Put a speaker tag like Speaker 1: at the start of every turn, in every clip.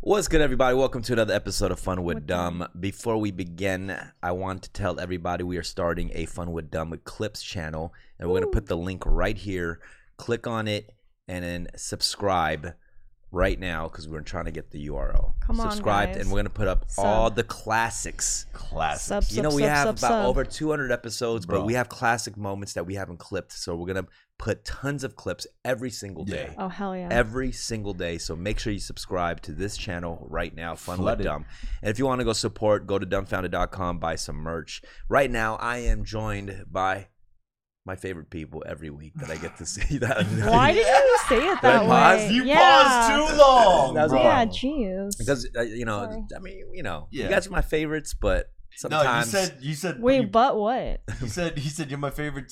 Speaker 1: What's good, everybody? Welcome to another episode of Fun with Dumb. Before we begin, I want to tell everybody we are starting a Fun with Dumb Clips channel, and we're going to put the link right here. Click on it and then subscribe right now because we're trying to get the URL.
Speaker 2: Come on,
Speaker 1: subscribe,
Speaker 2: guys.
Speaker 1: and we're going to put up
Speaker 2: Sub.
Speaker 1: all the classics.
Speaker 3: Classic.
Speaker 2: Sub, sub,
Speaker 1: you know, we
Speaker 2: sub,
Speaker 1: have
Speaker 2: sub,
Speaker 1: about
Speaker 2: sub.
Speaker 1: over 200 episodes, but
Speaker 3: Bro.
Speaker 1: we have classic moments that we haven't clipped. So we're going to put tons of clips every single
Speaker 3: Yeah.
Speaker 1: day
Speaker 2: Oh hell yeah!
Speaker 1: every single day. So make sure you subscribe to this channel right now, Fun with
Speaker 3: Flooded.
Speaker 1: Dumb. And if you want to go support, go to dumbfounded.com, buy some merch. Right now, I am joined by my favorite people every week that I get to see. That
Speaker 2: Why did you say it that
Speaker 1: That pause?
Speaker 2: way?
Speaker 3: You
Speaker 2: yeah.
Speaker 3: paused too long.
Speaker 1: That was
Speaker 3: bro.
Speaker 2: Yeah, jeez.
Speaker 1: Because uh, you know,
Speaker 2: Sorry.
Speaker 1: I mean, you know,
Speaker 3: Yeah.
Speaker 1: you guys are my favorites, but
Speaker 3: No, you
Speaker 1: sometimes
Speaker 3: said you said
Speaker 2: Wait,
Speaker 3: you,
Speaker 2: but what?
Speaker 3: you said you said you're my favorite.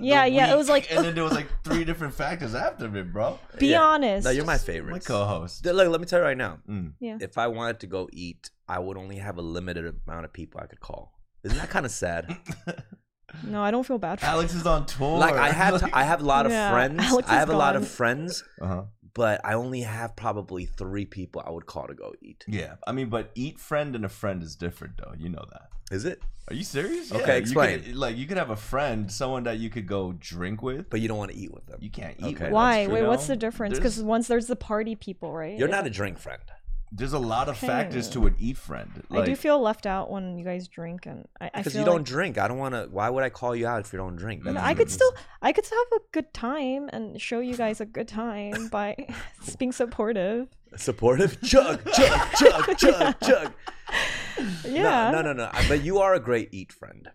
Speaker 3: the
Speaker 2: Yeah, yeah, it
Speaker 3: week,
Speaker 2: was like-
Speaker 3: and then there was like three different factors after it, bro.
Speaker 2: Be
Speaker 1: Yeah.
Speaker 2: honest.
Speaker 1: no, you're my
Speaker 3: My
Speaker 1: favorites.
Speaker 3: co-host.
Speaker 1: Look, let me tell you right now.
Speaker 3: Mm.
Speaker 2: Yeah.
Speaker 1: If I wanted to go eat, I would only have a limited amount of people I could call. Isn't that kind of sad?
Speaker 2: No, I don't feel bad for.
Speaker 3: Alex is on tour.
Speaker 1: Like I have, t- I have a lot of
Speaker 2: Yeah,
Speaker 1: friends.
Speaker 2: Alex
Speaker 1: I
Speaker 2: is
Speaker 1: have a lot of
Speaker 2: gone.
Speaker 1: friends,
Speaker 3: uh-huh.
Speaker 1: but I only have probably three people I would call to go eat.
Speaker 3: Yeah, I mean, but eat friend and a friend is different, though. You know that.
Speaker 1: Is it?
Speaker 3: Are you serious?
Speaker 1: Okay,
Speaker 3: you
Speaker 1: explain.
Speaker 3: could- e, like you could have a friend, someone that you could go drink with, but
Speaker 1: But you don't want to eat with them.
Speaker 3: you can't eat.
Speaker 1: Okay.
Speaker 3: with,
Speaker 2: Why?
Speaker 3: you
Speaker 2: Wait, what's
Speaker 3: know?
Speaker 2: the difference?
Speaker 3: There's-
Speaker 2: Because once there's the party people, right?
Speaker 1: You're not a drink friend.
Speaker 3: there's a lot of
Speaker 2: Okay.
Speaker 3: factors to an eat friend.
Speaker 2: I do
Speaker 3: Like,
Speaker 2: feel left out when you guys drink, and I, I
Speaker 1: Because
Speaker 2: feel
Speaker 1: you don't
Speaker 2: like-
Speaker 1: drink. I don't want to. Why would I call you out if you don't drink?
Speaker 3: No,
Speaker 2: No,
Speaker 1: That's-
Speaker 2: I could still, I could still have a good time and show you guys a good time by just being supportive.
Speaker 1: supportive. Chug, chug, chug, chug, chug.
Speaker 2: Yeah.
Speaker 1: No, no, no, no. I- But you are a great eat friend,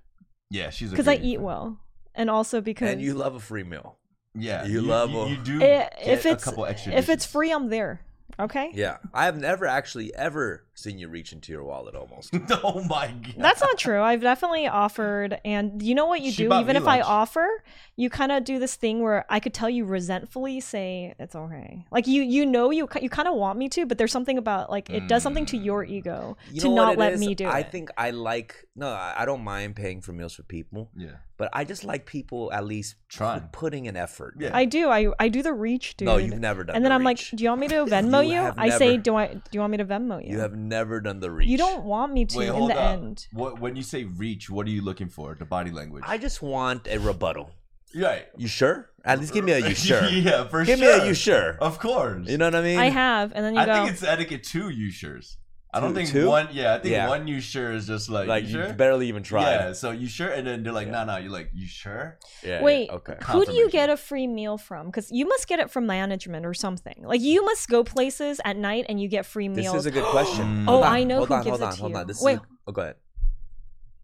Speaker 3: yeah, she's a
Speaker 2: Because I
Speaker 3: good
Speaker 2: eat
Speaker 3: friend.
Speaker 2: well, and also because
Speaker 1: and you love a free meal.
Speaker 3: Yeah,
Speaker 1: You love
Speaker 3: You,
Speaker 1: a-
Speaker 3: you do.
Speaker 2: I-
Speaker 3: get
Speaker 2: Eh, if it's
Speaker 3: a couple extra
Speaker 2: if it's
Speaker 3: dishes.
Speaker 2: free, I'm there. Okay.
Speaker 1: Yeah, I have never actually ever seen you reach into your wallet. Almost.
Speaker 3: oh my god,
Speaker 2: That's not true. I've definitely offered, and you know what you
Speaker 3: She
Speaker 2: do.
Speaker 3: bought
Speaker 2: Even
Speaker 3: me
Speaker 2: if I
Speaker 3: lunch.
Speaker 2: offer, you kind of do this thing where I could tell you resentfully, say it's okay. Like you, you know, you ki- you kind of want me to, but there's something about like it does something to your ego
Speaker 1: Mm. You
Speaker 2: to
Speaker 1: know what
Speaker 2: not
Speaker 1: it
Speaker 2: let
Speaker 1: is?
Speaker 2: me do
Speaker 1: I
Speaker 2: it.
Speaker 1: think I like. No, I I don't mind paying for meals for people.
Speaker 3: yeah,
Speaker 1: but I just like people at least
Speaker 3: Trying.
Speaker 1: put- putting in effort.
Speaker 3: yeah.
Speaker 2: I do. I I do the reach, dude.
Speaker 1: No, you've never done.
Speaker 2: and then
Speaker 1: the
Speaker 2: I'm
Speaker 1: reach.
Speaker 2: like, do you want me to Venmo
Speaker 1: You
Speaker 2: you?
Speaker 1: have
Speaker 2: I say,
Speaker 1: never-
Speaker 2: do I? Do you want me to Venmo you?
Speaker 1: you have never done the reach.
Speaker 2: You don't want me to
Speaker 3: Wait,
Speaker 2: in
Speaker 3: hold
Speaker 2: the
Speaker 3: up.
Speaker 2: end.
Speaker 3: What when you say reach, what are you looking for? The body language.
Speaker 1: I just want a rebuttal.
Speaker 3: right.
Speaker 1: You sure? At least give me a you sure.
Speaker 3: yeah, for
Speaker 1: give
Speaker 3: sure.
Speaker 1: me a you sure.
Speaker 3: Of course.
Speaker 1: You know what I mean?
Speaker 2: I have, and then you
Speaker 3: I
Speaker 2: go.
Speaker 3: think it's etiquette two you sure's. I don't
Speaker 1: Two-
Speaker 3: think
Speaker 1: two?
Speaker 3: one. Yeah, I think
Speaker 1: Yeah.
Speaker 3: one you sure is just like,
Speaker 1: like
Speaker 3: you
Speaker 1: you,
Speaker 3: sure.
Speaker 1: barely even tried.
Speaker 3: Yeah, so you sure, and then they're like,
Speaker 1: Yeah.
Speaker 3: no, no. You're like, you sure?
Speaker 1: Yeah, yeah,
Speaker 2: Wait,
Speaker 1: okay.
Speaker 2: who do you
Speaker 3: Confirmation.
Speaker 2: get a free meal from? Because you must get it from management or something. Like you must go places at night and you get free
Speaker 1: This
Speaker 2: meals.
Speaker 1: is a good question.
Speaker 3: Mm.
Speaker 2: oh,
Speaker 1: Hold on,
Speaker 2: I know
Speaker 1: hold
Speaker 2: who
Speaker 1: on,
Speaker 2: gives
Speaker 1: hold
Speaker 2: it
Speaker 1: on,
Speaker 2: to
Speaker 1: hold
Speaker 2: you.
Speaker 1: on. This
Speaker 2: Wait,
Speaker 1: is a, oh, go ahead.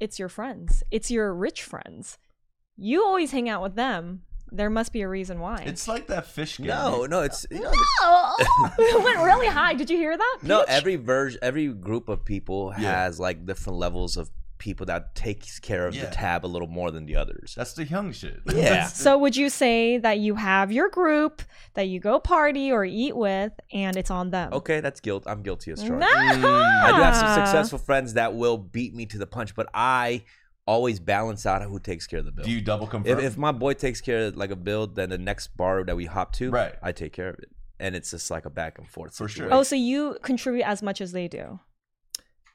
Speaker 2: it's your friends. It's your rich friends. You always hang out with them. There must be a reason why.
Speaker 3: It's like that fish game.
Speaker 1: No, no, it's you know,
Speaker 2: oh, it went really high. Did you hear that?
Speaker 1: no.
Speaker 2: bitch?
Speaker 1: Every version, every group of people
Speaker 3: Yeah.
Speaker 1: has like different levels of people that takes care of the
Speaker 3: Yeah.
Speaker 1: tab a little more than the others.
Speaker 3: That's the young shit.
Speaker 1: Yeah.
Speaker 3: That's the-
Speaker 2: So would you say that you have your group that you go party or eat with, and it's on them?
Speaker 1: Okay, that's guilt. I'm guilty as charged.
Speaker 2: No.
Speaker 3: Mm.
Speaker 1: I do have some successful friends that will beat me to the punch, but I always balance out who takes care of the bill.
Speaker 3: Do you double
Speaker 1: if,
Speaker 3: confirm?
Speaker 1: if my boy takes care of like a bill, then the next bar that we hop to,
Speaker 3: Right.
Speaker 1: I take care of it, and it's just like a back and forth.
Speaker 3: For sure.
Speaker 1: situation.
Speaker 2: Oh, so you contribute as much as they do.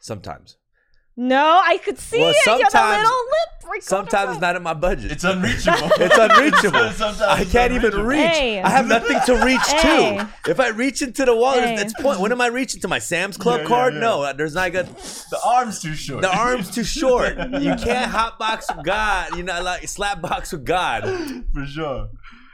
Speaker 1: Sometimes,
Speaker 2: No, I could see
Speaker 1: Well,
Speaker 2: it. You have a
Speaker 1: sometimes-
Speaker 2: little lip. wrinkled
Speaker 1: sometimes it's
Speaker 2: around.
Speaker 1: not in my budget.
Speaker 3: it's unreachable.
Speaker 1: It's unreachable.
Speaker 3: Sometimes
Speaker 1: I
Speaker 3: it's
Speaker 1: can't even
Speaker 3: unreachable.
Speaker 1: reach.
Speaker 2: Hey.
Speaker 1: I have nothing to reach
Speaker 2: Hey.
Speaker 1: to. If I reach into the wallet,
Speaker 2: Hey.
Speaker 1: it's point. When am I reaching to my Sam's Club
Speaker 3: Yeah, yeah,
Speaker 1: card?
Speaker 3: yeah.
Speaker 1: No, there's not good.
Speaker 3: The arm's too short.
Speaker 1: The arm's too short. You can't hot box with God. You're not like slap box with God.
Speaker 3: For sure.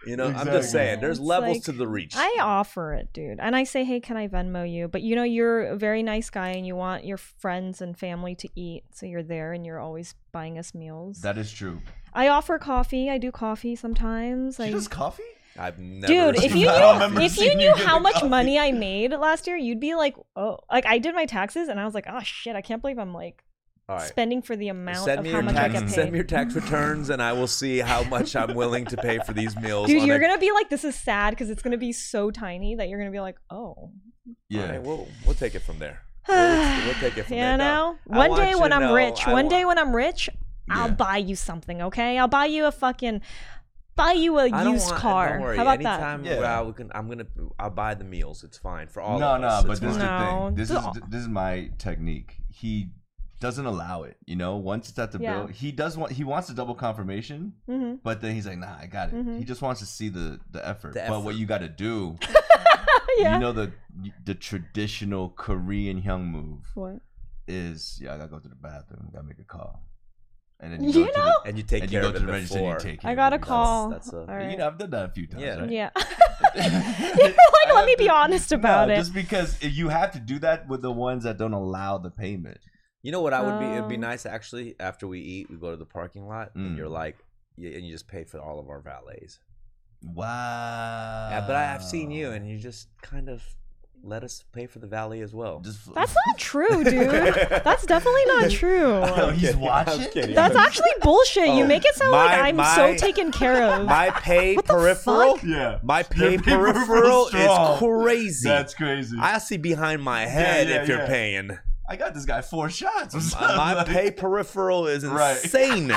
Speaker 1: You know, I'm
Speaker 3: Exactly.
Speaker 1: just saying, there's
Speaker 2: It's
Speaker 1: levels
Speaker 2: like-
Speaker 1: to the reach.
Speaker 2: I offer it, dude. And I say, hey, can I Venmo you? But you know, you're a very nice guy and you want your friends and family to eat. So you're there and you're always buying us meals.
Speaker 3: That is true.
Speaker 2: I offer coffee. I do coffee sometimes. I,
Speaker 3: She does coffee?
Speaker 1: I've never.
Speaker 2: dude, if
Speaker 1: seen
Speaker 2: you
Speaker 3: I don't
Speaker 2: knew,
Speaker 3: remember
Speaker 2: if you
Speaker 3: seeing
Speaker 2: knew
Speaker 3: you
Speaker 2: how
Speaker 3: getting
Speaker 2: much
Speaker 3: coffee.
Speaker 2: money I made last year, you'd be like, oh, like I did my taxes and I was like, oh shit, I can't believe I'm like
Speaker 1: All right.
Speaker 2: spending for the amount
Speaker 1: Send
Speaker 2: of
Speaker 1: me,
Speaker 2: how
Speaker 1: your
Speaker 2: much I get paid.
Speaker 1: tax, send me your tax returns and I will see how much I'm willing to pay for these meals.
Speaker 2: Dude,
Speaker 1: on
Speaker 2: you're
Speaker 1: a-
Speaker 2: gonna be like, this is sad because it's gonna be so tiny that you're gonna be like, oh.
Speaker 1: All right,
Speaker 3: Yeah.
Speaker 1: we'll, we'll take it from there. We'll, we'll take it from
Speaker 2: you
Speaker 1: there. No,
Speaker 2: know,
Speaker 1: I
Speaker 2: one
Speaker 1: want
Speaker 2: day
Speaker 1: you
Speaker 2: when
Speaker 1: to
Speaker 2: I'm
Speaker 1: know-
Speaker 2: rich,
Speaker 1: I
Speaker 2: one
Speaker 1: want-
Speaker 2: day when I'm rich, I'll
Speaker 3: Yeah.
Speaker 2: buy you something, okay? I'll buy you a fucking buy you a
Speaker 1: I don't
Speaker 2: used
Speaker 1: want-
Speaker 2: car.
Speaker 1: Don't worry.
Speaker 2: How about that?
Speaker 1: Anytime
Speaker 3: Yeah.
Speaker 1: we're out, we can, I'm gonna I'll buy the meals. It's fine for all.
Speaker 3: no,
Speaker 1: of
Speaker 3: no,
Speaker 1: us.
Speaker 3: but
Speaker 1: It's
Speaker 3: this is
Speaker 1: fine.
Speaker 3: the
Speaker 2: No,
Speaker 3: thing. This is
Speaker 2: the-
Speaker 3: this is my technique. He doesn't allow it. You know, once it's at the
Speaker 2: Yeah.
Speaker 3: bill, he does want. He wants the double confirmation,
Speaker 2: Mhm.
Speaker 3: but then he's like, "Nah, I got it."
Speaker 2: Mhm.
Speaker 3: He just wants to see the the effort.
Speaker 1: The
Speaker 3: But what
Speaker 1: effort.
Speaker 3: you got to do,
Speaker 2: yeah.
Speaker 3: you know, the the traditional Korean young move
Speaker 2: what?
Speaker 3: is, yeah, I gotta go to the bathroom. Gotta make a call, and then
Speaker 2: You
Speaker 3: go to the-
Speaker 2: know?
Speaker 1: and you take
Speaker 3: and you
Speaker 1: care
Speaker 3: go
Speaker 1: of
Speaker 3: to
Speaker 1: it
Speaker 3: the register and
Speaker 1: before.
Speaker 3: you take.
Speaker 2: I
Speaker 3: care
Speaker 2: got
Speaker 3: of
Speaker 2: a
Speaker 3: it.
Speaker 2: call.
Speaker 1: that's a-
Speaker 2: All
Speaker 3: You
Speaker 2: right.
Speaker 3: know, I've done that a few times.
Speaker 1: Yeah.
Speaker 3: right?
Speaker 2: yeah.
Speaker 3: I
Speaker 2: let me
Speaker 3: have
Speaker 2: be
Speaker 3: to-
Speaker 2: honest about it.
Speaker 3: Just because if you have to do that with the ones that don't allow the payment.
Speaker 1: You know what? I would be. It'd be
Speaker 2: Oh.
Speaker 1: nice actually. After we eat, we go to the parking lot, and
Speaker 3: Mm.
Speaker 1: you're like, yeah, and you just pay for all of our valets.
Speaker 3: Wow.
Speaker 1: Yeah, but I, I've seen you, and you just kind of let us pay for the valet as well.
Speaker 3: just
Speaker 2: That's not true, dude. That's definitely not true.
Speaker 3: Oh, he's
Speaker 1: kidding. I'm
Speaker 3: watching.
Speaker 1: kidding.
Speaker 2: That's actually bullshit. you
Speaker 1: Oh,
Speaker 2: make it sound like
Speaker 1: my-
Speaker 2: I'm
Speaker 1: my-
Speaker 2: so taken care of.
Speaker 1: my pay
Speaker 2: the
Speaker 1: peripheral.
Speaker 3: yeah.
Speaker 1: My pay
Speaker 3: Your pay
Speaker 1: peripheral
Speaker 3: peripheral's
Speaker 1: is
Speaker 3: strong.
Speaker 1: crazy.
Speaker 3: That's crazy. I,
Speaker 1: I see behind my head
Speaker 3: yeah,
Speaker 1: if you're
Speaker 3: yeah.
Speaker 1: paying. Uh,
Speaker 3: got this guy four shots. or something,
Speaker 1: My, my
Speaker 3: like-
Speaker 1: pay peripheral is
Speaker 3: Right.
Speaker 1: insane.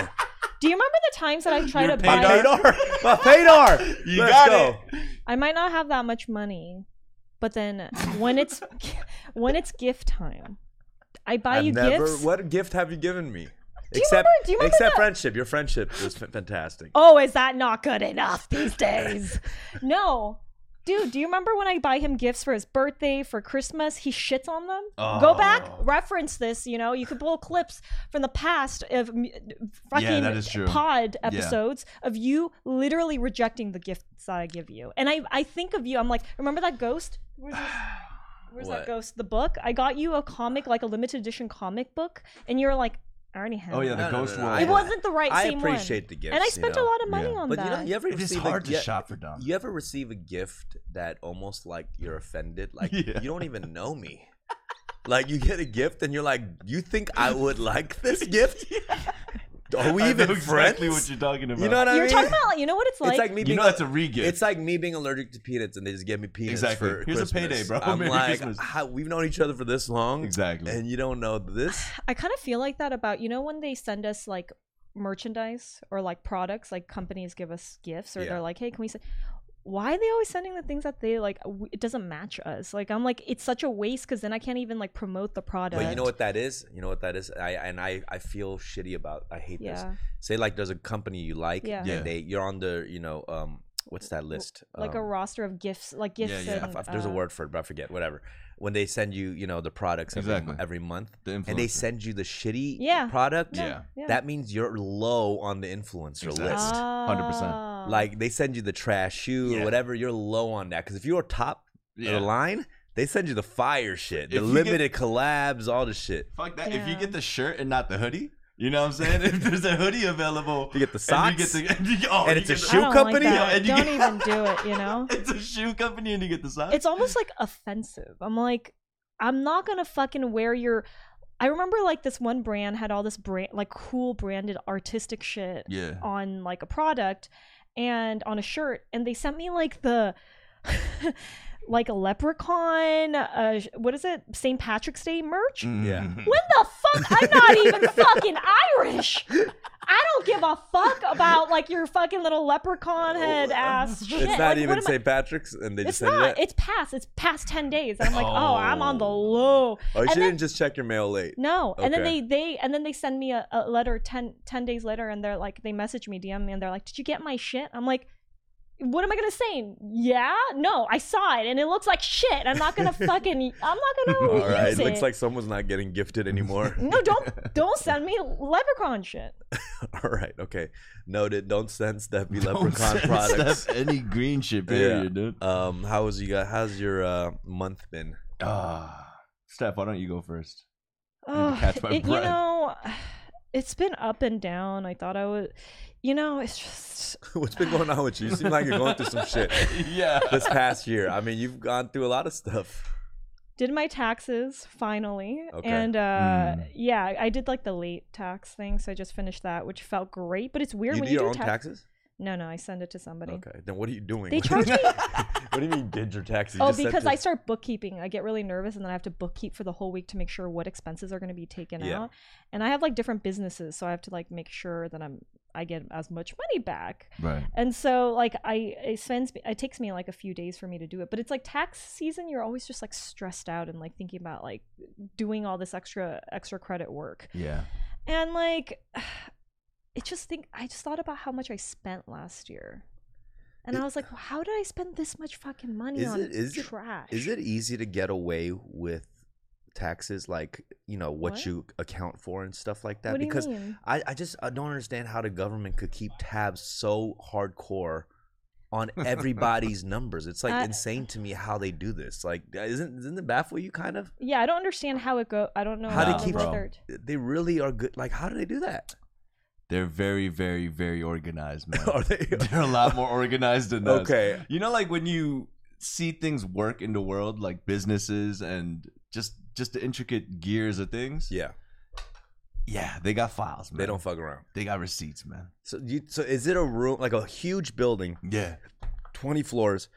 Speaker 2: Do you remember the times that I tried
Speaker 3: Your
Speaker 2: to
Speaker 1: My
Speaker 2: buy?
Speaker 3: Paydar?
Speaker 1: Paydar. My Paydar.
Speaker 3: You
Speaker 1: Let's
Speaker 3: got
Speaker 1: go.
Speaker 3: it.
Speaker 2: I might not have that much money, but then when it's when it's gift time, I buy
Speaker 1: I've
Speaker 2: you
Speaker 1: never-
Speaker 2: gifts.
Speaker 1: What gift have you given me?
Speaker 2: you
Speaker 1: except
Speaker 2: remember- do you remember
Speaker 1: except
Speaker 2: that-
Speaker 1: friendship. Your friendship was f- fantastic.
Speaker 2: Oh, is that not good enough these days? no. Dude, do you remember when I buy him gifts for his birthday, for Christmas? He shits on them. Go back,
Speaker 3: Oh.
Speaker 2: reference this. You know, you could pull clips from the past of m- fucking
Speaker 3: that is true.
Speaker 2: pod episodes of you literally rejecting the gifts that I give you. And I, I think of you. I'm like, remember that ghost? Where's this? Where's
Speaker 1: What?
Speaker 2: that ghost? The book. I got you a comic, like a limited edition comic book, and you're like, I already have.
Speaker 3: Oh yeah, the
Speaker 2: it.
Speaker 1: No, no,
Speaker 3: ghost
Speaker 1: no, no,
Speaker 3: world.
Speaker 1: I-
Speaker 2: it wasn't the right.
Speaker 1: I
Speaker 2: same one.
Speaker 1: appreciate the gifts.
Speaker 2: And I
Speaker 1: you
Speaker 2: spent
Speaker 1: know?
Speaker 2: a lot of money
Speaker 3: Yeah.
Speaker 2: on
Speaker 1: But
Speaker 2: that.
Speaker 1: you know, you ever
Speaker 3: It is
Speaker 1: receive
Speaker 3: hard
Speaker 1: a,
Speaker 3: to
Speaker 1: yeah,
Speaker 3: shop for Dom.
Speaker 1: You ever receive a gift that almost like you're offended? Like
Speaker 3: Yeah.
Speaker 1: you don't even know me. Like you get a gift and you're like, you think I would like this gift? Are we
Speaker 3: I
Speaker 1: even
Speaker 3: know exactly
Speaker 1: friends?
Speaker 3: what you're talking about.
Speaker 1: you know what I
Speaker 2: You're
Speaker 1: mean?
Speaker 2: talking about, like, you know what it's like?
Speaker 1: it's like me
Speaker 3: You
Speaker 1: being
Speaker 3: know
Speaker 1: a-
Speaker 3: that's a re-gift.
Speaker 1: It's like me being allergic to peanuts, and they just give me peanuts
Speaker 3: Exactly.
Speaker 1: for
Speaker 3: Here's a
Speaker 1: Christmas.
Speaker 3: payday, bro.
Speaker 1: I'm
Speaker 3: Merry
Speaker 1: like,
Speaker 3: Christmas.
Speaker 1: how, we've known each other for this long,
Speaker 3: Exactly.
Speaker 1: and you don't know this.
Speaker 2: I kind of feel like that about, you know, when they send us like merchandise or like products, like companies give us gifts or
Speaker 1: Yeah.
Speaker 2: they're like, hey, can we send. Why are they always sending the things that they like? w- It doesn't match us. Like, I'm like, it's such a waste because then I can't even like promote the product.
Speaker 1: But you know what that is? You know what that is? I and I, I feel shitty about. I hate this.
Speaker 2: Yeah.
Speaker 1: Say like there's a company you like,
Speaker 2: Yeah.
Speaker 1: and
Speaker 3: Yeah.
Speaker 1: they you're on the you know um what's that list?
Speaker 2: Like a
Speaker 1: Um,
Speaker 2: roster of gifts, like
Speaker 3: Yeah,
Speaker 2: gifts.
Speaker 3: yeah.
Speaker 1: I
Speaker 2: And,
Speaker 1: f- there's a
Speaker 2: uh,
Speaker 1: word for it, but I forget. Whatever. When they send you you know the products every,
Speaker 3: Exactly.
Speaker 1: every month,
Speaker 3: The
Speaker 1: and they
Speaker 3: influencer.
Speaker 1: send you the shitty
Speaker 2: Yeah.
Speaker 1: product,
Speaker 2: No,
Speaker 3: Yeah.
Speaker 1: that means you're low on the influencer
Speaker 3: Exactly.
Speaker 1: list.
Speaker 3: 100%.
Speaker 2: Ah.
Speaker 1: like they send you the trash shoe or
Speaker 3: Yeah.
Speaker 1: whatever you're low on that because if you're top
Speaker 3: Yeah.
Speaker 1: of the line they send you the fire shit the
Speaker 3: If you
Speaker 1: limited collabs all the shit
Speaker 3: Fuck that. If you
Speaker 2: Yeah.
Speaker 3: get the shirt and not the hoodie, you know what I'm saying? if there's a hoodie available,
Speaker 1: you get the
Speaker 3: and
Speaker 1: socks
Speaker 3: you get the and, you, get- oh,
Speaker 1: and
Speaker 3: you
Speaker 1: it's a
Speaker 3: get the-
Speaker 2: I
Speaker 1: shoe
Speaker 2: don't
Speaker 1: company?
Speaker 2: Like
Speaker 3: Yeah,
Speaker 2: that.
Speaker 3: and you
Speaker 2: don't
Speaker 3: get-
Speaker 2: even do it, you know?
Speaker 3: It's a shoe company and you get the socks.
Speaker 2: it's almost like offensive. I'm like, I'm not gonna fucking wear your. I remember like this one brand had all this brand like cool branded artistic shit
Speaker 3: yeah.
Speaker 2: on like a product and on a shirt, and they sent me like the. like a leprechaun, uh, sh- what is it? St. Patrick's Day merch.
Speaker 1: Mm. Yeah.
Speaker 2: When the fuck? I'm not even fucking Irish. I don't give a fuck about like your fucking little leprechaun head ass shit.
Speaker 1: Oh, uh, it's not
Speaker 2: Like, what
Speaker 1: even
Speaker 2: am I-
Speaker 1: st patrick's and they just
Speaker 2: it's
Speaker 1: send
Speaker 2: not.
Speaker 1: you that
Speaker 2: It's past. It's past ten days. And I'm like, oh, I'm on the
Speaker 3: Oh.
Speaker 1: oh
Speaker 2: low.
Speaker 1: you
Speaker 2: and then-
Speaker 1: didn't just check your mail late
Speaker 2: No. And then
Speaker 1: Okay.
Speaker 2: they they and then they send me a, a letter 10, 10 days later, and they're like, they message me, DM me, and they're like, did you get my shit? I'm like. What am I gonna say? Yeah, no, I saw it and it looks like shit. I'm not gonna fucking. I'm not gonna
Speaker 1: all
Speaker 2: use
Speaker 1: right
Speaker 2: it.
Speaker 1: it looks like someone's not getting gifted anymore
Speaker 2: no, don't don't send me leprechaun shit.
Speaker 1: all right okay noted don't send steffi
Speaker 3: Don't
Speaker 1: leprechaun
Speaker 3: send
Speaker 1: products
Speaker 3: Steph any green shit,
Speaker 1: Yeah.
Speaker 3: period, dude.
Speaker 1: um how was you got how's your uh month been
Speaker 3: Ah. Steph, why don't you go first? need to
Speaker 2: Ugh,
Speaker 3: catch my
Speaker 2: it- You
Speaker 3: breath.
Speaker 2: know, it's been up and down. I thought I would. You know, it's just
Speaker 1: what's been going on with you you seem like you're going through some shit
Speaker 3: yeah.
Speaker 1: this past year i mean you've gone through a lot of stuff
Speaker 2: did my taxes finally
Speaker 1: Okay.
Speaker 2: and uh
Speaker 3: Mm.
Speaker 2: yeah i did like the late tax thing so i just finished that which felt great but it's weird
Speaker 1: you
Speaker 2: when
Speaker 1: do
Speaker 2: you
Speaker 1: your
Speaker 2: do
Speaker 1: own
Speaker 2: tax-
Speaker 1: taxes
Speaker 2: no no i send it to somebody
Speaker 1: Okay, then what are you doing?
Speaker 2: They charge me-
Speaker 1: what do you mean did your taxes? You
Speaker 2: oh
Speaker 1: just said
Speaker 2: because
Speaker 1: to-
Speaker 2: i start bookkeeping i get really nervous and then i have to bookkeep for the whole week to make sure what expenses are going to be taken
Speaker 1: Yeah.
Speaker 2: out and i have like different businesses so i have to like make sure that i'm I get as much money back.
Speaker 3: Right.
Speaker 2: And so like I it spends me it takes me like a few days for me to do it. But it's like tax season, you're always just like stressed out and like thinking about like doing all this extra extra credit work.
Speaker 3: Yeah.
Speaker 2: And like it just think I just thought about how much I spent last year. And I was like, well, how did I spend this much fucking money
Speaker 1: Is
Speaker 2: on
Speaker 1: it- is it-
Speaker 2: trash?
Speaker 1: Is it easy to get away with taxes, like you know what,
Speaker 2: What?
Speaker 1: you account for and stuff like that?
Speaker 2: what do
Speaker 1: because
Speaker 2: you mean?
Speaker 1: I, I just I don't understand how the government could keep tabs so hardcore on everybody's numbers. It's like
Speaker 2: I-
Speaker 1: insane to me how they do this. Like, uh, isn't isn't it baffle you? Kind of.
Speaker 2: Yeah, I don't understand how it go. I don't know
Speaker 1: How they
Speaker 2: about
Speaker 1: keep-
Speaker 2: whether it-
Speaker 1: They really are good. Like, how do they do that?
Speaker 3: They're very, very, very organized, man.
Speaker 1: are they
Speaker 3: They're a lot more organized than us.
Speaker 1: okay?
Speaker 3: You know, like when you see things work in the world, like businesses and just just the intricate gears of things.
Speaker 1: Yeah,
Speaker 3: Yeah, they got files, man.
Speaker 1: they don't fuck around.
Speaker 3: They got receipts, man.
Speaker 1: So you so is it a room like a huge building,
Speaker 3: Yeah.
Speaker 1: twenty floors,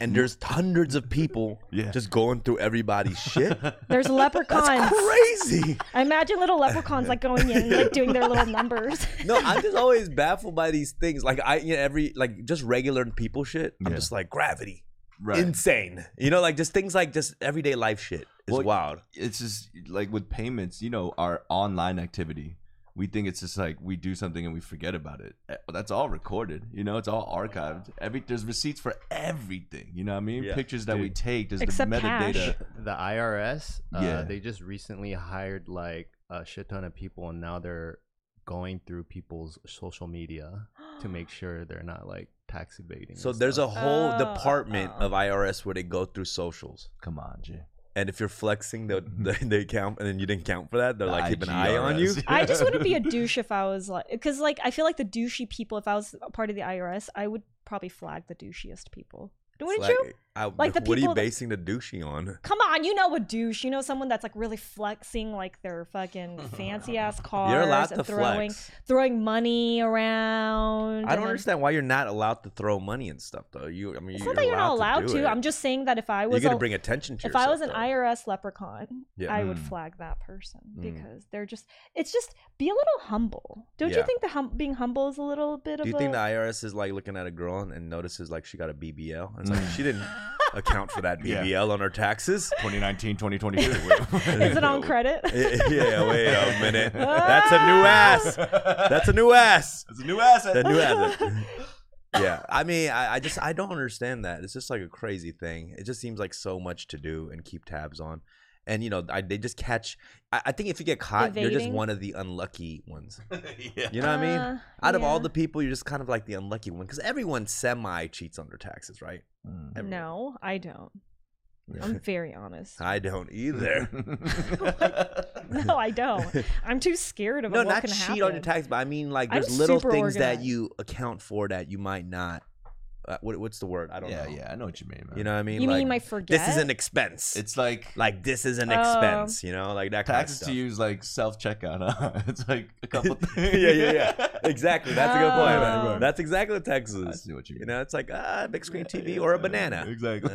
Speaker 1: and there's hundreds of people
Speaker 3: Yeah.
Speaker 1: just going through everybody's shit?
Speaker 2: There's leprechauns.
Speaker 1: Crazy.
Speaker 2: I imagine little leprechauns like going in, like doing their little numbers.
Speaker 1: No, I'm just always baffled by these things. Like I, you know, every like just regular people shit. I'm
Speaker 3: Yeah.
Speaker 1: just like gravity,
Speaker 3: Right.
Speaker 1: insane. You know, like just things like just everyday life shit is
Speaker 3: Well,
Speaker 1: wild.
Speaker 3: it's just like with payments, you know, our online activity. We think it's just like we do something and we forget about it. Eh, That's all recorded, you know. It's all archived. Every there's receipts for everything. You know what I mean?
Speaker 1: Yeah,
Speaker 3: Pictures that we
Speaker 1: dude.
Speaker 3: take. There's
Speaker 2: Except
Speaker 3: the metadata.
Speaker 2: cash.
Speaker 4: the IRS, uh,
Speaker 3: Yeah.
Speaker 4: they just recently hired like a shit ton of people, and now they're going through people's social media to make sure they're not like tax evading.
Speaker 1: So
Speaker 4: and
Speaker 1: there's a
Speaker 4: stuff.
Speaker 1: whole
Speaker 2: Oh,
Speaker 1: department
Speaker 2: oh.
Speaker 1: of IRS where they go through socials,
Speaker 3: Come on, Jay.
Speaker 1: and if you're flexing the
Speaker 3: Mm-hmm.
Speaker 1: the, the account and then you didn't count for that, they're
Speaker 3: The
Speaker 1: like keep an eye on you.
Speaker 3: IGRS.
Speaker 2: I just wouldn't be a douche if I was like, because like I feel like the douchey people. If I was a part of the IRS, I would probably flag the douchiest people. Wouldn't
Speaker 1: It's
Speaker 2: you?
Speaker 1: like, I-
Speaker 2: Like the
Speaker 1: what are you
Speaker 2: people that-
Speaker 1: basing the douchey on?
Speaker 2: Come on, you know a douche. You know someone that's like really flexing, like their fucking fancy ass cars
Speaker 1: You're allowed to
Speaker 2: and throwing
Speaker 1: flex.
Speaker 2: throwing money around.
Speaker 1: I don't
Speaker 2: and-
Speaker 1: understand why you're not allowed to throw money and stuff though. You, I mean,
Speaker 2: It's
Speaker 1: you're
Speaker 2: not that you're not allowed
Speaker 1: do
Speaker 2: to.
Speaker 1: it.
Speaker 2: I'm just saying that if I
Speaker 1: you're
Speaker 2: was
Speaker 1: gonna
Speaker 2: a-
Speaker 1: bring attention to
Speaker 2: if I was an
Speaker 1: yourself, though.
Speaker 2: IRS leprechaun,
Speaker 1: Yeah.
Speaker 2: I would
Speaker 3: Mm.
Speaker 2: flag that person
Speaker 1: Mm.
Speaker 2: because they're just. It's just be a little humble. Don't
Speaker 1: Yeah.
Speaker 2: you think the hum- being humble is a little bit of
Speaker 1: Do you
Speaker 2: a?
Speaker 1: think the IRS is like looking at a girl and, and notices like she got a BBL? And it's like she didn't account for that
Speaker 3: Yeah.
Speaker 1: BBL on her taxes.
Speaker 3: 2019, 2022.
Speaker 2: is it on credit?
Speaker 1: yeah, yeah, wait a minute. That's a new ass. That's a new ass.
Speaker 3: That's a new asset.
Speaker 1: That new ass. Yeah, I mean, I, I just I don't understand that. It's just like a crazy thing. It just seems like so much to do and keep tabs on. And you know, I they just catch. I, I think if you get caught, you're just
Speaker 2: Evading?
Speaker 1: one of the unlucky ones.
Speaker 3: yeah.
Speaker 1: You know what I mean?
Speaker 2: Uh,
Speaker 1: Out of all
Speaker 2: yeah.
Speaker 1: the people, you're just kind of like the unlucky one because everyone semi cheats on their taxes, right? Everyone.
Speaker 2: No, I don't. I'm very honest.
Speaker 1: I don't either.
Speaker 2: no, I
Speaker 1: Oh,
Speaker 2: don't. I'm too scared of
Speaker 1: no,
Speaker 2: what
Speaker 1: not
Speaker 2: can
Speaker 1: cheat
Speaker 2: happen.
Speaker 1: on your tax, but I mean like
Speaker 2: I'm
Speaker 1: there's little
Speaker 2: super
Speaker 1: things that
Speaker 2: organized.
Speaker 1: you account for that you might not. Uh, what, what's the word? I don't
Speaker 3: yeah,
Speaker 1: know.
Speaker 3: yeah, I know what you mean, man.
Speaker 1: You know what I mean?
Speaker 2: You
Speaker 1: like,
Speaker 2: mean I
Speaker 1: this
Speaker 2: forget?
Speaker 1: is an expense. It's
Speaker 3: it's like
Speaker 1: like this is an
Speaker 2: Oh.
Speaker 1: expense. You know, like that kind
Speaker 3: taxes
Speaker 1: of stuff.
Speaker 3: to use like self checkout. Huh? It's like a couple things.
Speaker 1: yeah, yeah, yeah. Exactly. That's a good point. man.
Speaker 2: Oh.
Speaker 1: That's exactly what
Speaker 3: I
Speaker 1: taxes. is.
Speaker 3: see what you
Speaker 1: You
Speaker 3: mean.
Speaker 1: know, it's like ah, big screen TV or a banana.
Speaker 3: Exactly.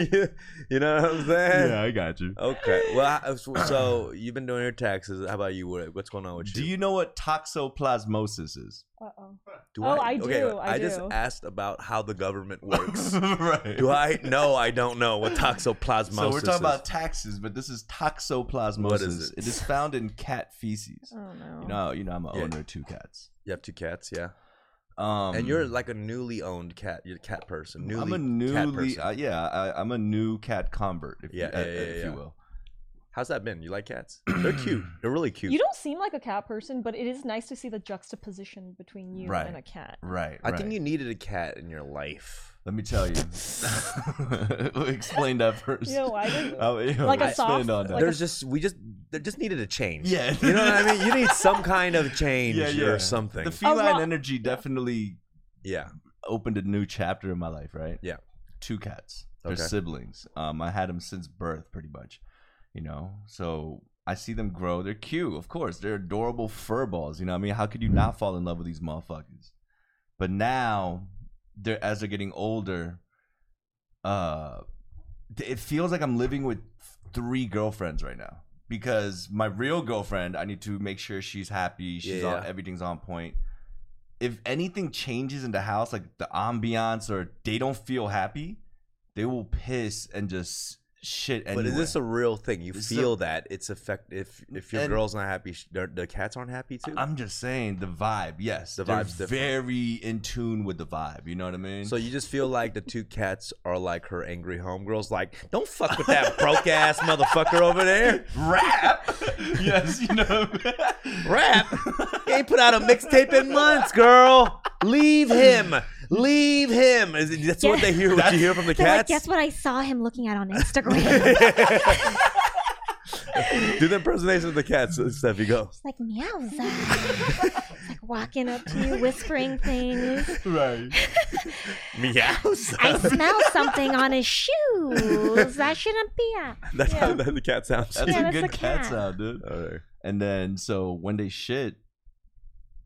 Speaker 1: you, you know what I'm saying?
Speaker 3: yeah, I got you.
Speaker 1: Okay. Well, I- so- so you've been doing your taxes. How about you? What- What's going on with you?
Speaker 3: Do you know what toxoplasmosis is?
Speaker 2: Uh-oh.
Speaker 1: Do
Speaker 2: Oh, I do, I
Speaker 1: just
Speaker 2: do.
Speaker 1: asked about how the government works.
Speaker 3: right.
Speaker 1: do I? No, I don't know what toxoplasmosis.
Speaker 3: So we're
Speaker 1: is.
Speaker 3: talking about taxes, but this is toxoplasmosis.
Speaker 1: What is it?
Speaker 3: it is found in cat feces.
Speaker 2: Oh no.
Speaker 3: You know, you know, I'm an
Speaker 1: Yeah.
Speaker 3: owner of two cats.
Speaker 1: You have two cats, yeah.
Speaker 3: Um,
Speaker 1: and you're like a newly owned cat. You're a cat person. Newly
Speaker 3: I'm a
Speaker 1: cat
Speaker 3: newly,
Speaker 1: person.
Speaker 3: uh, yeah, I, I'm a new cat convert, if,
Speaker 1: Yeah,
Speaker 3: you, uh,
Speaker 1: yeah, yeah,
Speaker 3: if you
Speaker 1: yeah.
Speaker 3: will.
Speaker 1: How's that been? You like cats? They're cute. They're really cute.
Speaker 2: You don't seem like a cat person, but it is nice to see the juxtaposition between you
Speaker 3: Right.
Speaker 2: and a cat.
Speaker 3: Right.
Speaker 1: I
Speaker 3: right.
Speaker 1: think you needed a cat in your life.
Speaker 3: Let me tell you. Explain that first.
Speaker 2: You know why?
Speaker 3: Oh, yeah,
Speaker 2: Like a
Speaker 3: expand
Speaker 2: soft-
Speaker 3: on that.
Speaker 2: like- a-
Speaker 1: There's just we just there just needed a change.
Speaker 3: Yeah.
Speaker 1: You know what I mean? You need some kind of change
Speaker 3: Yeah, yeah.
Speaker 1: or something.
Speaker 3: the feline
Speaker 2: ro-
Speaker 3: energy definitely
Speaker 1: yeah.
Speaker 3: opened a new chapter in my life, right?
Speaker 1: Yeah.
Speaker 3: Two cats. They're
Speaker 1: Okay.
Speaker 3: siblings. Um, I had them since birth, pretty much. You know, so I see them grow. They're cute, of course. They're adorable fur balls. You know, what I mean, how could you not fall in love with these motherfuckers? But now, they're as they're getting older. Uh, th- it feels like I'm living with three girlfriends right now. because my real girlfriend, I need to make sure she's happy. She's
Speaker 1: Yeah,
Speaker 3: on
Speaker 1: yeah.
Speaker 3: everything's on point. If anything changes in the house, like the ambiance or they don't feel happy, they will piss and just shit.
Speaker 1: But is this a
Speaker 3: anywhere.
Speaker 1: real thing? You
Speaker 3: This is a-
Speaker 1: feel that it's affect if if your
Speaker 3: And-
Speaker 1: girl's not happy, sh- the, the cats aren't happy too.
Speaker 3: I'm just saying the vibe. Yes,
Speaker 1: The
Speaker 3: they're
Speaker 1: vibe's different.
Speaker 3: very in tune with the vibe. You know what I mean?
Speaker 1: so you just feel like the two cats are like her angry homegirls. Like, don't fuck with that broke ass motherfucker over there.
Speaker 3: rap. yes, you know.
Speaker 1: Rap. He ain't put out a mixtape in months, girl. Leave him. Leave him. Is it, that's what they hear. What you hear from the
Speaker 2: They're like,
Speaker 1: cats.
Speaker 2: guess what I saw him looking at on Instagram?
Speaker 1: Do the impersonation of the cats, uh, Steffi. Go.
Speaker 2: it's like meows. it's like walking up to you, whispering things.
Speaker 3: right.
Speaker 1: Meows.
Speaker 2: I smell something on his shoes. That shouldn't be a
Speaker 1: That's how the cat sounds.
Speaker 3: That's
Speaker 2: Yeah,
Speaker 3: a
Speaker 2: that's
Speaker 3: good
Speaker 2: a
Speaker 3: cat.
Speaker 2: cat.
Speaker 3: sound, dude.
Speaker 1: All right.
Speaker 3: And then so when they shit,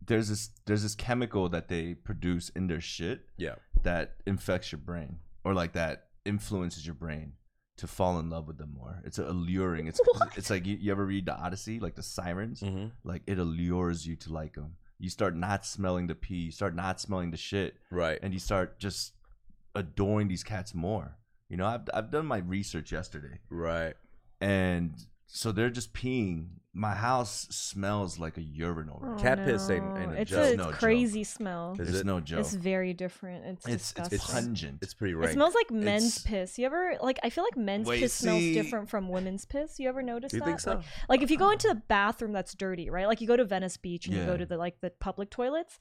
Speaker 3: there's this there's this chemical that they produce in their shit
Speaker 1: Yeah.
Speaker 3: that infects your brain or like that influences your brain to fall in love with them more. It's alluring. It's
Speaker 2: What?
Speaker 3: it's like you, you ever read the Odyssey, like the sirens,
Speaker 1: Mm-hmm.
Speaker 3: like it allures you to like them. You start not smelling the pee, you start not smelling the shit,
Speaker 1: Right.
Speaker 3: and you start just adoring these cats more. You know, I've I've done my research yesterday
Speaker 1: Right.
Speaker 3: and so they're just peeing. My house smells like a urinal. right now.
Speaker 1: Cat piss ain't- ain't a
Speaker 2: Oh, it's
Speaker 1: joke.
Speaker 2: A, it's
Speaker 3: No joke.
Speaker 2: crazy smell.
Speaker 1: Is
Speaker 3: It's
Speaker 1: it-
Speaker 3: no joke.
Speaker 2: It's very different. It's
Speaker 3: It's it's,
Speaker 2: disgusting.
Speaker 3: pungent.
Speaker 1: It's pretty
Speaker 2: it
Speaker 1: rank.
Speaker 2: smells like men's
Speaker 3: It's-
Speaker 2: piss. You ever like? I feel like men's
Speaker 3: Wait,
Speaker 2: piss smells
Speaker 3: see-
Speaker 2: different from women's piss. You ever notice
Speaker 1: Do you
Speaker 2: that?
Speaker 1: think so?
Speaker 2: Like, like if you go into the bathroom that's dirty, right? Like you go to Venice Beach and you
Speaker 3: Yeah.
Speaker 2: go to the like the public toilets.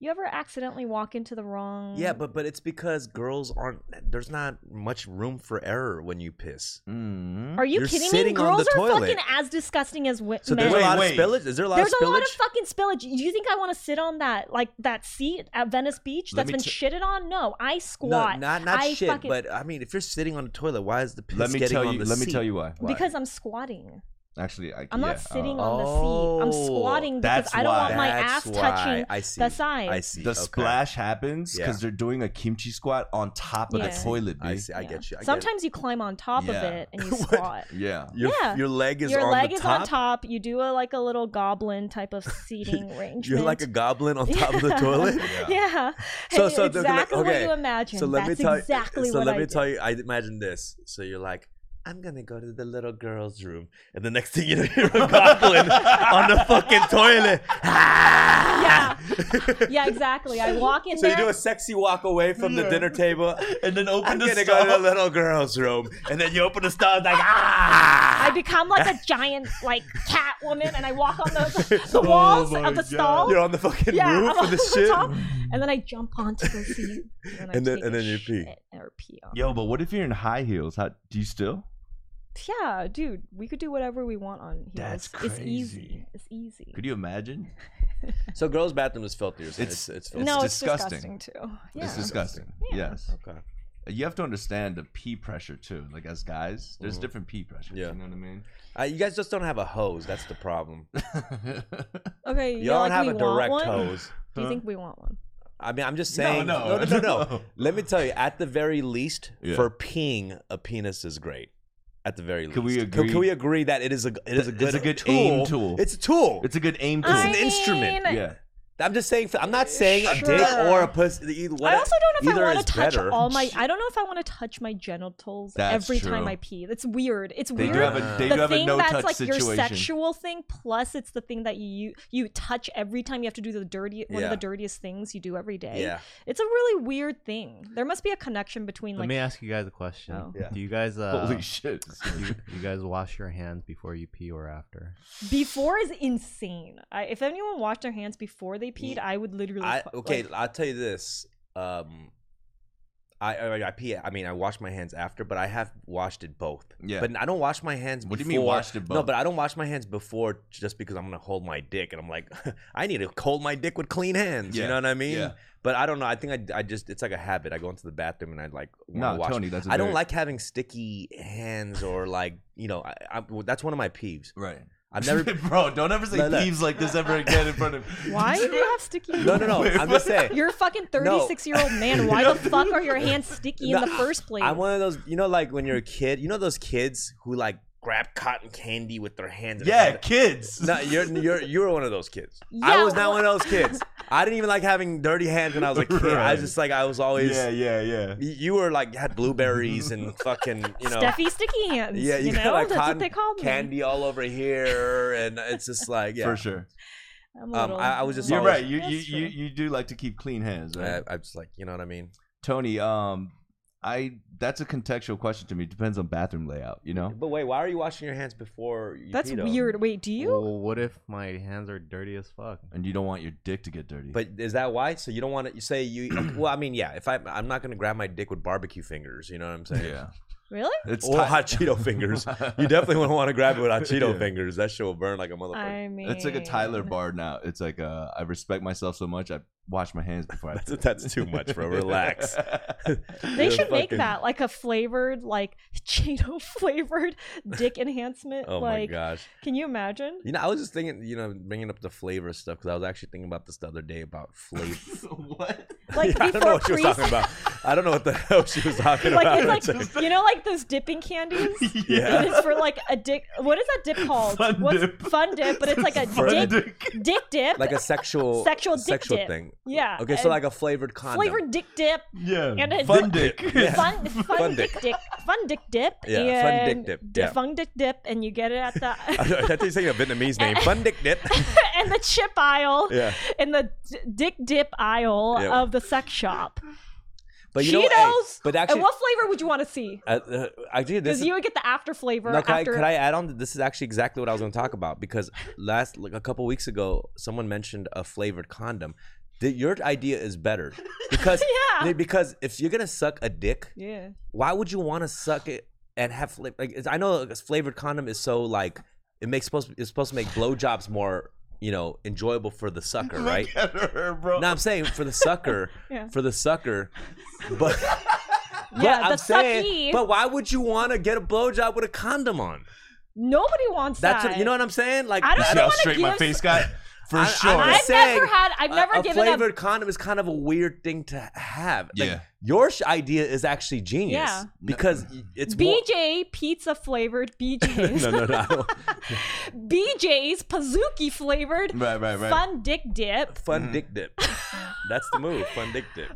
Speaker 2: You ever accidentally walk into the wrong?
Speaker 1: Yeah, but but it's because girls aren't. There's not much room for error when you piss.
Speaker 3: Mhm.
Speaker 2: are you
Speaker 1: you're
Speaker 2: kidding me?
Speaker 1: sitting on
Speaker 2: Girls
Speaker 1: the
Speaker 2: are
Speaker 1: toilet.
Speaker 2: fucking as disgusting as wi-
Speaker 1: So
Speaker 2: men.
Speaker 1: there's a lot
Speaker 3: Wait,
Speaker 1: of spillage. Is there a lot
Speaker 2: There's
Speaker 1: of
Speaker 2: a
Speaker 1: spillage?
Speaker 2: lot of fucking spillage. Do you think I want to sit on that like that seat at Venice Beach
Speaker 3: Let
Speaker 2: that's
Speaker 3: me
Speaker 2: been
Speaker 3: t-
Speaker 2: shitted on? No, I
Speaker 1: no,
Speaker 2: squat.
Speaker 1: not not
Speaker 2: I
Speaker 1: shit.
Speaker 2: fucking-
Speaker 1: But I mean, if you're sitting on the toilet, why is the piss
Speaker 3: Let me
Speaker 1: getting
Speaker 3: tell
Speaker 1: on
Speaker 3: you.
Speaker 1: the
Speaker 3: Let
Speaker 1: seat?
Speaker 3: me tell you why.
Speaker 1: Why?
Speaker 2: because I'm squatting.
Speaker 3: Actually, I,
Speaker 2: I'm
Speaker 3: yeah,
Speaker 2: not sitting
Speaker 3: uh,
Speaker 2: on the seat. I'm
Speaker 1: Oh,
Speaker 2: squatting because
Speaker 3: that's
Speaker 2: I don't want my ass
Speaker 1: That's
Speaker 2: touching
Speaker 1: why. I see.
Speaker 2: the side.
Speaker 1: I see.
Speaker 3: The
Speaker 1: Okay.
Speaker 3: splash happens
Speaker 1: Yeah.
Speaker 3: because they're doing a kimchi squat on top of
Speaker 2: Yeah. I
Speaker 3: the
Speaker 2: see.
Speaker 3: toilet.
Speaker 1: I
Speaker 3: B.
Speaker 1: see. I get you. I get it.
Speaker 2: Sometimes you climb on top
Speaker 3: Yeah.
Speaker 2: of it and you
Speaker 1: What?
Speaker 2: squat.
Speaker 3: Yeah.
Speaker 1: your,
Speaker 2: yeah.
Speaker 1: your leg is
Speaker 2: Your
Speaker 1: on
Speaker 2: leg
Speaker 1: the
Speaker 2: is
Speaker 1: top.
Speaker 2: on top. You do a like a little goblin type of seating arrangement.
Speaker 1: You're like a goblin on top of the
Speaker 2: Yeah.
Speaker 1: toilet.
Speaker 2: yeah.
Speaker 1: So-
Speaker 2: So,
Speaker 1: so the-
Speaker 2: exactly
Speaker 1: okay.
Speaker 2: what you imagine.
Speaker 1: So let
Speaker 2: That's
Speaker 1: me tell
Speaker 2: exactly
Speaker 1: you. So
Speaker 2: what
Speaker 1: let
Speaker 2: I
Speaker 1: me
Speaker 2: did.
Speaker 1: tell you. I imagine this. So you're like, I'm gonna go to the little girl's room, and the next thing you know, you're a goblin on the fucking toilet.
Speaker 2: Yeah. yeah, exactly. I walk in
Speaker 1: So you
Speaker 2: there. Mm-hmm.
Speaker 1: do a sexy walk away from the dinner table.
Speaker 3: And then
Speaker 1: I'm
Speaker 3: open
Speaker 1: gonna
Speaker 3: the
Speaker 1: go to the
Speaker 3: stall.
Speaker 1: little girl's room, and then you open the stall like ah.
Speaker 2: I become like a giant like cat woman and I walk on the, the walls
Speaker 3: Oh my
Speaker 2: of the
Speaker 3: God.
Speaker 2: stall.
Speaker 1: You're on the fucking
Speaker 2: yeah,
Speaker 1: roof
Speaker 2: I'm
Speaker 1: of the
Speaker 2: on
Speaker 1: shit.
Speaker 2: top, and then I jump onto the seat. And then, I
Speaker 1: And then-
Speaker 2: take
Speaker 1: and
Speaker 2: a
Speaker 1: then you pee.
Speaker 2: shit Or pee on.
Speaker 3: Yo, but what if you're in high heels? How do you still?
Speaker 2: Yeah, dude, we could do whatever we want on here.
Speaker 3: That's
Speaker 2: it's, it's easy.
Speaker 3: crazy.
Speaker 2: It's easy.
Speaker 3: Could you imagine?
Speaker 1: So girls' bathroom is filthy. It's
Speaker 3: It's-
Speaker 1: it's, it's filthy.
Speaker 2: no, it's
Speaker 3: disgusting.
Speaker 2: disgusting, too. Yeah.
Speaker 3: It's disgusting.
Speaker 2: Yeah.
Speaker 3: Yes.
Speaker 1: Okay.
Speaker 3: You have to understand the pee pressure too. Like as guys, there's
Speaker 1: Mhm.
Speaker 3: different pee pressures.
Speaker 1: Yeah.
Speaker 3: You know what I mean?
Speaker 1: Uh, you guys just don't have a hose. That's the problem.
Speaker 2: okay, you
Speaker 1: Y'all
Speaker 2: like,
Speaker 1: don't have a
Speaker 2: we want
Speaker 1: direct
Speaker 2: one?
Speaker 1: hose.
Speaker 2: Do you think we want one?
Speaker 1: I mean, I'm just saying.
Speaker 3: no,
Speaker 1: no, no, no, no.
Speaker 3: no.
Speaker 1: Let me tell you, at the very least,
Speaker 3: Yeah.
Speaker 1: for peeing, a penis is great. At the very least,
Speaker 3: Can we
Speaker 1: Can,
Speaker 3: agree-
Speaker 1: we agree that it is a it is a
Speaker 3: It's
Speaker 1: good
Speaker 3: a good
Speaker 1: tool.
Speaker 3: aim tool.
Speaker 1: It's a tool.
Speaker 3: It's a good aim.
Speaker 1: It's
Speaker 3: tool.
Speaker 1: an I- instrument.
Speaker 2: mean,
Speaker 3: yeah.
Speaker 1: I'm just saying. I'm not saying a dick
Speaker 2: Sure.
Speaker 1: or a pussy. Either,
Speaker 2: I also don't know if I
Speaker 1: either
Speaker 2: want
Speaker 1: is
Speaker 2: to touch
Speaker 1: better.
Speaker 2: all my. I don't know if I want to touch my genitals
Speaker 3: That's
Speaker 2: every time
Speaker 3: true.
Speaker 2: I pee. That's weird. It's
Speaker 3: They
Speaker 2: weird.
Speaker 3: do have a they
Speaker 2: the
Speaker 3: do have a
Speaker 2: thing
Speaker 3: no touch
Speaker 2: that's like your
Speaker 3: situation.
Speaker 2: sexual thing, plus it's the thing that you you touch every time you have to do the dirty one
Speaker 1: Yeah.
Speaker 2: of the dirtiest things you do every day.
Speaker 1: Yeah.
Speaker 2: It's a really weird thing. There must be a connection between
Speaker 4: Let
Speaker 2: like
Speaker 4: me ask you guys a question.
Speaker 2: Oh.
Speaker 1: Yeah.
Speaker 4: Do you guys uh,
Speaker 3: Holy shit!
Speaker 4: you, you guys wash your hands before you pee or after?
Speaker 2: before is insane. I, if anyone washed their hands before they peed, I would literally.
Speaker 1: I,
Speaker 2: fu-
Speaker 1: okay,
Speaker 2: like-
Speaker 1: I'll tell you this. Um, I, I I pee. I mean, I wash my hands after, but I have washed it both.
Speaker 3: Yeah.
Speaker 1: But I don't wash my hands.
Speaker 3: What do you
Speaker 1: before.
Speaker 3: mean washed it
Speaker 1: No,
Speaker 3: both?
Speaker 1: but I don't wash my hands before just because I'm gonna hold my dick, and I'm like, I need to hold my dick with clean hands. You
Speaker 3: Yeah,
Speaker 1: know what I mean?
Speaker 3: yeah.
Speaker 1: But I don't know. I think I, I just it's like a habit. I go into the bathroom and I like wanna
Speaker 3: No,
Speaker 1: wash.
Speaker 3: Tony, that's a
Speaker 1: I don't
Speaker 3: very-
Speaker 1: like having sticky hands or like you know. I, I, that's one of my peeves.
Speaker 3: Right.
Speaker 1: I've never
Speaker 3: bro. Don't ever say
Speaker 1: No, no.
Speaker 3: peeves like this ever again in front of.
Speaker 2: Why do you have sticky?
Speaker 1: No, no, no. I'm just saying.
Speaker 2: You're a fucking 36 year old man. Why the fuck are your hands sticky
Speaker 1: No,
Speaker 2: in the first place?
Speaker 1: I'm one of those, you know, like when you're a kid, you know those kids who like grab cotton candy with their hands. and
Speaker 3: Yeah,
Speaker 1: try to-
Speaker 3: kids.
Speaker 1: no, you're you're you were one of those kids.
Speaker 2: Yeah,
Speaker 1: I was not
Speaker 2: well-
Speaker 1: one of those kids. I didn't even like having dirty hands when I was a kid. I
Speaker 3: Right.
Speaker 1: was just like I was always.
Speaker 3: yeah, yeah, yeah.
Speaker 1: y- You were like had blueberries and fucking you know.
Speaker 2: Steffi Sticky Hands.
Speaker 1: Yeah,
Speaker 2: you,
Speaker 1: you got,
Speaker 2: know,
Speaker 1: like,
Speaker 2: that's
Speaker 1: cotton
Speaker 2: what they call me.
Speaker 1: Candy all over here, and it's just like yeah.
Speaker 3: For sure.
Speaker 2: I'm a
Speaker 1: Um,
Speaker 2: little-
Speaker 1: I- I was just
Speaker 3: You're
Speaker 1: always-
Speaker 3: right. You you,
Speaker 2: That's
Speaker 3: you
Speaker 2: true.
Speaker 3: you do like to keep clean hands, right?
Speaker 1: I, I'm just like you know what I mean.
Speaker 3: Tony, um I that's a contextual question to me. It depends on bathroom layout, you know?
Speaker 1: But wait, why are you washing your hands before? You
Speaker 2: That's
Speaker 1: pee, though?
Speaker 2: weird. Wait, do you?
Speaker 4: Well, what if my hands are dirty as fuck?
Speaker 3: And you don't want your dick to get dirty.
Speaker 1: But is that why? So you don't want to? You say you? well, I mean, yeah. If I, I'm not gonna grab my dick with barbecue fingers. You know what I'm saying?
Speaker 3: yeah.
Speaker 2: Really?
Speaker 3: It's
Speaker 1: Or
Speaker 3: ti-
Speaker 1: hot Cheeto fingers. You definitely wouldn't want to grab it with hot Cheeto
Speaker 3: Yeah.
Speaker 1: fingers. That shit will burn like a motherfucker.
Speaker 2: I mean,
Speaker 3: It's like a Tyler bar now. It's like uh, I respect myself so much. I wash my hands before I.
Speaker 1: That's- that's too much, bro. Relax.
Speaker 2: They
Speaker 1: Yeah,
Speaker 2: should make
Speaker 1: fucking-
Speaker 2: that like a flavored, like Cheeto flavored dick enhancement.
Speaker 1: Oh
Speaker 2: like,
Speaker 1: my gosh!
Speaker 2: can you imagine?
Speaker 1: You know, I was just thinking, you know, bringing up the flavor stuff because I was actually thinking about this the other day about flavor.
Speaker 3: what?
Speaker 2: Like
Speaker 1: I don't know
Speaker 2: before
Speaker 1: what she was
Speaker 2: pre,
Speaker 1: talking about. I don't know what the hell she was talking about.
Speaker 2: like it's
Speaker 1: It's
Speaker 2: like you know, like those dipping candies.
Speaker 1: Yeah.
Speaker 2: It is for like a dick. What is that dip called?
Speaker 3: Fun
Speaker 2: What's
Speaker 3: dip.
Speaker 2: fun dip? But it's like a dick,
Speaker 3: Fun dick.
Speaker 2: dick dip.
Speaker 1: like a sexual
Speaker 2: Sexual dick
Speaker 1: sexual
Speaker 2: dip.
Speaker 1: thing.
Speaker 2: yeah.
Speaker 1: Okay, so like a flavored condom.
Speaker 2: flavored dick dip.
Speaker 3: Yeah.
Speaker 2: And it-
Speaker 3: Fun dick.
Speaker 1: Yeah.
Speaker 2: Fun, fun,
Speaker 1: Fun
Speaker 2: dick dip. Fun dick dip.
Speaker 1: Yeah, fun dick
Speaker 2: and
Speaker 1: dip,
Speaker 2: di-
Speaker 1: yeah.
Speaker 2: Fun dick dip, and you get it at
Speaker 1: I
Speaker 2: the
Speaker 1: thought you were saying a Vietnamese name. Fun dick dip.
Speaker 2: and the chip aisle.
Speaker 1: Yeah.
Speaker 2: in the d- dick dip aisle
Speaker 1: Yeah.
Speaker 2: of the sex shop.
Speaker 1: But you
Speaker 2: Cheetos.
Speaker 1: know, hey, but actually,
Speaker 2: and what flavor would you want to see?
Speaker 1: uh, uh, actually, this
Speaker 2: Because
Speaker 1: is,
Speaker 2: you would get the after flavor
Speaker 1: no, can,
Speaker 2: after.
Speaker 1: I, can I add on? that This is actually exactly what I was going to talk about because last like a couple weeks ago, someone mentioned a flavored condom. The, your idea is better because
Speaker 2: Yeah.
Speaker 1: because if you're gonna suck a dick,
Speaker 2: yeah.
Speaker 1: why would you want to suck it and have fla- like it's- I know a flavored condom is so like it makes supposed it's supposed to make blowjobs more you know enjoyable for the sucker, right?
Speaker 3: Look at her, bro.
Speaker 1: No, I'm saying for the sucker,
Speaker 2: Mm-hmm. Yeah.
Speaker 1: for the sucker, but. But
Speaker 2: Yeah,
Speaker 1: I'm
Speaker 2: the
Speaker 1: saying,
Speaker 2: sucky.
Speaker 1: but why would you want to get a blowjob with a condom on?
Speaker 2: Nobody wants
Speaker 1: That's
Speaker 2: that.
Speaker 1: what, you know what I'm saying. Like
Speaker 2: I don't
Speaker 1: that-
Speaker 2: know
Speaker 3: See how
Speaker 2: wanna
Speaker 3: straight my
Speaker 2: give-
Speaker 3: face got? For
Speaker 1: I- I'm
Speaker 3: sure.
Speaker 1: not
Speaker 2: I've never
Speaker 1: saying,
Speaker 2: had. I've never
Speaker 1: a, a
Speaker 2: given
Speaker 1: flavored
Speaker 2: up.
Speaker 1: condom is kind of a weird thing to have. Like,
Speaker 3: Yeah.
Speaker 1: your sh- idea is actually genius
Speaker 2: Yeah.
Speaker 1: because y- it's more.
Speaker 2: BJ pizza flavored BJ's.
Speaker 1: no, no, no. I don't-
Speaker 2: BJ's Pazuki flavored
Speaker 3: right, right, right.
Speaker 2: fun dick dip.
Speaker 1: Fun
Speaker 3: Mm.
Speaker 1: dick dip. That's the move. Fun dick dip.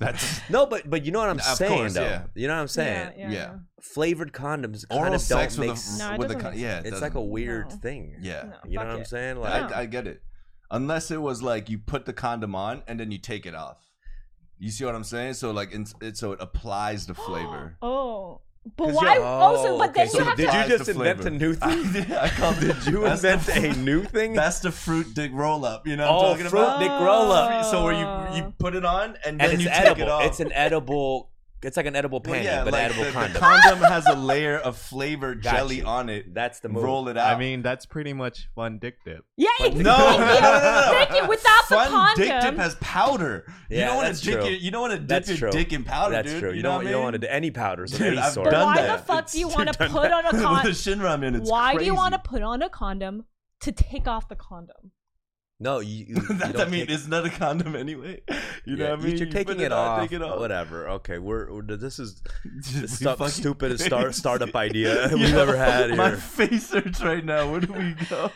Speaker 3: That's
Speaker 1: No, but but you know what I'm
Speaker 3: Of
Speaker 1: saying
Speaker 3: course,
Speaker 1: though.
Speaker 3: yeah.
Speaker 1: You know what I'm saying.
Speaker 2: Yeah.
Speaker 3: yeah.
Speaker 1: Flavored condoms kind
Speaker 3: Oral
Speaker 1: of don't
Speaker 3: sex
Speaker 1: make.
Speaker 3: with
Speaker 1: s-
Speaker 3: a
Speaker 2: No, it
Speaker 3: with a
Speaker 2: doesn't-
Speaker 3: con- yeah. it
Speaker 1: it's like a
Speaker 3: doesn't-
Speaker 1: weird
Speaker 2: No.
Speaker 1: thing. You
Speaker 2: No,
Speaker 3: yeah.
Speaker 1: know
Speaker 2: fuck
Speaker 1: what I'm
Speaker 2: it.
Speaker 1: saying? Like,
Speaker 2: No.
Speaker 3: I, I get it. Unless it was like you put the condom on and then you take it off. You see what I'm saying? So like, in, it, so it applies the flavor.
Speaker 2: Oh. But
Speaker 3: 'Cause
Speaker 2: why?
Speaker 3: you're-
Speaker 2: Oh, so,
Speaker 1: Oh,
Speaker 2: but
Speaker 1: okay,
Speaker 2: then
Speaker 1: so
Speaker 2: you
Speaker 1: did
Speaker 2: have to.
Speaker 1: you
Speaker 3: Applies
Speaker 1: just
Speaker 3: the
Speaker 1: invent
Speaker 3: flavor.
Speaker 1: a new
Speaker 3: I,
Speaker 1: thing?
Speaker 3: I called it.
Speaker 1: Did you
Speaker 3: That's the
Speaker 1: invent a
Speaker 3: fr-
Speaker 1: new thing?
Speaker 3: That's the fruit dick roll up. You know what
Speaker 1: Oh,
Speaker 3: I'm talking
Speaker 1: fruit
Speaker 3: about?
Speaker 1: dick roll up.
Speaker 3: So where
Speaker 2: Ah.
Speaker 3: you you put it on and then
Speaker 1: and it's
Speaker 3: you
Speaker 1: edible.
Speaker 3: take it off.
Speaker 1: It's an edible. It's like an edible panty,
Speaker 3: Well, yeah,
Speaker 1: but
Speaker 3: like
Speaker 1: edible
Speaker 3: the,
Speaker 1: condom.
Speaker 3: the condom has a layer of flavored
Speaker 1: Got
Speaker 3: jelly
Speaker 1: you.
Speaker 3: on it.
Speaker 1: That's the move.
Speaker 3: Roll it out.
Speaker 4: I mean, that's pretty much fun dick dip.
Speaker 2: Yeah, it,
Speaker 3: No, no, no, no, no.
Speaker 2: Thank you. Without the
Speaker 3: Fun
Speaker 2: condom,
Speaker 3: dick dip has powder. you
Speaker 1: Yeah,
Speaker 3: don't want
Speaker 1: that's
Speaker 3: to dip
Speaker 1: true.
Speaker 3: your, you don't want to dip
Speaker 1: That's
Speaker 3: your
Speaker 1: true.
Speaker 3: dick in powder,
Speaker 1: That's
Speaker 3: dude.
Speaker 1: true. You,
Speaker 3: You know
Speaker 1: don't.
Speaker 3: what
Speaker 1: you
Speaker 3: I
Speaker 1: don't
Speaker 3: mean?
Speaker 1: want to do any powders of
Speaker 3: Dude,
Speaker 1: any
Speaker 3: I've
Speaker 1: sort.
Speaker 2: But
Speaker 3: done
Speaker 2: why
Speaker 3: that.
Speaker 2: the fuck
Speaker 3: It's-
Speaker 2: do you
Speaker 3: dude,
Speaker 2: want to
Speaker 3: done
Speaker 2: put on a
Speaker 3: with the
Speaker 2: condom?
Speaker 3: shin ramen, it's
Speaker 2: Why do
Speaker 3: crazy.
Speaker 2: you want to put on a condom to take off the condom?
Speaker 1: No, you. you, you
Speaker 3: that,
Speaker 1: don't
Speaker 3: I mean,
Speaker 1: take-
Speaker 3: it's not a condom anyway. You know
Speaker 1: yeah,
Speaker 3: what I mean?
Speaker 1: You're
Speaker 3: You
Speaker 1: taking
Speaker 3: put
Speaker 1: it,
Speaker 3: on,
Speaker 1: off,
Speaker 3: take it off.
Speaker 1: Whatever. Okay, we're, we're- this is
Speaker 3: Dude,
Speaker 1: the
Speaker 3: we
Speaker 1: stu-
Speaker 3: fucking
Speaker 1: stupidest
Speaker 3: crazy.
Speaker 1: start, startup idea
Speaker 3: Yo,
Speaker 1: we've ever had
Speaker 3: My
Speaker 1: here.
Speaker 3: face hurts right now. Where do we go?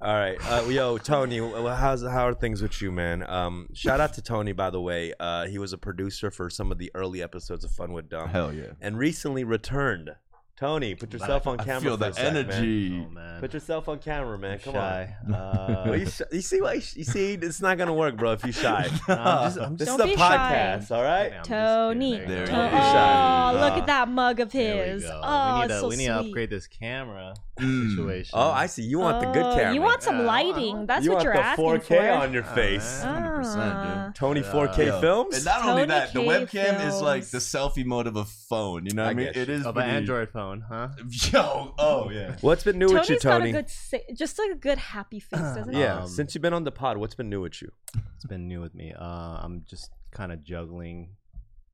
Speaker 1: All right, uh, yo, Tony, well, how's how are things with you, man? Um, shout out to Tony, by the way. Uh, he was a producer for some of the early episodes of Fun with Dumb,
Speaker 3: Hell yeah!
Speaker 1: and recently returned. Tony, put yourself on camera.
Speaker 3: I feel
Speaker 1: for a
Speaker 3: the
Speaker 1: sec, man.
Speaker 3: energy.
Speaker 4: Oh man.
Speaker 1: Put yourself on camera, man. Come
Speaker 4: Shy.
Speaker 1: on. Well, you,
Speaker 4: Uh,
Speaker 1: sh- you see why? You, sh- you see, it's not gonna work, bro. If you shy,
Speaker 4: I'm just, I'm
Speaker 1: this
Speaker 4: just,
Speaker 2: Don't
Speaker 1: is
Speaker 2: be
Speaker 1: a
Speaker 2: shy.
Speaker 1: podcast, all right?
Speaker 4: Yeah, I'm just- yeah,
Speaker 2: Tony.
Speaker 4: there you
Speaker 3: There
Speaker 4: go.
Speaker 3: you
Speaker 2: oh,
Speaker 3: go. Ah.
Speaker 2: look at that mug of
Speaker 4: There
Speaker 2: his.
Speaker 4: We, go.
Speaker 2: Oh,
Speaker 4: we need
Speaker 2: it's
Speaker 4: to,
Speaker 2: so
Speaker 4: we need
Speaker 2: sweet.
Speaker 4: to upgrade this camera
Speaker 3: Mm.
Speaker 4: situation.
Speaker 1: Oh, I see. You want the good
Speaker 2: Oh,
Speaker 1: camera.
Speaker 2: You want
Speaker 4: Yeah,
Speaker 2: some
Speaker 4: I want-
Speaker 2: lighting. That's
Speaker 1: You
Speaker 2: what
Speaker 1: want
Speaker 2: you're
Speaker 1: the
Speaker 2: asking
Speaker 1: 4K
Speaker 2: for.
Speaker 1: on your
Speaker 4: Oh,
Speaker 1: face.
Speaker 4: man.
Speaker 3: 100%, dude.
Speaker 1: Tony
Speaker 4: Yeah.
Speaker 1: 4K
Speaker 3: Yo,
Speaker 1: films.
Speaker 3: And not only
Speaker 2: Tony
Speaker 3: that, the
Speaker 2: K
Speaker 3: webcam is
Speaker 2: films.
Speaker 3: like the selfie mode of a phone. You know what
Speaker 1: I
Speaker 3: I mean?
Speaker 1: get you.
Speaker 3: It is
Speaker 4: of an
Speaker 3: pretty-
Speaker 4: Android phone, huh?
Speaker 3: Yo, oh yeah.
Speaker 1: What's been new
Speaker 2: Tony's
Speaker 1: with you,
Speaker 2: got
Speaker 1: Tony?
Speaker 2: a good, sa- just a good happy face, doesn't he?
Speaker 1: yeah,
Speaker 4: Um,
Speaker 1: since you've been on the pod, what's been new with you?
Speaker 4: It's been new with me. Uh, I'm just kind of juggling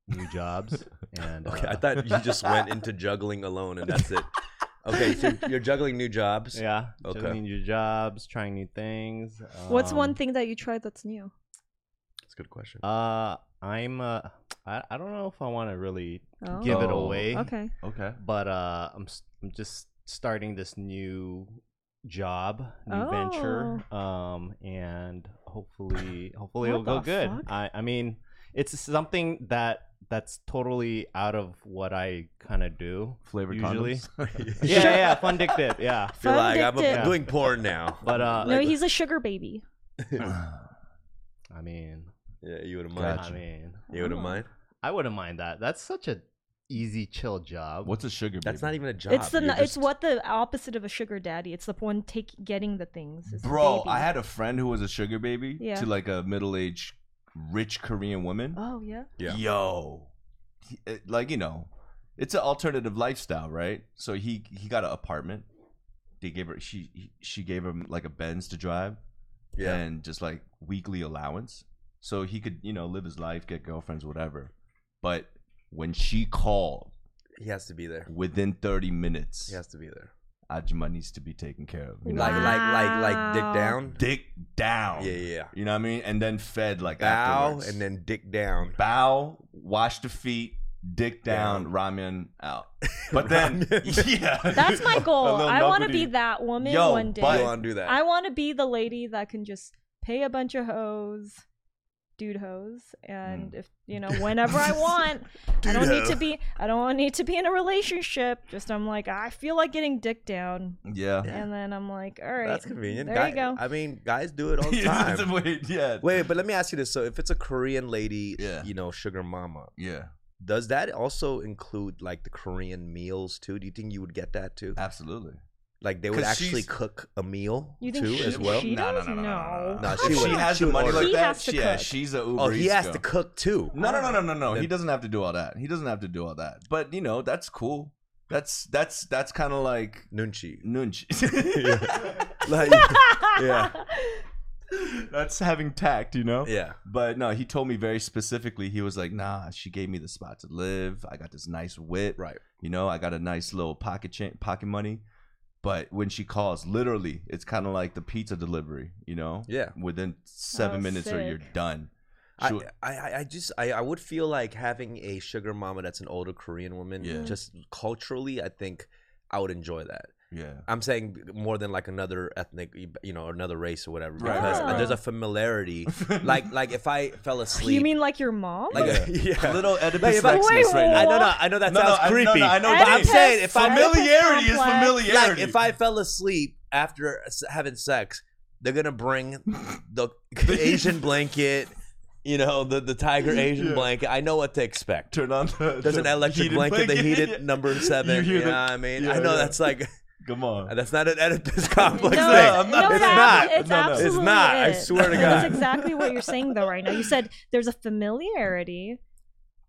Speaker 4: new jobs and
Speaker 1: Okay, I
Speaker 4: uh,
Speaker 1: thought you just went into juggling alone and that's it. Okay, so you're juggling new jobs.
Speaker 4: yeah,
Speaker 1: Okay.
Speaker 4: juggling new jobs, trying new things.
Speaker 2: What's one
Speaker 4: um,
Speaker 2: thing that you tried that's new?
Speaker 3: Uh,
Speaker 1: That's a good question.
Speaker 4: Uh, I'm uh, I, I don't know if I want to really
Speaker 2: Oh.
Speaker 4: give it
Speaker 3: Oh.
Speaker 4: away.
Speaker 2: Okay.
Speaker 3: Okay.
Speaker 4: But uh, I'm s- I'm just starting this new job, new venture, um, and hopefully hopefully
Speaker 2: Oh. What
Speaker 4: it'll go
Speaker 2: the
Speaker 4: good.
Speaker 2: fuck?
Speaker 4: I I mean it's something that that's totally out of what I kind of do.
Speaker 3: Flavored
Speaker 4: Usually.
Speaker 3: condoms.
Speaker 4: Yeah, yeah, yeah, fun dick dip, yeah.
Speaker 1: feel like I'm
Speaker 2: Fundicted.
Speaker 1: I'm doing porn now.
Speaker 4: But, uh,
Speaker 2: No, he's a sugar baby.
Speaker 4: I mean,
Speaker 1: yeah, you wouldn't mind.
Speaker 4: I mean,
Speaker 1: You wouldn't mind.
Speaker 4: I wouldn't mind that. That's such a easy, chill job.
Speaker 3: What's a sugar?
Speaker 1: That's not
Speaker 3: baby?
Speaker 1: even a job.
Speaker 2: it's the
Speaker 1: You're
Speaker 2: it's
Speaker 1: just-
Speaker 2: what the opposite of a sugar daddy. It's the one take getting the things. It's the
Speaker 3: Bro,
Speaker 2: baby.
Speaker 3: I had a friend who was a sugar baby
Speaker 2: Yeah.
Speaker 3: to like a middle-aged, rich Korean woman.
Speaker 2: Oh yeah.
Speaker 1: Yeah.
Speaker 3: Yo, He- it- like you know, it's an alternative lifestyle, right? So he he got an apartment. They gave her she he- she gave him like a Benz to drive
Speaker 1: Yeah.
Speaker 3: and just like weekly allowance, so he could you know live his life, get girlfriends, whatever. But when she called
Speaker 1: He has to be there.
Speaker 3: within thirty minutes,
Speaker 1: He has to be there.
Speaker 3: Ajima needs to be taken care of. You know?
Speaker 1: Like, like, like, like,
Speaker 2: Wow.
Speaker 1: dick down.
Speaker 3: dick down.
Speaker 1: Yeah, yeah. yeah.
Speaker 3: You know what I mean? And then fed like
Speaker 1: Bow
Speaker 3: afterwards.
Speaker 1: and then dick down.
Speaker 3: bow, wash the feet, dick down,
Speaker 1: Down.
Speaker 3: ramen out. But then,
Speaker 1: Ramen.
Speaker 3: yeah,
Speaker 2: That's my
Speaker 3: A
Speaker 2: goal.
Speaker 3: little
Speaker 2: I want to
Speaker 3: nuggety.
Speaker 2: be that woman
Speaker 3: Yo,
Speaker 2: one day.
Speaker 3: but-
Speaker 1: You want to do that?
Speaker 2: I want to be the lady that can just pay a bunch of hoes, dude hoes,
Speaker 3: Mm.
Speaker 2: and if you know, whenever I want, I don't need to be. I don't need to be in a relationship. Just I'm like, I feel like getting dick down,
Speaker 3: Yeah,
Speaker 1: Yeah.
Speaker 2: and then I'm like, all right,
Speaker 1: That's convenient.
Speaker 2: There
Speaker 1: Guy-
Speaker 2: you go.
Speaker 1: I mean, guys do it all the
Speaker 3: Yeah,
Speaker 1: time.
Speaker 3: wait, yeah,
Speaker 1: Wait, but let me ask you this: So, if it's a Korean lady,
Speaker 3: Yeah.
Speaker 1: you know, sugar mama,
Speaker 3: yeah,
Speaker 1: does that also include like the Korean meals too? Do you think you would get that too?
Speaker 3: absolutely.
Speaker 1: Like they would
Speaker 3: 'Cause
Speaker 1: actually
Speaker 3: she's-
Speaker 1: cook a meal
Speaker 2: you think
Speaker 1: too
Speaker 2: she,
Speaker 1: as well.
Speaker 2: she
Speaker 3: No, no,
Speaker 2: does?
Speaker 3: no, no, no, no,
Speaker 1: No,
Speaker 3: If
Speaker 1: she
Speaker 3: she
Speaker 1: would-
Speaker 3: has
Speaker 1: she
Speaker 3: the
Speaker 1: would
Speaker 3: money
Speaker 1: order.
Speaker 3: like
Speaker 2: He
Speaker 3: that.
Speaker 2: has to
Speaker 3: yeah,
Speaker 2: cook.
Speaker 3: she's a Uber.
Speaker 1: oh, he
Speaker 3: Eats
Speaker 1: has
Speaker 3: girl.
Speaker 1: to cook too.
Speaker 3: No, no, no, no, no, no. He
Speaker 1: Then-
Speaker 3: doesn't have to do all that. He doesn't have to do all that. But you know, that's cool. That's that's that's kind of like
Speaker 1: Nunchi.
Speaker 3: nunch.
Speaker 1: Like, Yeah.
Speaker 3: that's having tact, you know.
Speaker 1: yeah.
Speaker 3: But no, he told me very specifically. He was like, "Nah, she gave me the spot to live. I got this nice wit,
Speaker 1: Right.
Speaker 3: you know. I got a nice little pocket cha- pocket money." But when she calls, literally, it's kind of like the pizza delivery, you know.
Speaker 1: Yeah.
Speaker 3: Within seven
Speaker 2: Oh,
Speaker 3: minutes, or you're
Speaker 2: sick.
Speaker 3: done.
Speaker 1: I,
Speaker 3: Sure.
Speaker 1: I, I- I just I, I would feel like having a sugar mama that's an older Korean woman.
Speaker 3: Yeah.
Speaker 1: Just culturally, I think I would enjoy that.
Speaker 3: Yeah.
Speaker 1: I'm saying more than like another ethnic, you know, another race or whatever,
Speaker 3: Right,
Speaker 1: because
Speaker 2: right, right.
Speaker 1: there's a familiarity. like, like if I fell asleep,
Speaker 2: You mean like your mom?
Speaker 1: like a, yeah.
Speaker 3: Little
Speaker 1: Like,
Speaker 3: Oedipus
Speaker 1: if I-
Speaker 3: Rex
Speaker 2: Wait,
Speaker 3: right
Speaker 1: I
Speaker 3: now.
Speaker 1: know, no, I know that
Speaker 3: No, no,
Speaker 1: sounds
Speaker 3: I- no,
Speaker 1: creepy.
Speaker 3: no, I know
Speaker 1: but I'm
Speaker 3: Oedipus-
Speaker 1: saying if I
Speaker 2: Oedipus
Speaker 3: familiarity is
Speaker 2: complex.
Speaker 1: like
Speaker 3: familiarity.
Speaker 1: if I fell asleep after s- having sex, they're gonna bring the Asian blanket, you know, the the tiger Asian
Speaker 3: Yeah.
Speaker 1: blanket. I know what to expect.
Speaker 3: turn on the
Speaker 1: There's an
Speaker 3: the
Speaker 1: electric
Speaker 3: heated
Speaker 1: blanket, the heated number seven.
Speaker 3: You
Speaker 1: You know
Speaker 3: hear the-
Speaker 1: what I mean? I
Speaker 3: yeah,
Speaker 1: know
Speaker 3: yeah.
Speaker 1: that's like
Speaker 3: Come on.
Speaker 1: that's not an Oedipus complex
Speaker 2: No,
Speaker 1: thing.
Speaker 3: I'm
Speaker 2: no,
Speaker 3: not-
Speaker 1: it's
Speaker 2: that-
Speaker 1: not.
Speaker 2: It's
Speaker 3: No, no. It's
Speaker 2: absolutely
Speaker 1: not. I
Speaker 2: It.
Speaker 1: swear to
Speaker 2: That's
Speaker 1: God.
Speaker 2: exactly what you're saying though right now. You said there's a familiarity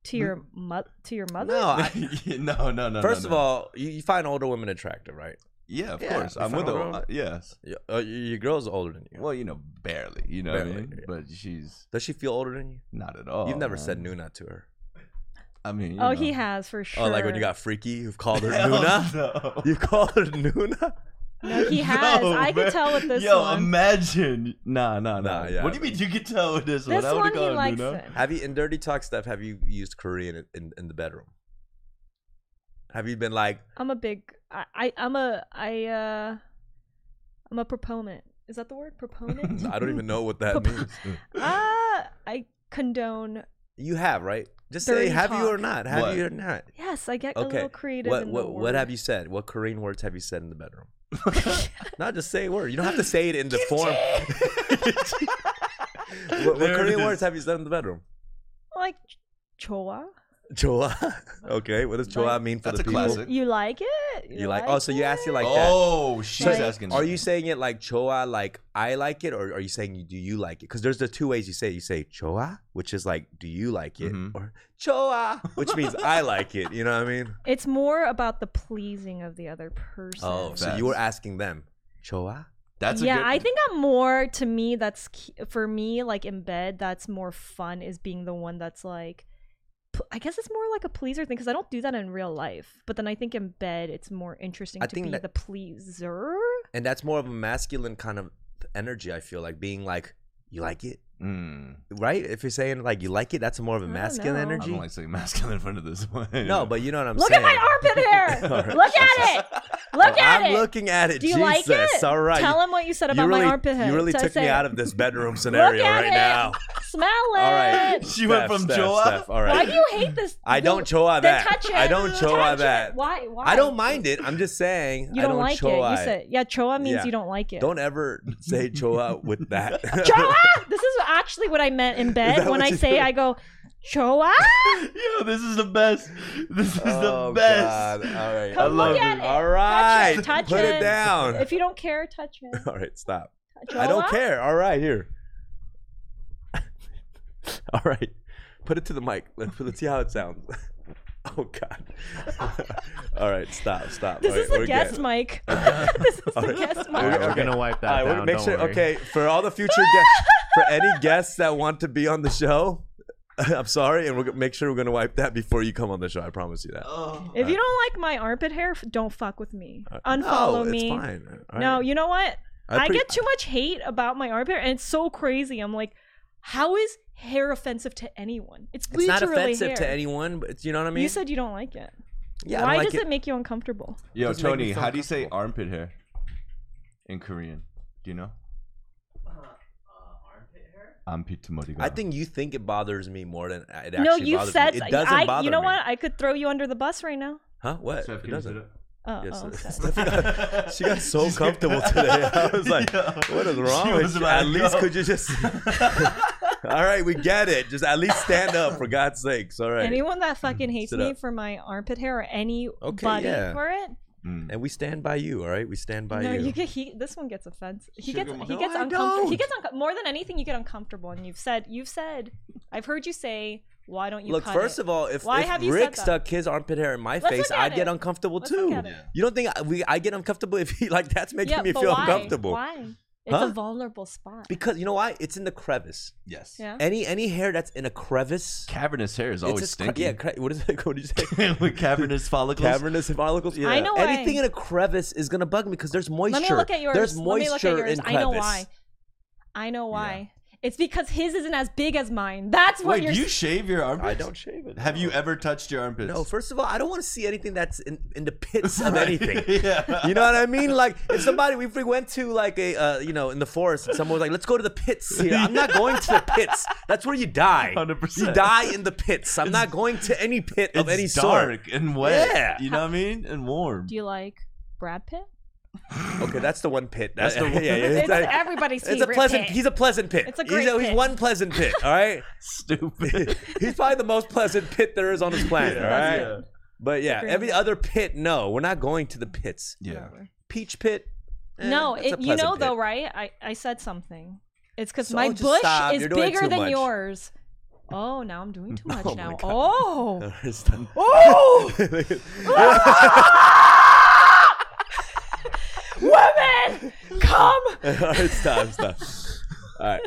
Speaker 2: to your mo- to your mother.
Speaker 1: Hmm? No, I,
Speaker 3: no, no, no.
Speaker 1: First
Speaker 3: no,
Speaker 1: of
Speaker 3: no.
Speaker 1: all, you, you find older women attractive, right?
Speaker 3: yeah, of
Speaker 1: Yeah,
Speaker 3: course.
Speaker 1: you
Speaker 3: I'm with
Speaker 1: found
Speaker 3: her.
Speaker 1: her.
Speaker 3: Uh, yes.
Speaker 1: Your, uh, your girl's older than you.
Speaker 3: Well, you know, barely. You know what I
Speaker 1: Barely,
Speaker 3: mean?
Speaker 1: yeah.
Speaker 3: But she's
Speaker 1: Does she feel older than you?
Speaker 3: not at all.
Speaker 1: You've never
Speaker 3: man.
Speaker 1: said Nuna to her.
Speaker 3: I mean, you
Speaker 2: oh,
Speaker 3: know.
Speaker 2: he has for sure.
Speaker 1: Oh, like when you got freaky, you've called her
Speaker 3: Hell
Speaker 1: Nuna.
Speaker 3: no.
Speaker 1: You called her Nuna.
Speaker 2: No, he has.
Speaker 3: No,
Speaker 2: I
Speaker 3: man.
Speaker 2: could tell with this
Speaker 3: Yo,
Speaker 2: one.
Speaker 3: imagine. Nah, nah, nah.
Speaker 1: Nah, yeah,
Speaker 3: what do you mean you could tell with this,
Speaker 2: this
Speaker 3: one? I
Speaker 2: one
Speaker 3: would've
Speaker 2: he
Speaker 3: gone
Speaker 2: likes
Speaker 3: Nuna.
Speaker 2: it.
Speaker 1: Have you in dirty talk stuff? Have you used Korean in, in, in the bedroom? Have you been like,
Speaker 2: I'm a big. I, I I'm a I uh. I'm a proponent. Is that the word? Proponent.
Speaker 1: I don't even know what that means.
Speaker 2: Ah, I condone.
Speaker 1: You have, right? Just
Speaker 2: Dirty
Speaker 1: say, have you or
Speaker 2: talk.
Speaker 1: not? Have
Speaker 3: What?
Speaker 1: you or not?
Speaker 2: Yes, I get a
Speaker 1: Okay.
Speaker 2: little creative.
Speaker 1: What
Speaker 2: in the
Speaker 1: what what
Speaker 2: word.
Speaker 1: have you said? What Korean words have you said in the bedroom? not just say a word. You don't have to say it in the form. what, what
Speaker 3: There it
Speaker 1: Korean
Speaker 3: is.
Speaker 1: words have you said in the bedroom?
Speaker 2: like? Choa.
Speaker 1: Choa. Okay, what does choa
Speaker 2: Like-
Speaker 1: mean for
Speaker 3: That's
Speaker 1: the
Speaker 3: a
Speaker 1: people?
Speaker 3: classic.
Speaker 2: You like it?
Speaker 1: You like? Oh, so you asked you like that.
Speaker 3: oh, she's
Speaker 2: Like-
Speaker 3: asking.
Speaker 1: Are you saying it like choa, like I like it, or are you saying you- do you like it? Because there's the two ways you say it. You say choa, which is like do you like it,
Speaker 3: Mhm.
Speaker 1: or choa, which means I like it. You know what I mean?
Speaker 2: It's more about the pleasing of the other person.
Speaker 1: Oh, so you were asking them choa.
Speaker 3: That's a
Speaker 2: yeah,
Speaker 3: good-
Speaker 2: I think I'm more to me. That's key- for me, like in bed. That's more fun is being the one that's like. p- I guess it's more like a pleaser thing because I don't do that in real life. But then I think in bed, it's more interesting
Speaker 1: I
Speaker 2: to
Speaker 1: think
Speaker 2: be
Speaker 1: that- Oh,
Speaker 2: the pleaser.
Speaker 1: and that's more of a masculine kind of energy i feel like being like you like it
Speaker 3: Mm.
Speaker 1: right? If you're saying like you like it, that's more of a
Speaker 2: I don't
Speaker 1: masculine
Speaker 2: know.
Speaker 3: I
Speaker 1: energy.
Speaker 3: don't like saying masculine in front of this one.
Speaker 1: no, but you know what I'm
Speaker 2: Look
Speaker 1: saying.
Speaker 2: at my armpit hair. Look at it. Look at
Speaker 1: I'm
Speaker 2: it.
Speaker 1: looking at it.
Speaker 2: Do you
Speaker 1: Jesus.
Speaker 2: like it?
Speaker 1: All right.
Speaker 2: Tell him what you said
Speaker 1: you
Speaker 2: about
Speaker 1: really,
Speaker 2: my armpit hair.
Speaker 1: you really
Speaker 2: Say-
Speaker 1: took me
Speaker 2: say
Speaker 1: out
Speaker 2: it.
Speaker 1: of this bedroom scenario
Speaker 2: at
Speaker 1: right
Speaker 2: it.
Speaker 1: now.
Speaker 2: Smell it.
Speaker 1: All right.
Speaker 3: She went from Joa-
Speaker 1: All
Speaker 2: Why
Speaker 1: right.
Speaker 2: do you hate this?
Speaker 1: I
Speaker 2: the-
Speaker 1: don't choa
Speaker 2: then
Speaker 1: that.
Speaker 2: touch it.
Speaker 1: I don't choa
Speaker 2: Touch
Speaker 1: that.
Speaker 2: It. Why? Why?
Speaker 1: I don't mind it. I'm just saying.
Speaker 2: You
Speaker 1: I
Speaker 2: don't,
Speaker 1: don't
Speaker 2: like
Speaker 1: choa
Speaker 2: it. You said yeah. Choa means
Speaker 1: Yeah.
Speaker 2: you don't like it.
Speaker 1: Don't ever say choa with that.
Speaker 2: Choa. this is actually what I meant in
Speaker 1: that
Speaker 2: bed when
Speaker 1: what
Speaker 2: I
Speaker 1: you
Speaker 2: say
Speaker 1: said?
Speaker 2: I go choa.
Speaker 3: Yo, this is the best. This is
Speaker 1: Oh,
Speaker 3: the best.
Speaker 1: God. All right.
Speaker 2: Come
Speaker 3: love
Speaker 2: look
Speaker 3: you.
Speaker 2: at it.
Speaker 1: All right.
Speaker 2: touch
Speaker 1: Put
Speaker 2: it.
Speaker 1: it down.
Speaker 2: If you don't care, touch it.
Speaker 1: All right. Stop.
Speaker 2: Choa?
Speaker 1: I don't care. All right, here. All right, put it to the mic. Let's, let's see how it sounds. Oh God! All right, stop, stop.
Speaker 2: This
Speaker 1: All right,
Speaker 2: is the
Speaker 1: we're
Speaker 2: guest
Speaker 1: good.
Speaker 2: mic. this is
Speaker 1: All
Speaker 2: the
Speaker 1: right.
Speaker 2: guest
Speaker 1: All
Speaker 4: Alright,
Speaker 2: mic.
Speaker 1: Okay.
Speaker 4: We're gonna wipe
Speaker 1: All
Speaker 4: that
Speaker 1: right, we're
Speaker 4: down.
Speaker 1: gonna make
Speaker 4: don't
Speaker 1: sure.
Speaker 4: worry.
Speaker 1: Okay, for all the future guests, for any guests that want to be on the show, I'm sorry, and we're gonna make sure we're gonna wipe that before you come on the show. I promise you that.
Speaker 3: Oh.
Speaker 2: If you don't like my armpit hair, f- don't fuck with me.
Speaker 1: Uh, no,
Speaker 2: Unfollow
Speaker 1: it's
Speaker 2: me.
Speaker 1: fine. All
Speaker 2: No,
Speaker 1: right.
Speaker 2: you know what? I,
Speaker 1: pre-
Speaker 2: get too much hate about my armpit, hair, and it's so crazy. I'm like, how is hair offensive to anyone? It's,
Speaker 1: It's not
Speaker 2: literally
Speaker 1: offensive
Speaker 2: hair.
Speaker 1: to anyone, but it's- you know what I mean.
Speaker 2: You said you don't like it.
Speaker 1: yeah, I
Speaker 2: Why
Speaker 1: don't like
Speaker 2: does it. make you uncomfortable?
Speaker 3: Yo,
Speaker 1: Doesn't make me
Speaker 3: Tony,
Speaker 1: feel
Speaker 3: how do you say
Speaker 1: comfortable.
Speaker 3: armpit hair in Korean? Do you know?
Speaker 2: Uh,
Speaker 3: Armpit hair.
Speaker 1: I think you think it bothers me more than it actually
Speaker 2: No, you
Speaker 1: bothers
Speaker 2: said
Speaker 1: me. It doesn't
Speaker 2: I,
Speaker 1: bother
Speaker 2: you know
Speaker 1: me.
Speaker 2: what? I could throw you under the bus right now.
Speaker 1: Huh? What? it
Speaker 4: Steph, can you sit
Speaker 1: doesn't.
Speaker 4: up?
Speaker 2: Uh,
Speaker 1: Yes,
Speaker 2: oh,
Speaker 1: it-
Speaker 2: sorry.
Speaker 1: Steph got- she got so comfortable today. I was like,
Speaker 3: Yo,
Speaker 1: what is
Speaker 3: she
Speaker 1: wrong
Speaker 3: was
Speaker 1: with you?
Speaker 3: about
Speaker 1: At
Speaker 3: to
Speaker 1: least
Speaker 3: go.
Speaker 1: could you just. All right, we get it. Just at least stand up for God's sakes. All right. Mm-hmm.
Speaker 2: Anyone that fucking hates
Speaker 1: Sit
Speaker 2: me
Speaker 1: up.
Speaker 2: for my armpit hair or any
Speaker 1: Okay,
Speaker 2: body
Speaker 1: yeah.
Speaker 2: for it,
Speaker 3: Mm.
Speaker 1: And we stand by you. All right, we stand by
Speaker 2: no,
Speaker 1: you.
Speaker 2: you get he. This one gets offensive. He
Speaker 3: Sugar
Speaker 2: gets
Speaker 3: mama.
Speaker 2: he
Speaker 3: No,
Speaker 2: gets
Speaker 1: I
Speaker 2: uncomfortable. He
Speaker 1: don't.
Speaker 2: gets uncom- more than anything. You get uncomfortable, and you've said you've said. I've heard you say, "Why don't you
Speaker 1: Look,
Speaker 2: cut
Speaker 1: first
Speaker 2: it?"
Speaker 1: of all, if,
Speaker 2: Why
Speaker 1: if
Speaker 2: have you
Speaker 1: Rick
Speaker 2: said that?
Speaker 1: stuck his armpit hair in my
Speaker 2: Let's
Speaker 1: face,
Speaker 2: look at
Speaker 1: I'd get
Speaker 2: it.
Speaker 1: uncomfortable
Speaker 2: Let's look
Speaker 1: too.
Speaker 2: at it.
Speaker 3: Yeah.
Speaker 1: You don't think I, we, I get uncomfortable if he like that's making me
Speaker 2: but
Speaker 1: feel
Speaker 2: why?
Speaker 1: uncomfortable?
Speaker 2: Why? It's
Speaker 1: Huh?
Speaker 2: a vulnerable spot.
Speaker 1: Because you know why? It's in the crevice.
Speaker 3: Yes.
Speaker 2: yeah.
Speaker 1: Any any hair that's in a crevice,
Speaker 3: Cavernous hair
Speaker 1: it's
Speaker 3: is always
Speaker 1: just cra-
Speaker 3: stinky.
Speaker 1: yeah, cra- what is it? What did you say?
Speaker 3: With cavernous follicles.
Speaker 1: cavernous follicles. Yeah.
Speaker 2: I know why.
Speaker 1: Anything in a crevice is gonna bug me because there's moisture.
Speaker 2: Let me look at yours.
Speaker 1: There's
Speaker 2: Let me look at
Speaker 1: moisture
Speaker 2: yours.
Speaker 1: in
Speaker 2: I
Speaker 1: crevice.
Speaker 2: know why. I know why. It's because his isn't as big as mine. That's what
Speaker 3: Wait,
Speaker 2: you're.
Speaker 3: do you
Speaker 2: s-
Speaker 3: shave your armpits?
Speaker 1: I don't shave it.
Speaker 3: Have
Speaker 1: no.
Speaker 3: you ever touched your armpits?
Speaker 1: No. First of all, I don't want to see anything that's in, in the pits of anything.
Speaker 3: yeah.
Speaker 1: You know what I mean? Like if somebody we we went to like a uh, you know in the forest and someone was like, "Let's go to the pits here." I'm not going to the pits. That's where you die.
Speaker 3: 100%.
Speaker 1: You die in the pits. I'm not going to any pit of
Speaker 3: it's
Speaker 1: any sort.
Speaker 3: dark and wet.
Speaker 1: Yeah.
Speaker 3: You know what I mean? And warm.
Speaker 2: Do you like Brad Pitt?
Speaker 1: Okay, that's the one pit.
Speaker 3: That's the one-
Speaker 1: Yeah, yeah,
Speaker 2: It's
Speaker 1: like-
Speaker 2: everybody's
Speaker 1: It's a
Speaker 2: favorite
Speaker 1: pleasant.
Speaker 2: Pitt.
Speaker 1: He's a pleasant pit.
Speaker 2: It's a
Speaker 1: he's,
Speaker 2: great
Speaker 1: he's
Speaker 2: pit.
Speaker 1: one pleasant pit. All right.
Speaker 3: Stupid.
Speaker 1: he's probably the most pleasant pit there is on this planet. all right.
Speaker 3: Yeah.
Speaker 1: But yeah,
Speaker 2: Agreed.
Speaker 1: every other pit. No, we're not going to the pits.
Speaker 3: Yeah.
Speaker 2: Whatever.
Speaker 1: Peach pit. eh,
Speaker 2: no,
Speaker 1: that's a
Speaker 2: it, you know
Speaker 1: pleasant
Speaker 2: though,
Speaker 1: pit.
Speaker 2: right? I, I said something. It's because
Speaker 1: So
Speaker 2: my
Speaker 1: just
Speaker 2: bush
Speaker 1: stop.
Speaker 2: is
Speaker 1: You're doing
Speaker 2: bigger
Speaker 1: too
Speaker 2: than
Speaker 1: much.
Speaker 2: yours. Oh, now I'm doing too much
Speaker 1: Oh my
Speaker 2: now.
Speaker 1: God.
Speaker 2: Oh,
Speaker 1: Stop.
Speaker 2: oh, women, come!
Speaker 1: all right, stop, stop. All right,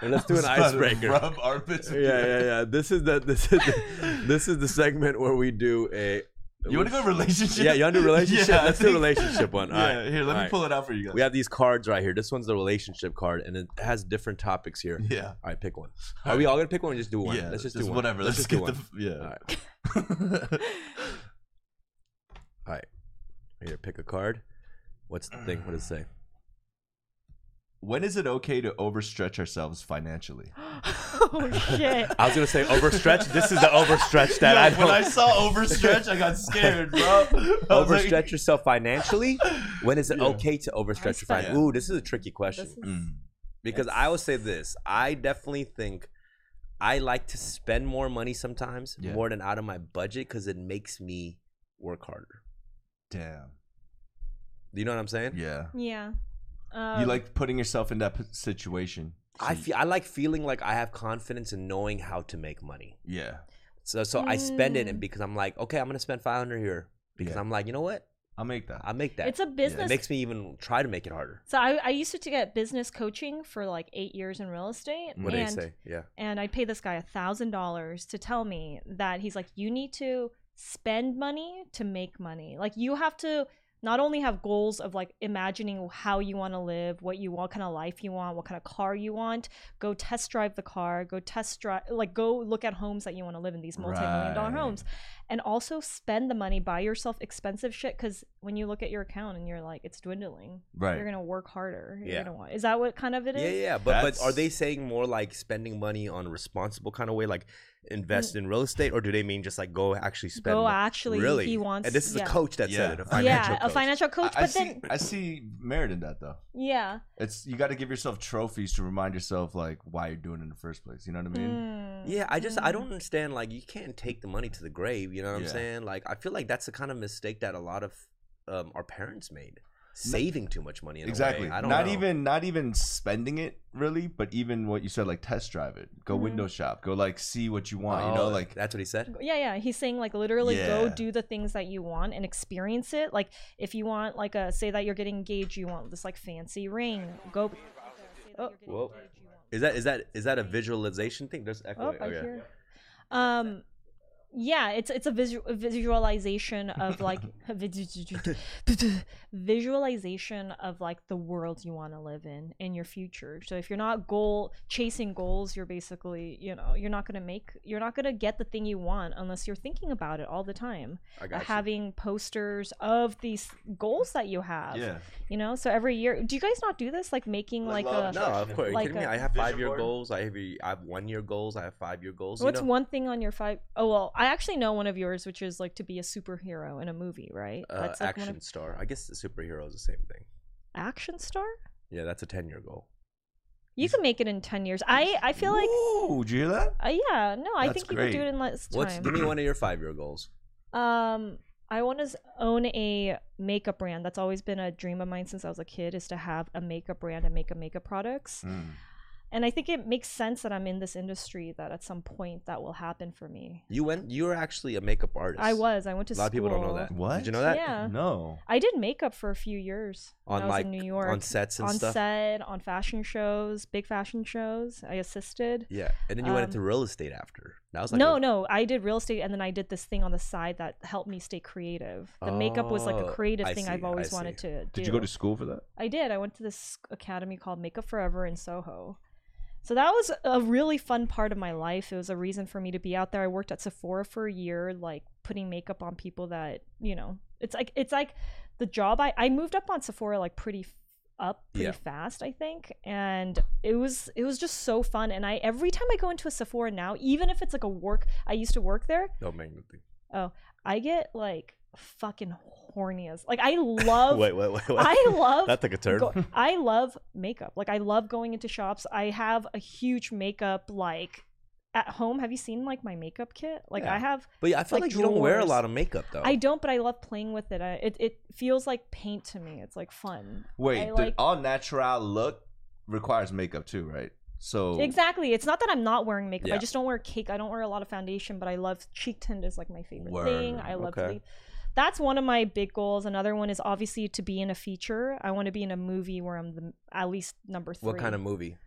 Speaker 1: And let's do an
Speaker 3: Just about to
Speaker 1: icebreaker.
Speaker 3: Rub armpits.
Speaker 1: Yeah, yeah, yeah. This is the this is the, this is the segment where we do a.
Speaker 3: You want to go relationship?
Speaker 1: Yeah, you want to do relationship?
Speaker 3: Yeah, I
Speaker 1: let's do
Speaker 3: think-
Speaker 1: relationship one. All
Speaker 3: yeah,
Speaker 1: right.
Speaker 3: here, let
Speaker 1: All
Speaker 3: me
Speaker 1: right.
Speaker 3: pull it out for you guys.
Speaker 1: We have these cards right here. This one's the relationship card, and it has different topics here.
Speaker 3: yeah.
Speaker 1: All right, pick one. Are we all gonna pick one? Or just do one.
Speaker 3: Mm-hmm. Yeah,
Speaker 1: let's just, do one.
Speaker 3: whatever. Let's,
Speaker 1: just
Speaker 3: get
Speaker 1: do one.
Speaker 3: the
Speaker 1: All
Speaker 3: yeah.
Speaker 1: right, all right. Here, pick a card. What's the thing? What does it say?
Speaker 3: when is it okay to overstretch ourselves financially?
Speaker 2: oh shit!
Speaker 1: I was gonna say overstretch. this is the overstretch that
Speaker 3: Yo,
Speaker 1: I don't.
Speaker 3: when I saw overstretch, I got scared, bro. I was like-
Speaker 1: overstretch yourself financially? When is it
Speaker 3: Yeah.
Speaker 1: okay to overstretch your
Speaker 2: respect
Speaker 1: finances?
Speaker 3: that.
Speaker 1: Ooh, this is a tricky question
Speaker 2: This is-
Speaker 3: Mm.
Speaker 1: because I will say this: I definitely think I like to spend more money sometimes,
Speaker 3: Yeah.
Speaker 1: more than out of my budget, because it makes me work harder.
Speaker 3: Damn.
Speaker 1: Do you know what I'm saying?
Speaker 3: Yeah.
Speaker 2: yeah.
Speaker 3: you
Speaker 2: Um,
Speaker 3: like putting yourself in that p- situation.
Speaker 1: I
Speaker 3: So-
Speaker 1: feel I like feeling like I have confidence in knowing how to make money.
Speaker 3: Yeah.
Speaker 1: So so I spend it,
Speaker 2: Mm.
Speaker 1: and because I'm like, okay, I'm gonna spend 500 here because
Speaker 3: Yeah.
Speaker 1: I'm like, you know what,
Speaker 3: I'll make that.
Speaker 1: I make that.
Speaker 2: it's a business
Speaker 1: it makes me even try to make it harder.
Speaker 2: So I, I used to get business coaching for like eight years in real estate,
Speaker 1: What do they
Speaker 2: and
Speaker 1: say? Yeah.
Speaker 2: and I'd pay this guy a thousand dollars to tell me that he's like, you need to spend money to make money. Like you have to not only have goals of like imagining how you want to live, what you want, kind of life you want, what kind of car you want, go test drive the car, go test drive, like go look at homes that you want to live in these multi-million dollar
Speaker 3: Right.
Speaker 2: homes, and also spend the money, buy yourself expensive shit. Because when you look at your account and you're like, it's dwindling,
Speaker 3: Right.
Speaker 2: you're gonna work harder.
Speaker 1: Yeah.
Speaker 2: You're gonna want. Is that what kind of it is?
Speaker 1: Yeah, yeah, but
Speaker 3: That's-
Speaker 1: but are they saying more like spending money on responsible kind of way, like invest in real estate, or do they mean just like go actually spend?
Speaker 2: Mm. Go
Speaker 1: mo-
Speaker 2: actually,
Speaker 1: really,
Speaker 2: he wants.
Speaker 1: And this is
Speaker 2: yeah.
Speaker 1: a coach that said
Speaker 3: Yeah.
Speaker 1: it, a
Speaker 3: Yeah,
Speaker 1: financial
Speaker 2: yeah,
Speaker 1: coach.
Speaker 2: a financial coach.
Speaker 3: I, I
Speaker 2: but
Speaker 3: see.
Speaker 2: then,
Speaker 3: I see merit in that though.
Speaker 2: yeah.
Speaker 3: It's you got to give yourself trophies to remind yourself like why you're doing it in the first place. You know what I mean?
Speaker 2: Mm.
Speaker 1: Yeah, I just I
Speaker 2: Mm.
Speaker 1: don't understand. Like, you can't take the money to the grave. You know what I'm
Speaker 3: Yeah.
Speaker 1: saying? Like, I feel like that's the kind of mistake that a lot of um, our parents made, saving too much money. In
Speaker 3: exactly.
Speaker 1: A way. I don't
Speaker 3: not
Speaker 1: know.
Speaker 3: even not even spending it really, but even what you said like test drive it. Go
Speaker 2: Mhm.
Speaker 3: window shop. Go like see what you want. you know
Speaker 1: Oh,
Speaker 3: like
Speaker 1: that's what he said.
Speaker 2: yeah yeah he's saying like literally go
Speaker 3: Yeah.
Speaker 2: do the things that you want and experience it like if you want like a say that you're getting engaged you want this like fancy ring go oh,
Speaker 1: Whoa. Is that is that is that a visualization thing? There's echo.
Speaker 2: oh i hear um yeah it's it's a visual visualization of like visualization of like the world you want to live in and your future so if you're not goal chasing goals you're basically you know you're not going to make you're not going to get the thing you want unless you're thinking about it all the time
Speaker 1: I got you.
Speaker 2: having posters of these goals that you have.
Speaker 3: yeah.
Speaker 2: You know, so every year, do you guys not do this? Like making
Speaker 3: Like
Speaker 2: like
Speaker 3: love
Speaker 2: a.
Speaker 1: No, of course. Are you
Speaker 2: Like
Speaker 1: kidding me?
Speaker 2: a-
Speaker 1: I have five
Speaker 3: Vision
Speaker 1: year
Speaker 3: board?
Speaker 1: goals. I have I have one year goals. I have five year goals. you
Speaker 2: What's
Speaker 1: know?
Speaker 2: one thing on your five oh well, I actually know one of yours, which is like to be a superhero in a movie, right?
Speaker 1: Uh,
Speaker 2: That's like
Speaker 1: action
Speaker 2: one of
Speaker 1: star. I guess the superhero is the same thing.
Speaker 2: action star.
Speaker 1: Yeah, that's a ten year goal.
Speaker 2: You can make it in ten years. I I feel like
Speaker 3: Ooh, did you hear that?
Speaker 2: uh, yeah, no, I
Speaker 3: That's
Speaker 2: think you can do
Speaker 3: great.
Speaker 2: it in less time.
Speaker 1: What's give me one of your five year goals?
Speaker 2: Um, I want to own a makeup brand. That's always been a dream of mine since I was a kid, is to have a makeup brand and make a makeup products.
Speaker 3: Mm.
Speaker 2: and I think it makes sense that I'm in this industry that at some point that will happen for me.
Speaker 1: You went. You were actually a makeup artist.
Speaker 2: I was. I went to
Speaker 1: A lot of people don't know
Speaker 2: school.
Speaker 1: that.
Speaker 3: What?
Speaker 1: Did you know that?
Speaker 2: Yeah.
Speaker 3: No.
Speaker 2: I did makeup for a few years when
Speaker 1: On
Speaker 2: I was
Speaker 1: like
Speaker 2: in New York
Speaker 1: on sets and
Speaker 2: on
Speaker 1: stuff.
Speaker 2: set, on fashion shows, big fashion shows. I assisted.
Speaker 1: Yeah, and then you went
Speaker 2: Um,
Speaker 1: into real estate after. That was like
Speaker 2: no,
Speaker 1: a-
Speaker 2: no, I did real estate, and then I did this thing on the side that helped me stay creative. The makeup was like a
Speaker 1: Oh,
Speaker 2: creative
Speaker 1: I
Speaker 2: thing
Speaker 1: see,
Speaker 2: I've
Speaker 1: I
Speaker 2: always
Speaker 1: see.
Speaker 2: wanted to do.
Speaker 3: Did you go to school for that?
Speaker 2: I did. I went to this academy called Makeup Forever in Soho. So that was a really fun part of my life. It was a reason for me to be out there. I worked at Sephora for a year, like putting makeup on people that, you know, it's like it's like the job I I moved up on Sephora like pretty f- up pretty
Speaker 1: Yeah.
Speaker 2: fast, I think. And it was it was just so fun and I every time I go into a Sephora now, even if it's like a work I used to work there,
Speaker 1: Don't make me think.
Speaker 2: I get like fucking horny as like I love
Speaker 1: wait, wait, wait, wait.
Speaker 2: I love
Speaker 1: that took a turn.
Speaker 2: go- I love makeup. Like I love going into shops. I have a huge makeup like at home. Have you seen like my makeup kit? Like
Speaker 1: Yeah. Oh.
Speaker 2: I have.
Speaker 1: But yeah, I feel like,
Speaker 2: like
Speaker 1: you don't wear a
Speaker 2: drawers.
Speaker 1: lot of makeup though.
Speaker 2: I don't, but I love playing with it. I, it it feels like paint to me. It's like fun.
Speaker 3: Wait,
Speaker 2: I
Speaker 3: the
Speaker 2: like-
Speaker 3: all natural look requires makeup too, right? So
Speaker 2: Exactly. It's not that I'm not wearing makeup.
Speaker 1: Yeah.
Speaker 2: I just don't wear cake. I don't wear a lot of foundation, but I love cheek tint is like my favorite thing.
Speaker 3: Word.
Speaker 2: I love
Speaker 1: Okay.
Speaker 2: to leave. That's one of my big goals. Another one is obviously to be in a feature. I want to be in a movie where I'm the, at least number three.
Speaker 1: What kind of movie?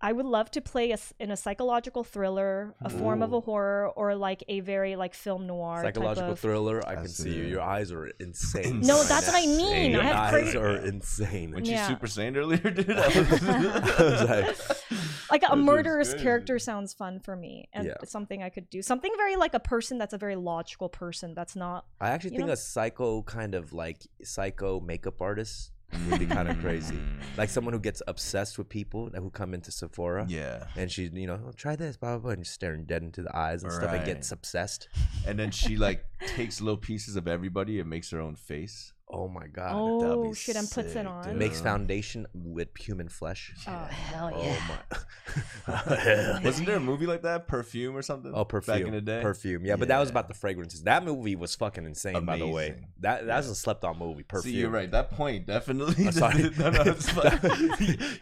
Speaker 2: I would love to play a s in a psychological thriller, a form of
Speaker 1: Ooh.
Speaker 2: a horror, or like a very like film noir
Speaker 1: Psychological
Speaker 2: type of.
Speaker 1: thriller. I
Speaker 3: I
Speaker 1: can see
Speaker 3: see.
Speaker 1: you. Your eyes are insane.
Speaker 3: No,
Speaker 1: right
Speaker 3: that's
Speaker 1: now.
Speaker 3: what I mean.
Speaker 1: Your
Speaker 3: I have
Speaker 1: eyes
Speaker 3: crazy-
Speaker 1: are insane.
Speaker 3: Weren't you
Speaker 2: Yeah.
Speaker 3: super sane earlier, dude?
Speaker 1: I was like-
Speaker 2: Like a
Speaker 3: This is
Speaker 2: murderous
Speaker 3: crazy.
Speaker 2: character sounds fun for me, and
Speaker 1: Yeah.
Speaker 2: something I could do. Something very like a person that's a very logical person. That's not.
Speaker 1: I actually
Speaker 2: You
Speaker 1: think
Speaker 2: know?
Speaker 1: a psycho kind of like psycho makeup artist would be kind of crazy. Like someone who gets obsessed with people like, who come into Sephora.
Speaker 3: Yeah.
Speaker 1: And she, you know, "Oh, try this, blah blah blah, and just staring dead into the eyes and stuff, and gets
Speaker 3: Right.
Speaker 1: obsessed.
Speaker 3: And then she like takes little pieces of everybody and makes her own face.
Speaker 1: Oh my god!
Speaker 3: that'd be
Speaker 2: Oh shit! And puts
Speaker 3: sick,
Speaker 2: it on.
Speaker 3: dude.
Speaker 1: Makes
Speaker 3: Yeah.
Speaker 1: foundation with human flesh.
Speaker 2: Oh hell
Speaker 1: Oh,
Speaker 2: yeah!
Speaker 1: my!
Speaker 3: Wasn't there a movie like that? Perfume or something?
Speaker 1: Oh, perfume.
Speaker 3: Back in the day.
Speaker 1: Perfume. Yeah, but that was
Speaker 3: Yeah.
Speaker 1: about the fragrances. That movie was fucking insane, by the way.
Speaker 3: Amazing.
Speaker 1: That that's
Speaker 3: Yeah.
Speaker 1: a slept on movie. Perfume.
Speaker 3: See, you're right. That point definitely.
Speaker 1: I'm sorry.
Speaker 3: no, no, it's fine.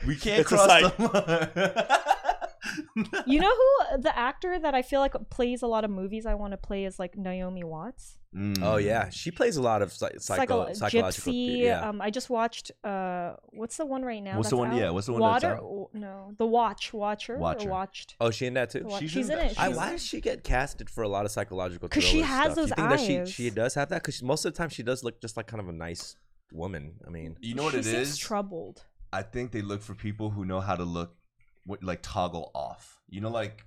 Speaker 3: we can't
Speaker 1: It's a
Speaker 3: cross
Speaker 1: psych-
Speaker 3: the line.
Speaker 2: you know who uh, the actor that I feel like plays a lot of movies I want to play is like Naomi Watts.
Speaker 3: Mm.
Speaker 1: Oh yeah, she plays a lot of psy- psycho-
Speaker 2: Psycho-
Speaker 1: psychological.
Speaker 2: Gypsy.
Speaker 1: theater, yeah.
Speaker 2: Um, I just watched uh, what's the one right now?
Speaker 3: What's the
Speaker 2: that's
Speaker 3: one?
Speaker 2: out?
Speaker 3: Yeah, what's the one
Speaker 2: Water?
Speaker 3: that's out?
Speaker 2: w- No, The Watch. Watcher.
Speaker 3: Watcher.
Speaker 2: Or watched.
Speaker 1: oh, she in that too.
Speaker 2: The Watch.
Speaker 3: she's
Speaker 2: She's, in,
Speaker 3: in that.
Speaker 2: it.
Speaker 1: I,
Speaker 2: She's-
Speaker 1: why does she get casted for a lot of psychological?
Speaker 2: 'Cause she
Speaker 1: thriller
Speaker 2: has
Speaker 1: stuff? Do
Speaker 2: those
Speaker 1: you think that
Speaker 2: eyes.
Speaker 1: she she does have that because most of the time she does look just like kind of a nice woman. I mean,
Speaker 3: You know what
Speaker 2: she
Speaker 3: it is?
Speaker 2: seems Troubled.
Speaker 3: I think they look for people who know how to look, what, like toggle off. You know, like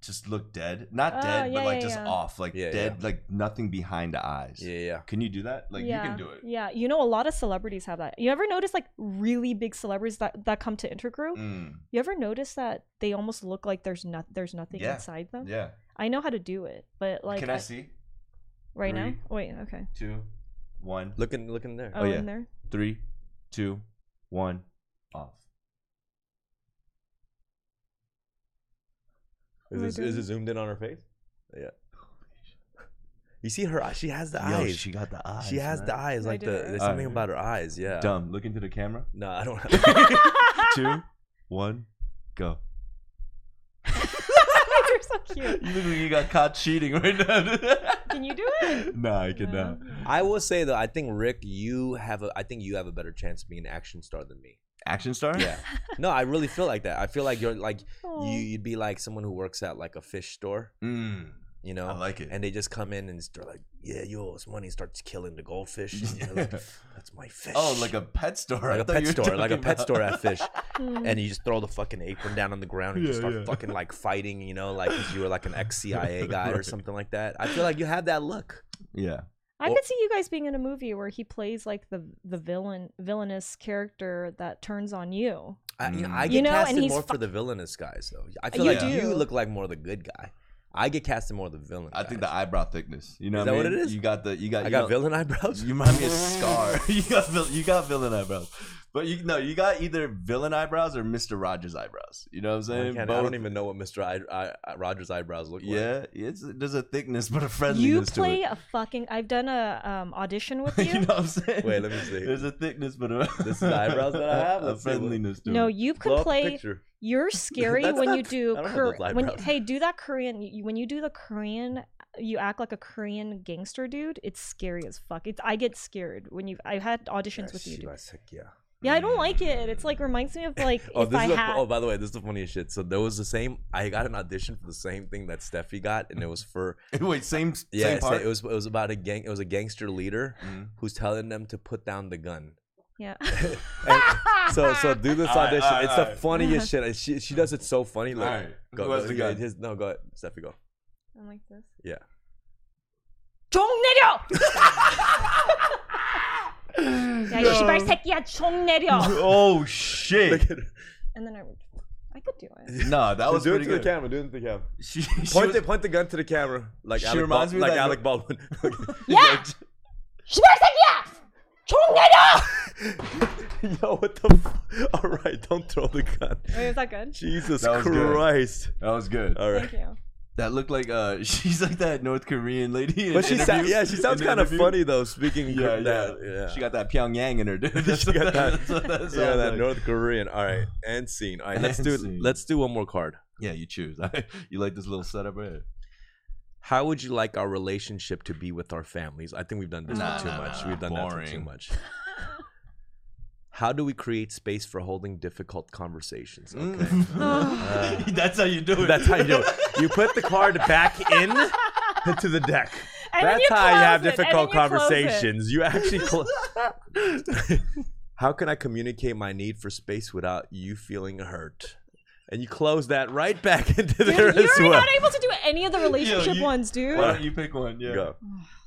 Speaker 3: just look dead, not
Speaker 2: Oh,
Speaker 3: dead, but
Speaker 2: yeah,
Speaker 3: like
Speaker 2: yeah,
Speaker 3: just
Speaker 2: yeah.
Speaker 3: off, like
Speaker 1: Yeah,
Speaker 3: dead, like nothing behind the eyes.
Speaker 1: yeah, yeah.
Speaker 3: Can you do that? Like
Speaker 2: yeah.
Speaker 3: you can do it.
Speaker 2: Yeah, you know a lot of celebrities have that. You ever notice like really big celebrities that that come to intergroup?
Speaker 3: Mm,
Speaker 2: You ever notice that they almost look like there's not there's nothing
Speaker 3: Yeah.
Speaker 2: inside them?
Speaker 3: yeah.
Speaker 2: I know how to do it, but like
Speaker 3: can I,
Speaker 2: I-
Speaker 3: see?
Speaker 2: right now?
Speaker 3: three?
Speaker 2: Wait, okay.
Speaker 3: Two, one,
Speaker 1: Looking, looking there.
Speaker 2: Oh,
Speaker 3: yeah.
Speaker 2: in there.
Speaker 3: three, two, one, off.
Speaker 2: Am I
Speaker 1: Is, this, is
Speaker 2: doing-
Speaker 1: it zoomed in on her face? Yeah. You see her? eye- She has the eyes. She,
Speaker 3: got the eyes.
Speaker 1: has the eyes.
Speaker 2: I
Speaker 1: Like the,
Speaker 2: did it
Speaker 1: there's
Speaker 2: right.
Speaker 1: something
Speaker 3: Alright.
Speaker 1: about her eyes. Yeah.
Speaker 3: Dumb. Look into the camera.
Speaker 1: No, I don't.
Speaker 3: Two, one, go.
Speaker 2: You're so cute.
Speaker 3: You look like you got caught cheating right now.
Speaker 2: Can you do it?
Speaker 3: nah, I cannot.
Speaker 2: No.
Speaker 1: I will say though, I think Rick, you have a. I think you have a better chance of being an action star than me.
Speaker 3: Action star?
Speaker 1: Yeah. No, I really feel like that. I feel like you're like
Speaker 2: Aw.
Speaker 1: you. You'd be like someone who works at like a fish store.
Speaker 3: Mm,
Speaker 1: You know.
Speaker 3: I like it.
Speaker 1: and they just come in and they're like, "Yeah, you owe us money." Starts killing the goldfish. And they're like, That's my fish.
Speaker 3: Oh, like a pet store. I
Speaker 1: like a
Speaker 3: thought
Speaker 1: pet
Speaker 3: you were
Speaker 1: store, like a
Speaker 3: talking
Speaker 1: pet
Speaker 3: about-
Speaker 1: store at fish.
Speaker 2: Hmm.
Speaker 1: and you just throw the fucking apron down on the ground and you just
Speaker 3: Yeah,
Speaker 1: start
Speaker 3: yeah.
Speaker 1: fucking like fighting, you know, like 'cause you were like an ex CIA guy or
Speaker 3: Right.
Speaker 1: something like that. I feel like you have that look.
Speaker 3: Yeah.
Speaker 2: I could see you guys being in a movie where he plays like the the villain villainous character that turns on you.
Speaker 1: I, you know, I
Speaker 3: Mm.
Speaker 1: get
Speaker 2: You know, and
Speaker 1: casted
Speaker 2: he's
Speaker 1: more
Speaker 2: fu-
Speaker 1: for the villainous guys though. I feel
Speaker 2: You
Speaker 1: like you
Speaker 2: do.
Speaker 1: look like more the good guy. I get casted more the villain.
Speaker 3: I think
Speaker 1: guys.
Speaker 3: the eyebrow thickness. You know
Speaker 1: Is
Speaker 3: what I
Speaker 1: that what
Speaker 3: mean?
Speaker 1: it is?
Speaker 3: You got the you got
Speaker 1: I
Speaker 3: you
Speaker 1: got
Speaker 3: know-
Speaker 1: villain eyebrows.
Speaker 3: You might be a scar. you got vil- you got villain eyebrows. But you no, you got either villain eyebrows or Mr. Rogers eyebrows. You know what I'm
Speaker 1: I,
Speaker 3: saying?
Speaker 1: can't- I don't even know what Mr. I, I, Rogers' eyebrows look like.
Speaker 3: Yeah, it's there's a thickness but a
Speaker 2: You
Speaker 3: friendliness
Speaker 2: play
Speaker 3: to
Speaker 2: a fucking. I've done a um, audition with
Speaker 3: it. you
Speaker 2: you.
Speaker 3: know what I'm saying?
Speaker 1: Wait, let me see.
Speaker 3: There's a thickness but a
Speaker 1: This is the eyebrows that I have?
Speaker 3: a
Speaker 1: Let's see what-
Speaker 3: friendliness to
Speaker 2: no,
Speaker 3: it.
Speaker 2: you
Speaker 1: Blow
Speaker 2: can
Speaker 1: up the
Speaker 2: play.
Speaker 1: picture.
Speaker 2: You're scary
Speaker 1: That's
Speaker 2: when you
Speaker 1: not-
Speaker 2: do
Speaker 1: I don't have
Speaker 2: Kor-
Speaker 1: those
Speaker 2: when
Speaker 1: eyebrows.
Speaker 2: hey do that Korean you, when you do the Korean you act like a Korean gangster dude. It's scary as fuck. It's I get scared when you. I've had auditions with you. dude. Yeah, I don't like it. It's like reminds me of like
Speaker 1: Oh,
Speaker 2: if
Speaker 1: this
Speaker 2: I
Speaker 1: is a,
Speaker 2: had.
Speaker 1: oh, by the way, this is the funniest shit. So there was the same. I got an audition for the same thing that Steffi got, and it was for
Speaker 3: Wait, same
Speaker 1: yeah. Mm.
Speaker 3: same
Speaker 1: it's-
Speaker 3: part.
Speaker 1: It was it was about a gang. It was a gangster leader
Speaker 3: Mhm.
Speaker 1: who's telling them to put down the gun.
Speaker 2: yeah.
Speaker 1: And so so do this
Speaker 3: All right,
Speaker 1: audition.
Speaker 3: all right,
Speaker 1: it's
Speaker 3: all
Speaker 1: the
Speaker 3: right.
Speaker 1: funniest shit. And She she does it so funny.
Speaker 3: All
Speaker 1: Like,
Speaker 3: right.
Speaker 1: go,
Speaker 3: Who has
Speaker 1: go-
Speaker 3: the
Speaker 1: yeah,
Speaker 3: gun?
Speaker 1: just- no, go ahead, Steffi. Go.
Speaker 2: I'm like this.
Speaker 1: Yeah.
Speaker 2: 종 내려. 야, 이 시발
Speaker 3: No.
Speaker 2: 새끼야, 종 내려.
Speaker 3: Oh
Speaker 1: Look
Speaker 3: shit!
Speaker 1: at her.
Speaker 2: And then I would, I could do it.
Speaker 3: No, that was
Speaker 1: do it
Speaker 3: pretty
Speaker 1: to
Speaker 3: good.
Speaker 1: the camera. Do it to the camera.
Speaker 3: She, she
Speaker 1: Point
Speaker 3: was-
Speaker 1: the point the gun to the camera. Like
Speaker 3: She
Speaker 1: Alec,
Speaker 3: reminds me
Speaker 1: Bal-
Speaker 3: of
Speaker 1: like
Speaker 3: that-
Speaker 1: Alec Baldwin.
Speaker 2: 야, 시발 새끼야, 종 내려.
Speaker 1: Yo, what the? F- All right, don't throw the gun.
Speaker 2: Wait, is that good?
Speaker 1: Jesus
Speaker 3: That was good.
Speaker 1: Christ!
Speaker 3: that was good.
Speaker 1: All right.
Speaker 2: Thank you.
Speaker 3: That looked like uh, she's like that North Korean lady. in
Speaker 1: But she
Speaker 3: interview-
Speaker 1: sa- yeah, she
Speaker 3: in
Speaker 1: sounds
Speaker 3: the
Speaker 1: kind of
Speaker 3: interview.
Speaker 1: funny though. Speaking
Speaker 3: Yeah, yeah.
Speaker 1: that, yeah,
Speaker 3: She got that Pyongyang in her, dude. That's
Speaker 1: She got
Speaker 3: what
Speaker 1: that,
Speaker 3: that's what that
Speaker 1: yeah,
Speaker 3: sounds
Speaker 1: that
Speaker 3: like.
Speaker 1: North Korean. All right, and scene. All right, let's
Speaker 3: And
Speaker 1: do
Speaker 3: scene.
Speaker 1: let's do one more card.
Speaker 3: Yeah, you choose. you like this little setup right here?
Speaker 1: How would you like our relationship to be with our families? I think we've done this one
Speaker 3: Nah,
Speaker 1: too
Speaker 3: nah,
Speaker 1: much.
Speaker 3: nah,
Speaker 1: We've done that one too
Speaker 3: boring.
Speaker 1: much. How do we create space for holding difficult conversations? Okay.
Speaker 3: Mm.
Speaker 2: Oh.
Speaker 3: that's how you do it.
Speaker 1: Mm. Uh, That's how you do it. You put the card back in to the deck.
Speaker 2: And then
Speaker 1: That's
Speaker 2: you
Speaker 1: how you
Speaker 2: close
Speaker 1: have
Speaker 2: it, and then
Speaker 1: difficult
Speaker 2: you close it.
Speaker 1: conversations. You actually. Cl- how can I communicate my need for space without you feeling hurt? And you close that right back into
Speaker 2: Dude,
Speaker 1: there as
Speaker 2: you're
Speaker 1: well.
Speaker 2: not able to do any of the relationship
Speaker 3: you-
Speaker 2: ones, dude.
Speaker 3: Why don't you pick one? Yeah.
Speaker 1: Go.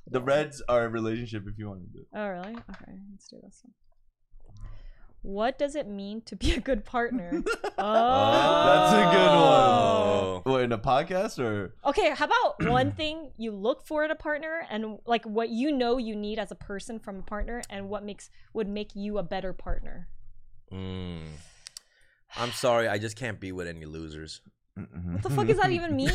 Speaker 3: The Reds are a relationship if you want to do.
Speaker 2: Oh, really? Okay, let's do this one. What does it mean to be a good partner? oh,
Speaker 3: That's a good
Speaker 1: Oh.
Speaker 3: one. What, in a podcast or?
Speaker 2: Okay, how about one thing you look for in a partner and like what you know you need as a person from a partner and what makes would make you a better partner?
Speaker 1: Mm. I'm sorry, I just can't be with any losers. Mm-hmm.
Speaker 2: What the fuck does that even mean?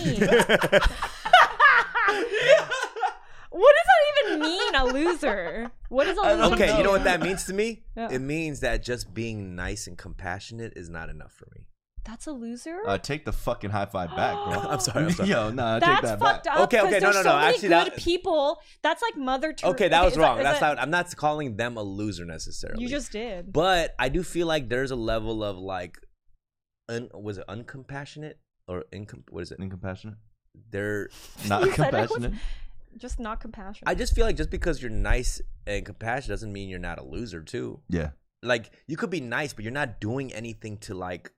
Speaker 2: what does that even mean, a loser? What is a
Speaker 3: I
Speaker 2: loser?
Speaker 3: don't
Speaker 1: Okay, you know what
Speaker 2: mean?
Speaker 1: that means to me?
Speaker 2: Yeah.
Speaker 1: It means that just being nice and compassionate is not enough for me.
Speaker 2: That's a loser.
Speaker 3: Uh, take the fucking high five back, bro.
Speaker 1: I'm sorry. I'm sorry.
Speaker 3: Yo, nah,
Speaker 2: That's
Speaker 3: take that
Speaker 2: fucked
Speaker 3: back.
Speaker 2: up.
Speaker 1: Okay,
Speaker 2: 'cause
Speaker 1: okay, no,
Speaker 2: there's
Speaker 1: no,
Speaker 2: so
Speaker 1: no,
Speaker 2: Many
Speaker 1: actually,
Speaker 2: good
Speaker 1: that-
Speaker 2: people. That's like Mother Teresa.
Speaker 1: Okay, that was
Speaker 2: is
Speaker 1: wrong.
Speaker 2: is
Speaker 1: That's
Speaker 2: that-
Speaker 1: not. I'm not calling them a loser necessarily.
Speaker 2: You just did.
Speaker 1: But I do feel like there's a level of like, un, was it uncompassionate or incom? What is it?
Speaker 3: Incompassionate.
Speaker 1: They're.
Speaker 3: Not
Speaker 2: You said I was-
Speaker 3: compassionate.
Speaker 2: just not compassionate.
Speaker 1: I just feel like just because you're nice and compassionate doesn't mean you're not a loser too.
Speaker 3: Yeah.
Speaker 1: Like you could be nice, but you're not doing anything to like,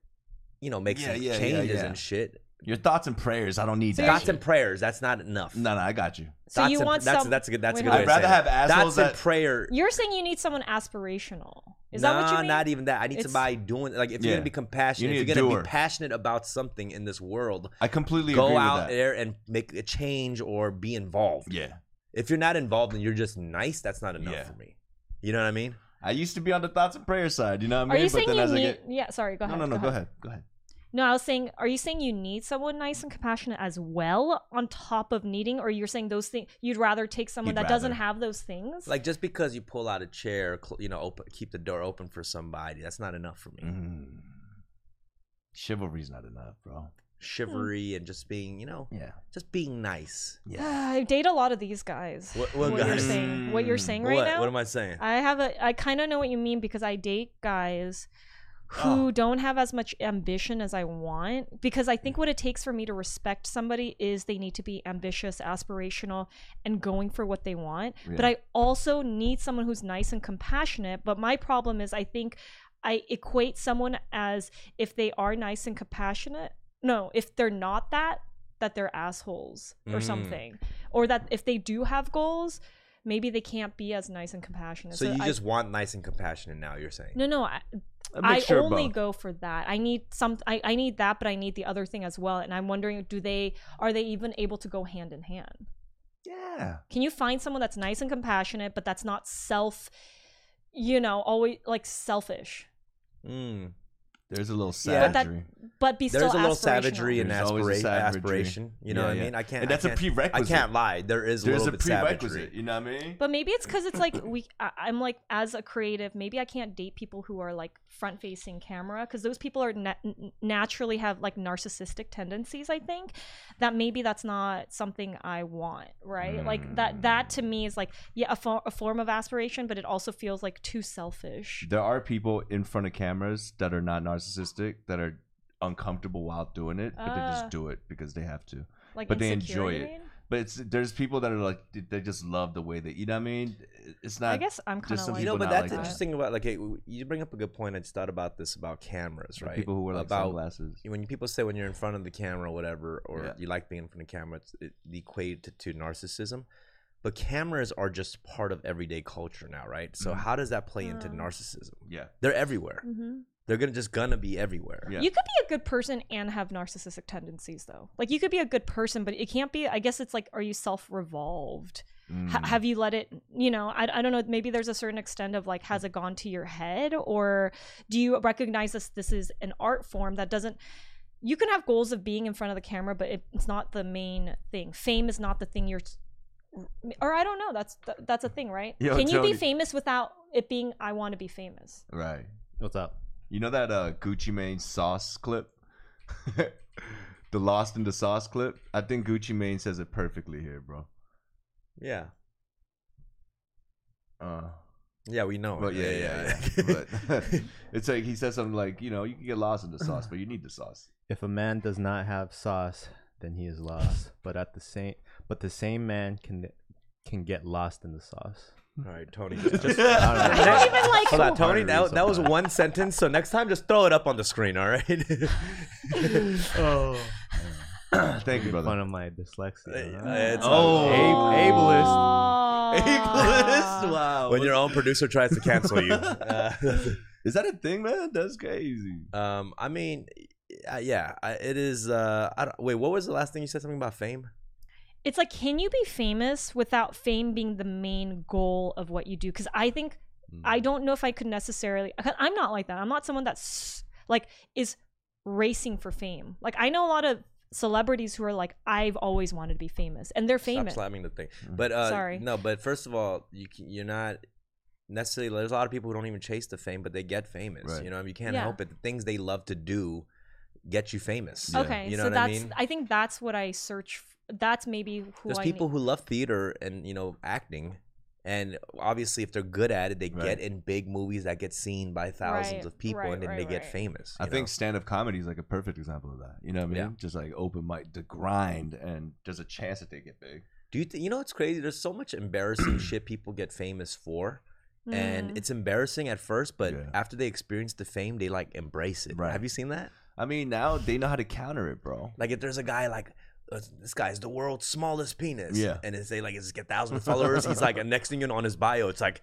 Speaker 1: you know, make
Speaker 3: Yeah,
Speaker 1: some
Speaker 3: yeah, yeah,
Speaker 1: changes
Speaker 3: yeah.
Speaker 1: and shit.
Speaker 3: Your thoughts and prayers. I don't need
Speaker 2: So
Speaker 3: that.
Speaker 1: Thoughts
Speaker 3: shit.
Speaker 1: and prayers. That's not enough.
Speaker 3: No, no, I got you.
Speaker 2: so
Speaker 1: Thoughts
Speaker 2: you
Speaker 1: and-
Speaker 2: want
Speaker 1: that's
Speaker 2: some?
Speaker 1: that's a good that's a
Speaker 2: Wait,
Speaker 1: good
Speaker 2: hold
Speaker 1: way
Speaker 2: on.
Speaker 1: to say
Speaker 3: I'd rather
Speaker 1: it.
Speaker 3: have assholes
Speaker 1: Thoughts and
Speaker 3: that-
Speaker 1: prayer.
Speaker 2: You're saying you need someone aspirational. Is that what
Speaker 1: nah,
Speaker 2: you mean?
Speaker 1: not even that. I need
Speaker 2: It's-
Speaker 1: somebody doing like if you're
Speaker 3: Yeah.
Speaker 1: gonna be compassionate,
Speaker 3: You
Speaker 1: if
Speaker 3: need
Speaker 1: you're
Speaker 3: a
Speaker 1: gonna
Speaker 3: doer.
Speaker 1: be passionate about something in this world,
Speaker 3: I completely agree
Speaker 1: go
Speaker 3: with
Speaker 1: out
Speaker 3: that.
Speaker 1: there and make a change or be involved.
Speaker 3: Yeah.
Speaker 1: If you're not involved and you're just nice, that's not enough
Speaker 3: Yeah.
Speaker 1: for me. You know what I mean?
Speaker 3: I used to be on the thoughts and prayers side. You know what
Speaker 2: Are
Speaker 3: I mean?
Speaker 2: you saying you
Speaker 3: I
Speaker 2: need?
Speaker 3: get-
Speaker 2: Yeah, sorry. Go
Speaker 3: no,
Speaker 2: ahead.
Speaker 3: no, no. Go ahead. Go ahead.
Speaker 2: No, I was saying, are you saying you need someone nice and compassionate as well on top of needing, or you're saying those things? You'd rather take someone
Speaker 3: You'd
Speaker 2: that doesn't
Speaker 3: rather.
Speaker 2: have those things.
Speaker 1: Like just because you pull out a chair, cl- you know, open, keep the door open for somebody, that's not enough for me.
Speaker 3: Mm. Chivalry's not enough, bro.
Speaker 1: Chivalry and just being, you know,
Speaker 3: Yeah.
Speaker 1: just being nice.
Speaker 3: Yeah.
Speaker 2: I date a lot of these guys.
Speaker 1: What,
Speaker 2: What,
Speaker 1: what,
Speaker 2: you're
Speaker 1: guys?
Speaker 2: saying? What you're
Speaker 3: Mm.
Speaker 2: saying
Speaker 1: What?
Speaker 2: right now?
Speaker 1: What am I saying?
Speaker 2: I have a. I kind of know what you mean because I date guys who
Speaker 1: Oh.
Speaker 2: don't have as much ambition as I want. Because I think what it takes for me to respect somebody is they need to be ambitious, aspirational, and going for what they want. But
Speaker 3: Yeah.
Speaker 2: I also need someone who's nice and compassionate. But my problem is, I think I equate someone as if they are nice and compassionate. No, if they're not that, that they're assholes or
Speaker 1: Mm.
Speaker 2: something. Or that if they do have goals, maybe they can't be as nice and compassionate.
Speaker 1: so you
Speaker 2: I-
Speaker 1: just want nice and compassionate now? You're saying?
Speaker 2: no, no. I,
Speaker 3: A
Speaker 2: I
Speaker 3: mixture of
Speaker 2: only
Speaker 3: both.
Speaker 2: go for that. I need some. I, I need that, but I need the other thing as well. And I'm wondering, do they are they even able to go hand in hand?
Speaker 3: Yeah.
Speaker 2: Can you find someone that's nice and compassionate, but that's not self, you know, always like selfish,
Speaker 1: Mm.
Speaker 3: There's a little
Speaker 1: Yeah. But
Speaker 2: that-
Speaker 3: savagery.
Speaker 2: but be
Speaker 1: There's a
Speaker 2: still
Speaker 1: little
Speaker 2: aspirational.
Speaker 1: savagery and
Speaker 3: There's always a
Speaker 1: aspira-
Speaker 3: savagery.
Speaker 1: aspiration. You know
Speaker 3: Yeah,
Speaker 1: what
Speaker 3: yeah.
Speaker 1: I mean? I can't. I
Speaker 3: And that's a
Speaker 1: can't- I
Speaker 3: prerequisite.
Speaker 1: can't lie. There is a
Speaker 3: There's
Speaker 1: little
Speaker 3: a
Speaker 1: bit
Speaker 3: prerequisite.
Speaker 1: savagery.
Speaker 3: You know what I mean?
Speaker 2: But maybe it's because it's like we. I, I'm like as a creative, maybe I can't date people who are like front facing camera because those people are na- n- naturally have like narcissistic tendencies. I think that maybe that's not something I want, right? Like that. That to me is like yeah, a, fo- a form of aspiration, but it also feels like too selfish.
Speaker 3: there are people in front of cameras that are not narcissistic that are uncomfortable while doing it, but they
Speaker 2: Ah.
Speaker 3: just do it because they have to.
Speaker 2: Like,
Speaker 3: but they
Speaker 2: insecure,
Speaker 3: enjoy
Speaker 2: you
Speaker 3: it.
Speaker 2: mean?
Speaker 3: But it's there's people that are like they just love the way that you know what I mean. It's not.
Speaker 2: I guess I'm kind
Speaker 3: just
Speaker 2: of
Speaker 3: some
Speaker 2: like
Speaker 1: You know,
Speaker 3: people
Speaker 1: but
Speaker 3: not
Speaker 1: that's
Speaker 3: like that.
Speaker 1: interesting about like it, you bring up a good point. I just thought about this about cameras,
Speaker 3: for
Speaker 1: right?
Speaker 3: People who wear like
Speaker 1: about
Speaker 3: sunglasses.
Speaker 1: when people say when you're in front of the camera or whatever, or
Speaker 3: Yeah.
Speaker 1: you like being in front of the camera, it's it equated to narcissism. But cameras are just part of everyday culture now, right? So
Speaker 3: Mhm.
Speaker 1: how does that play into
Speaker 2: Um.
Speaker 1: narcissism?
Speaker 3: Yeah.
Speaker 1: They're everywhere.
Speaker 2: Mhm.
Speaker 1: They're gonna just gonna be everywhere.
Speaker 3: Yeah.
Speaker 2: You could be a good person and have narcissistic tendencies, though. Like you could be a good person, but it can't be. I guess it's like, are you self-revolved? H-
Speaker 3: Mm.
Speaker 2: have you let it? You know, I, I don't know. Maybe there's a certain extent of like, has it gone to your head, or do you recognize this? This is an art form that doesn't. You can have goals of being in front of the camera, but it, it's not the main thing. Fame is not the thing you're. Or I don't know. That's th- that's a thing, right?
Speaker 3: Yo,
Speaker 2: can you
Speaker 3: Tony.
Speaker 2: be famous without it being? I want to be famous.
Speaker 3: Right.
Speaker 4: What's up?
Speaker 3: You know that uh, Gucci Mane sauce clip? the lost in the sauce clip? I think Gucci Mane says it perfectly here, bro.
Speaker 1: Yeah.
Speaker 3: Uh,
Speaker 1: Yeah, we know.
Speaker 3: but Oh, yeah, yeah, yeah. but it's like he says something like, you know, you can get lost in the sauce, but you need the sauce.
Speaker 4: If a man does not have sauce, then he is lost. but at the same, but the same man can can get lost in the sauce.
Speaker 1: All right, Tony. Just, just-
Speaker 4: I
Speaker 2: I
Speaker 4: don't know.
Speaker 2: don't even like.
Speaker 1: hold on, Tony.
Speaker 4: Hard to
Speaker 1: That,
Speaker 4: read
Speaker 1: that was
Speaker 4: sometimes.
Speaker 1: one sentence. So next time, just throw it up on the screen. All right.
Speaker 4: oh,
Speaker 3: Thank you,
Speaker 4: fun
Speaker 3: brother.
Speaker 4: of my dyslexia. huh?
Speaker 1: It's-
Speaker 3: Oh.
Speaker 1: Ab- ableist.
Speaker 2: ableist.
Speaker 3: Ableist? Wow.
Speaker 1: When your own producer tries to cancel you. Uh,
Speaker 3: Is that a thing, man? That's crazy.
Speaker 1: um, I mean, uh, yeah, I- it is. Uh, I don't, wait, what was the last thing you said? Something about fame?
Speaker 2: It's like, can you be famous without fame being the main goal of what you do? Because I think
Speaker 1: Hmm.
Speaker 2: I don't know if I could necessarily. I'm not like that. I'm not someone that's like is racing for fame. Like I know a lot of celebrities who are like, I've always wanted to be famous, and they're
Speaker 1: Stop
Speaker 2: famous.
Speaker 1: slamming the thing. But uh,
Speaker 2: Sorry.
Speaker 1: no. But first of all, you can, you're not necessarily. There's a lot of people who don't even chase the fame, but they get famous.
Speaker 3: Right.
Speaker 1: You know, you can't
Speaker 2: Yeah.
Speaker 1: help it. The things they love to do, get you famous.
Speaker 3: Yeah.
Speaker 2: Okay,
Speaker 1: You know
Speaker 2: so
Speaker 1: what I
Speaker 2: that's
Speaker 1: mean?
Speaker 2: think that's what I search. F- that's maybe who
Speaker 1: There's
Speaker 2: I
Speaker 1: people who love theater and you know acting, and obviously if they're good at it, they
Speaker 3: Right.
Speaker 1: get in big movies that get seen by thousands
Speaker 2: Right,
Speaker 1: of people,
Speaker 2: right,
Speaker 1: and then
Speaker 2: right,
Speaker 1: they get
Speaker 2: right.
Speaker 1: famous.
Speaker 3: I
Speaker 1: you
Speaker 3: think
Speaker 1: know?
Speaker 3: stand up comedy is like a perfect example of that. You know what I mean?
Speaker 1: Yeah.
Speaker 3: Just like open mic, the grind, and there's a chance that they get big.
Speaker 1: Do you th- you know it's crazy? There's so much embarrassing shit people get famous for,
Speaker 2: mm. Mm-hmm.
Speaker 1: and it's embarrassing at first, but
Speaker 3: Yeah.
Speaker 1: after they experience the fame, they like embrace it.
Speaker 3: Right.
Speaker 1: Have you seen that?
Speaker 3: I mean, now they know how to counter it, bro.
Speaker 1: Like if there's a guy like uh, this guy's the world's smallest penis.
Speaker 3: Yeah.
Speaker 1: And it's say like it's a thousand followers. He's like and next thing you know on his bio, it's like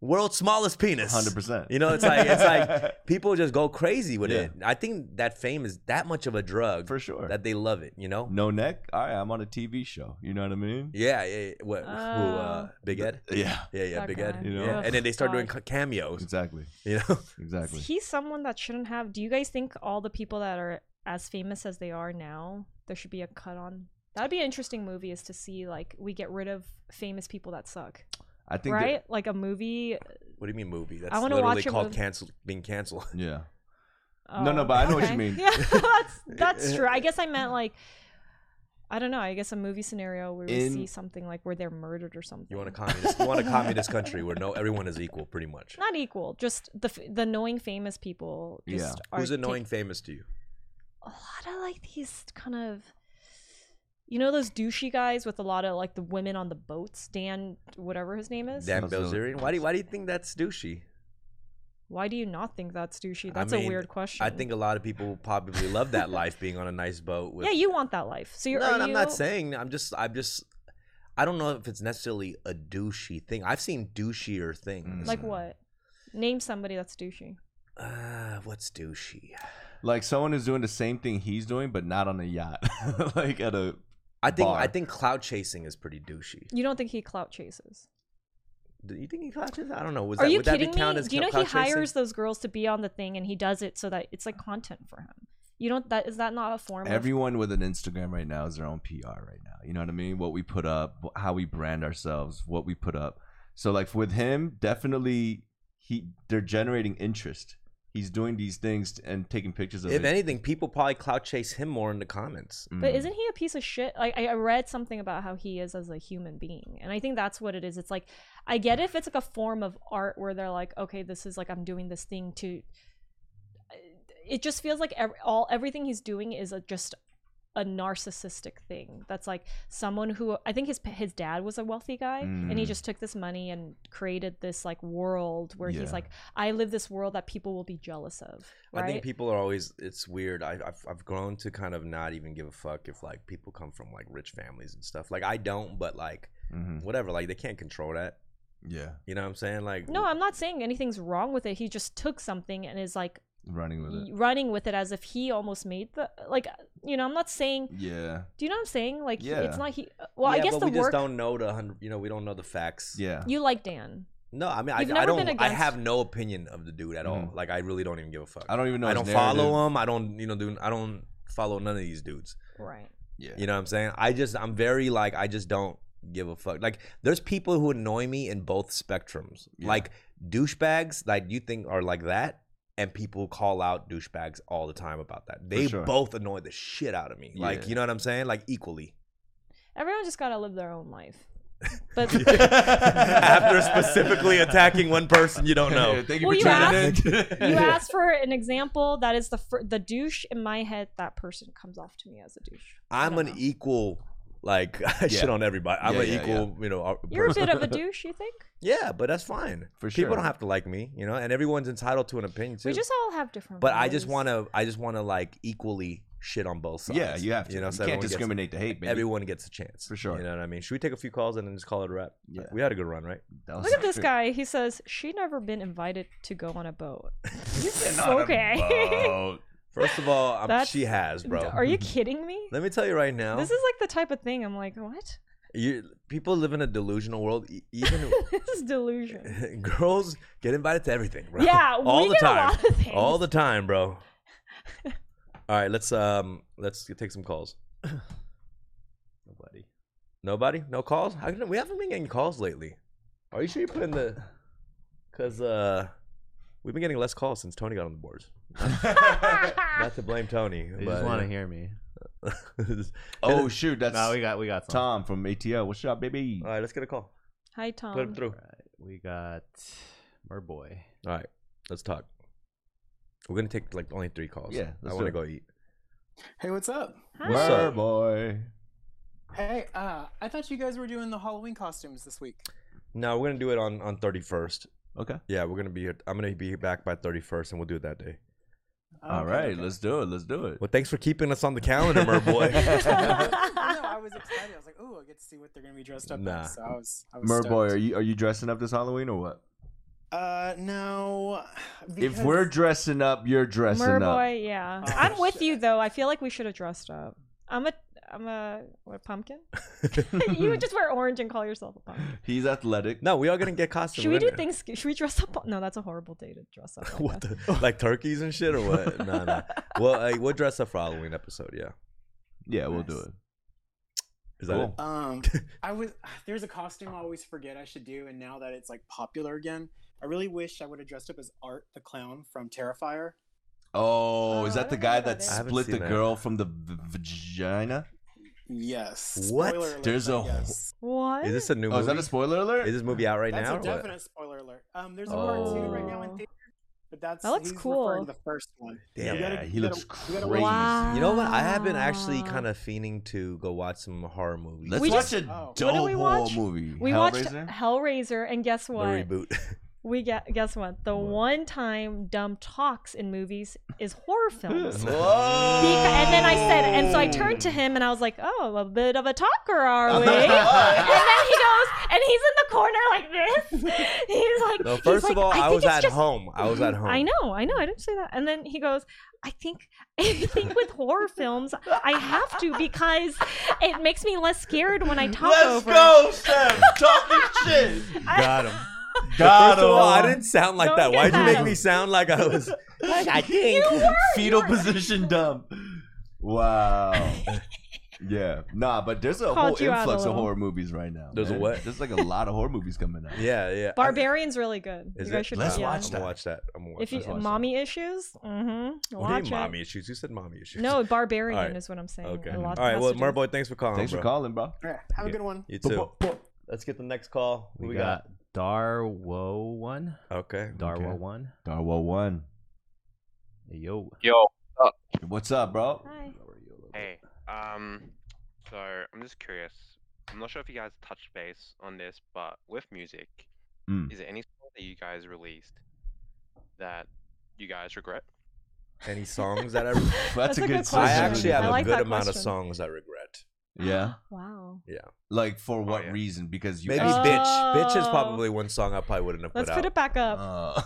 Speaker 1: world's smallest penis.
Speaker 3: Hundred percent.
Speaker 1: You know, it's like it's like people just go crazy with
Speaker 3: Yeah.
Speaker 1: it. I think that fame is that much of a drug
Speaker 3: for sure.
Speaker 1: that they love it. You know?
Speaker 3: no neck. All right, I'm on a TV show. You know what I mean?
Speaker 1: Yeah. yeah, yeah. What? Who? Uh,
Speaker 2: Oh.
Speaker 1: Big Ed.
Speaker 3: Yeah,
Speaker 1: Yeah, yeah,
Speaker 2: That
Speaker 1: Big
Speaker 2: guy.
Speaker 1: Ed.
Speaker 3: You know?
Speaker 1: Yeah. And then they start doing
Speaker 2: God.
Speaker 1: ca- cameos.
Speaker 3: exactly,
Speaker 1: You know?
Speaker 3: exactly.
Speaker 2: Is he someone that shouldn't have? Do you guys think all the people that are as famous as they are now, there should be a cut on? That'd be an interesting movie is to see like we get rid of famous people that suck,
Speaker 3: I think. that-
Speaker 2: right? Like a movie.
Speaker 1: What do you mean movie? That's
Speaker 2: wanna
Speaker 1: literally
Speaker 2: watch a
Speaker 1: called
Speaker 2: movie.
Speaker 1: cancel being canceled.
Speaker 3: yeah.
Speaker 2: Oh,
Speaker 3: No, no, but I know what you mean.
Speaker 2: Yeah, that's that's true. I guess I meant like. I don't know. I guess a movie scenario where we
Speaker 3: In-
Speaker 2: see something like where they're murdered or something.
Speaker 1: You want a communist? You want a communist country where no everyone is equal, pretty much.
Speaker 2: not equal just the f- the annoying famous people
Speaker 3: Yeah.
Speaker 2: just are
Speaker 1: Who's
Speaker 2: ta-
Speaker 1: annoying famous to you?
Speaker 2: a lot of like these kind of you know those douchey guys with a lot of like the women on the boats dan whatever his name is
Speaker 1: Dan
Speaker 3: That's a-
Speaker 1: Bilzerian? Why do why do you think that's douchey?
Speaker 2: why do you not think that's douchey
Speaker 1: I
Speaker 2: that's
Speaker 1: mean,
Speaker 2: a weird question
Speaker 1: I think a lot of people probably love that life being on a nice boat with
Speaker 2: yeah you want that life so you're
Speaker 1: No,
Speaker 2: are
Speaker 1: and I'm not
Speaker 2: you-
Speaker 1: saying I'm just I'm just I don't know if it's necessarily a douchey thing. I've seen douchier things.
Speaker 2: like
Speaker 3: Mm.
Speaker 2: what name somebody that's douchey
Speaker 1: uh, what's douchey?
Speaker 3: Like someone is doing the same thing he's doing, but not on a yacht. like at a
Speaker 1: I think I
Speaker 3: Bar.
Speaker 1: think cloud chasing is pretty douchey.
Speaker 2: you don't think he clout chases
Speaker 1: Do you think he cloud chases? I don't know. Was
Speaker 2: are
Speaker 1: that,
Speaker 2: you
Speaker 1: would that be
Speaker 2: kidding
Speaker 1: count
Speaker 2: me
Speaker 1: as
Speaker 2: do you know he
Speaker 1: clout chasing?
Speaker 2: hires those girls to be on the thing and he does it so that it's like content for him you don't that is that not a form of
Speaker 3: everyone with an Instagram right now is their own PR right now. You know what I mean? What we put up, wh- how we brand ourselves, what we put up. So like with him, definitely he they're generating interest. He's doing these things and taking pictures of
Speaker 1: If
Speaker 3: it.
Speaker 1: anything, people probably clout chase him more in the comments.
Speaker 2: But
Speaker 3: Mm.
Speaker 2: isn't he a piece of shit? Like I I read something about how he is as a human being, and I think that's what it is. It's like I get if it's like a form of art where they're like, okay, this is like I'm doing this thing to. uh, It just feels like ev- all everything he's doing is a, just a narcissistic thing. That's like someone who I think his his dad was a wealthy guy, and he
Speaker 3: Mm.
Speaker 2: just took this money and created this like world where
Speaker 3: Mm-hmm. Yeah.
Speaker 2: he's like, I live this world that people will be jealous of. Right?
Speaker 1: I think people are always. It's weird. I, I've I've grown to kind of not even give a fuck if like people come from like rich families and stuff. Like I don't, but like
Speaker 3: Mhm.
Speaker 1: whatever. Like they can't control that.
Speaker 3: Yeah,
Speaker 1: You know what I'm saying? Like
Speaker 2: No, I'm not saying anything's wrong with it. He just took something and is like
Speaker 3: running with it.
Speaker 2: running with it as if he almost made the like. You know, I'm not saying.
Speaker 3: Yeah,
Speaker 2: Do you know what I'm saying? Like, he-
Speaker 3: Yeah.
Speaker 2: it's not he. Well, I
Speaker 1: Yeah,
Speaker 2: guess
Speaker 1: but
Speaker 2: the
Speaker 1: we just
Speaker 2: work.
Speaker 1: don't know the hundred. You know, we don't know the facts.
Speaker 3: yeah.
Speaker 2: You like Dan?
Speaker 1: No, I mean, I,
Speaker 2: You've
Speaker 1: I
Speaker 2: never
Speaker 1: don't.
Speaker 2: been
Speaker 1: I
Speaker 2: against-
Speaker 1: have no opinion of the dude at all.
Speaker 3: Mhm.
Speaker 1: Like I really don't even give a fuck.
Speaker 3: I don't even know.
Speaker 1: I
Speaker 3: his
Speaker 1: don't follow
Speaker 3: narrative.
Speaker 1: him. I don't. You know, dude. I don't follow none of these dudes.
Speaker 2: Right.
Speaker 3: Yeah,
Speaker 1: You know what I'm saying? I just I'm very like I just don't give a fuck. Like there's people who annoy me in both spectrums.
Speaker 3: Yeah.
Speaker 1: Like douchebags that you think are like that and people call out douchebags all the time about that. They
Speaker 3: sure.
Speaker 1: both annoy the shit out of me. Like,
Speaker 3: Yeah.
Speaker 1: you know what I'm saying? Like equally.
Speaker 2: Everyone just gotta live their own life. But
Speaker 1: After specifically attacking one person you don't know.
Speaker 3: Thank you
Speaker 2: Well, you
Speaker 3: for tuning in.
Speaker 2: you asked for an example. That is the fir- the douche in my head. That person comes off to me as a douche. I
Speaker 1: I'm an
Speaker 2: don't
Speaker 1: e-,
Speaker 2: know.
Speaker 1: equal like I shit on everybody. I'm
Speaker 3: Yeah,
Speaker 1: an
Speaker 3: yeah,
Speaker 1: equal, you know, person.
Speaker 2: You're a bit of a douche. You think?
Speaker 1: yeah, but that's fine.
Speaker 3: For
Speaker 1: People
Speaker 3: sure.
Speaker 1: don't have to like me, you know, and everyone's entitled to an opinion too.
Speaker 2: We just all have different.
Speaker 1: But I just
Speaker 2: values.
Speaker 1: want to, I just want to like equally shit on both sides.
Speaker 3: Yeah, you have to. You,
Speaker 1: know, so
Speaker 3: can't
Speaker 1: everyone gets-
Speaker 3: discriminate the hate, baby.
Speaker 1: Everyone gets a chance
Speaker 3: For sure.
Speaker 1: You know what I mean? Should we take a few calls and then just call it a wrap?
Speaker 3: Yeah.
Speaker 1: we had a good run, right?
Speaker 3: That was
Speaker 2: Look at this
Speaker 3: true.
Speaker 2: guy. He says she never been invited to go on a boat.
Speaker 3: Not a
Speaker 2: okay.
Speaker 3: boat.
Speaker 1: First of all, I'm,
Speaker 2: That's-
Speaker 1: she has, bro.
Speaker 2: Are you kidding me?
Speaker 1: Let me tell you right now,
Speaker 2: This is like the type of thing I'm like, what?
Speaker 1: you people live in a delusional world. E- Even
Speaker 2: this is delusion.
Speaker 1: girls get invited to everything, bro.
Speaker 2: Yeah,
Speaker 1: all
Speaker 2: we
Speaker 1: the
Speaker 2: get
Speaker 1: time,
Speaker 2: a lot of things.
Speaker 1: all the time, bro. all right, let's um, let's take some calls.
Speaker 4: Nobody.
Speaker 1: Nobody? No calls? How can, we haven't been getting calls lately. Are you sure you put in the? Cause uh, We've been getting less calls since Tony got on the boards. Not to blame Tony.
Speaker 4: They just want to hear me.
Speaker 1: hear.
Speaker 3: oh shoot, that's
Speaker 4: No, we got we got some.
Speaker 3: Tom from ATL. What's up, baby?
Speaker 1: All right, let's get a call.
Speaker 2: Hi,
Speaker 1: Put him
Speaker 2: Tom.
Speaker 1: through.
Speaker 4: We got Merboy.
Speaker 1: All right, let's talk. We're gonna take like only three calls.
Speaker 3: Yeah,
Speaker 1: I
Speaker 3: let's
Speaker 1: want to
Speaker 3: do
Speaker 1: go eat.
Speaker 5: Hey, what's up?
Speaker 2: Hi.
Speaker 1: What's up?
Speaker 3: Burr boy.
Speaker 5: Hey, uh, I thought you guys were doing the Halloween costumes this week.
Speaker 1: No, we're gonna do it on on thirty first.
Speaker 3: Okay.
Speaker 1: Yeah, we're gonna be here. I'm gonna be back by thirty first, and we'll do it that day.
Speaker 3: All right, let's do it. Let's do it.
Speaker 1: Well, than's for keeping us on the calendar, my boy.
Speaker 5: no, I was excited. I was like, "Ooh, I get to see what they're gonna be dressed up."
Speaker 1: Nah.
Speaker 5: As. So I was. I was
Speaker 3: Merboy,
Speaker 5: stoked.
Speaker 3: are you are you dressing up this Halloween or what?
Speaker 5: Uh, no.
Speaker 3: If we're
Speaker 5: because-
Speaker 3: dressing up, you're dressing up.
Speaker 2: Merboy, yeah.
Speaker 5: Oh,
Speaker 2: I'm with you
Speaker 5: shit.
Speaker 2: though. I feel like we should have dressed up. I'm a I'm a what pumpkin? you would just wear orange and call yourself a pumpkin.
Speaker 3: He's athletic.
Speaker 1: no, we all gonna get costumes.
Speaker 2: Should we do things? Should we dress up? No, that's a horrible day to dress up. Like
Speaker 1: What
Speaker 2: that.
Speaker 1: the, like turkeys and shit or what? No, no. Well, uh, we'll dress up for Halloween episode. Yeah,
Speaker 3: Yeah, we'll do
Speaker 5: Nice.
Speaker 3: it.
Speaker 1: is that
Speaker 3: Cool.
Speaker 5: Um, I was. There's a costume I always forget I should do, and now that it's like popular again, I really wish I would have dressed up as Art the clown from Terrifier.
Speaker 3: Oh, is
Speaker 2: Oh, I
Speaker 3: that the
Speaker 2: don't know
Speaker 3: guy
Speaker 2: about
Speaker 3: that
Speaker 2: this.
Speaker 1: I haven't
Speaker 3: split the
Speaker 1: seen that.
Speaker 3: girl from the v- vagina?
Speaker 5: Yes.
Speaker 1: What?
Speaker 5: Spoiler alert,
Speaker 3: There's
Speaker 5: but
Speaker 3: a-
Speaker 5: yes.
Speaker 2: What?
Speaker 1: it? Is this a new
Speaker 3: Oh, is
Speaker 1: movie?
Speaker 3: that a spoiler alert?
Speaker 1: is this movie out right
Speaker 5: that's
Speaker 1: now?
Speaker 5: a
Speaker 1: or what?
Speaker 5: definite spoiler alert. Um, there's a part two right now in
Speaker 2: Oh.
Speaker 5: theater, but that's
Speaker 2: That looks
Speaker 5: he's referring
Speaker 2: cool.
Speaker 5: to the first one.
Speaker 1: Damn.
Speaker 5: You gotta-
Speaker 3: Yeah, he
Speaker 5: you gotta-
Speaker 3: looks
Speaker 5: you gotta
Speaker 3: crazy.
Speaker 5: watch-
Speaker 2: Wow.
Speaker 1: You know what? I have been actually kind of fiending to go watch some horror movies.
Speaker 3: Let's
Speaker 2: We
Speaker 3: watch
Speaker 2: just-
Speaker 3: a
Speaker 5: Oh. What
Speaker 3: dope
Speaker 2: did we
Speaker 3: horror
Speaker 2: watch?
Speaker 3: movie.
Speaker 2: We watched
Speaker 3: Hellraiser?
Speaker 2: Hellraiser, and guess
Speaker 1: the
Speaker 2: what?
Speaker 1: reboot.
Speaker 2: We get guess what? The
Speaker 3: What?
Speaker 2: one time dumb talks in movies is horror films.
Speaker 1: Whoa.
Speaker 2: Beca- and then I said, and so I turned to him and I was like, "Oh, a bit of a talker, are we?" and then he goes, and he's in the corner like this. He's like,
Speaker 1: No,
Speaker 2: he's
Speaker 1: first
Speaker 2: like,
Speaker 1: of all, I,
Speaker 2: think
Speaker 1: was
Speaker 2: it's
Speaker 1: at
Speaker 2: just-
Speaker 1: home. I was at home.
Speaker 2: I know, I know, I didn't say that. And then he goes, I think, I think with horror films, I have to because it makes me less scared when I talk over.
Speaker 3: Steph. Talking shit.
Speaker 1: Got him.
Speaker 3: Got
Speaker 1: First of all, I
Speaker 3: him.
Speaker 1: didn't sound like
Speaker 2: Don't
Speaker 1: that.
Speaker 2: get
Speaker 1: Why'd you make
Speaker 2: him.
Speaker 1: me sound like I was? I think.
Speaker 3: Fetal position dumb. Wow. yeah. Nah, but there's a
Speaker 2: Called
Speaker 3: whole
Speaker 2: you out a
Speaker 3: influx of
Speaker 2: little.
Speaker 3: horror movies right now.
Speaker 1: There's a
Speaker 3: man.
Speaker 1: what?
Speaker 3: There's like a lot of horror movies coming out.
Speaker 1: Yeah, yeah.
Speaker 2: Barbarian's really good.
Speaker 1: Is
Speaker 2: you
Speaker 1: it?
Speaker 2: guys should
Speaker 3: Let's
Speaker 2: yeah.
Speaker 3: watch
Speaker 1: I'm
Speaker 3: that.
Speaker 1: gonna watch that. I'm gonna watch
Speaker 2: If you
Speaker 1: that.
Speaker 3: watch
Speaker 2: mommy issues, mm-hmm.
Speaker 1: What do you
Speaker 2: Watch
Speaker 1: mean
Speaker 2: it.
Speaker 1: mommy issues? Who said mommy issues?
Speaker 2: No, barbarian
Speaker 1: Alright.
Speaker 2: is what I'm saying.
Speaker 1: Okay.
Speaker 2: A
Speaker 1: All
Speaker 2: lot
Speaker 1: right.
Speaker 2: has
Speaker 1: Well,
Speaker 2: to do with-
Speaker 1: Merboy, thanks for calling.
Speaker 3: Thanks
Speaker 1: bro.
Speaker 3: for calling, bro.
Speaker 5: All right, have a
Speaker 1: Yeah.
Speaker 5: good one.
Speaker 1: You
Speaker 3: Boop,
Speaker 1: too.
Speaker 3: boop, boop.
Speaker 1: Let's get the next call. Who
Speaker 4: We, got, Darwo one.
Speaker 1: Okay.
Speaker 4: Darwo
Speaker 3: Okay.
Speaker 4: one.
Speaker 3: Darwell one.
Speaker 4: Yo.
Speaker 6: Yo,
Speaker 3: What's up, bro?
Speaker 2: Hi.
Speaker 7: Hey, um, so I'm just curious. I'm not sure if you guys touched base on this, but with music,
Speaker 3: Mm.
Speaker 7: is there any song that you guys released that you guys regret?
Speaker 1: Any songs that I? Re-
Speaker 3: That's a good
Speaker 1: I
Speaker 3: question.
Speaker 1: actually have
Speaker 2: I
Speaker 1: a
Speaker 2: like
Speaker 1: good
Speaker 2: that
Speaker 1: amount of
Speaker 2: question.
Speaker 1: songs I regret.
Speaker 3: Yeah.
Speaker 2: Wow.
Speaker 3: Like for what
Speaker 7: yeah.
Speaker 3: reason? Because you
Speaker 1: Oh, Maybe
Speaker 2: Oh.
Speaker 3: actually-
Speaker 1: bitch. Bitch is
Speaker 2: Oh.
Speaker 1: probably one song I probably wouldn't have put
Speaker 2: Let's
Speaker 1: out.
Speaker 2: put it back up.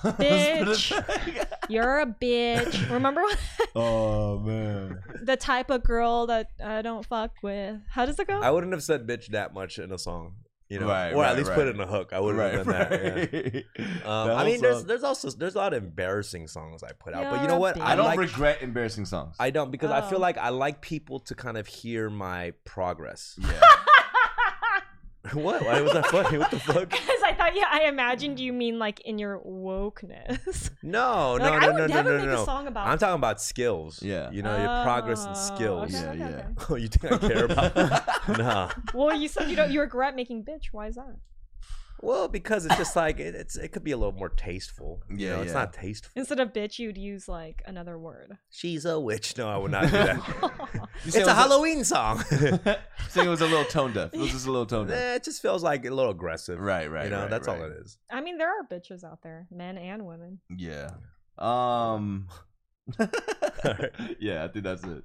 Speaker 3: Uh, let's put it back.
Speaker 2: You're a bitch. Remember when-
Speaker 3: oh man.
Speaker 2: the type of girl that I don't fuck with? How does it go?
Speaker 1: I wouldn't have said bitch that much in a song, you know,
Speaker 3: Right,
Speaker 1: or
Speaker 3: right,
Speaker 1: at least
Speaker 3: right.
Speaker 1: put it in a hook. I would have done that. yeah. Um, I mean, there's there's also there's a lot of embarrassing songs I put out, but you
Speaker 2: You're
Speaker 1: know
Speaker 2: a
Speaker 1: what?
Speaker 3: I don't
Speaker 1: like,
Speaker 3: regret embarrassing songs.
Speaker 1: I don't because I feel
Speaker 2: Oh.
Speaker 1: like I like people to kind of hear my progress.
Speaker 3: yeah.
Speaker 1: what? Why was that funny? What the fuck?
Speaker 2: Because I thought, yeah, I imagined you mean like in your wokeness.
Speaker 1: No, Oh, no,
Speaker 2: like, I
Speaker 1: no,
Speaker 2: would
Speaker 1: no, no,
Speaker 2: never
Speaker 1: no,
Speaker 2: make
Speaker 1: no.
Speaker 2: a song about.
Speaker 1: I'm talking about skills.
Speaker 3: Yeah.
Speaker 1: you know your progress and
Speaker 2: Oh,
Speaker 1: skills.
Speaker 2: okay,
Speaker 3: Yeah,
Speaker 2: okay,
Speaker 3: yeah.
Speaker 2: okay.
Speaker 1: Oh, you think I care about? nah.
Speaker 2: Well, you said you don't. You regret making bitch. Why is that?
Speaker 1: Well, because it's just like it, it's it could be a little more tasteful. you
Speaker 3: Yeah,
Speaker 1: know, it's
Speaker 3: yeah.
Speaker 1: not tasteful.
Speaker 2: Instead of bitch, you'd use like another word.
Speaker 1: She's a witch. No, I would not do that.
Speaker 3: You
Speaker 1: it's
Speaker 3: say it was
Speaker 1: a Halloween song.
Speaker 3: Saying it was a little tone deaf. It was just a little tone deaf.
Speaker 1: Eh, it just feels like a little aggressive.
Speaker 3: Right, right.
Speaker 1: you know,
Speaker 3: right,
Speaker 1: that's all
Speaker 3: right.
Speaker 1: it is.
Speaker 2: I mean, there are bitches out there, men and women.
Speaker 3: Yeah. Um. yeah, I think that's it.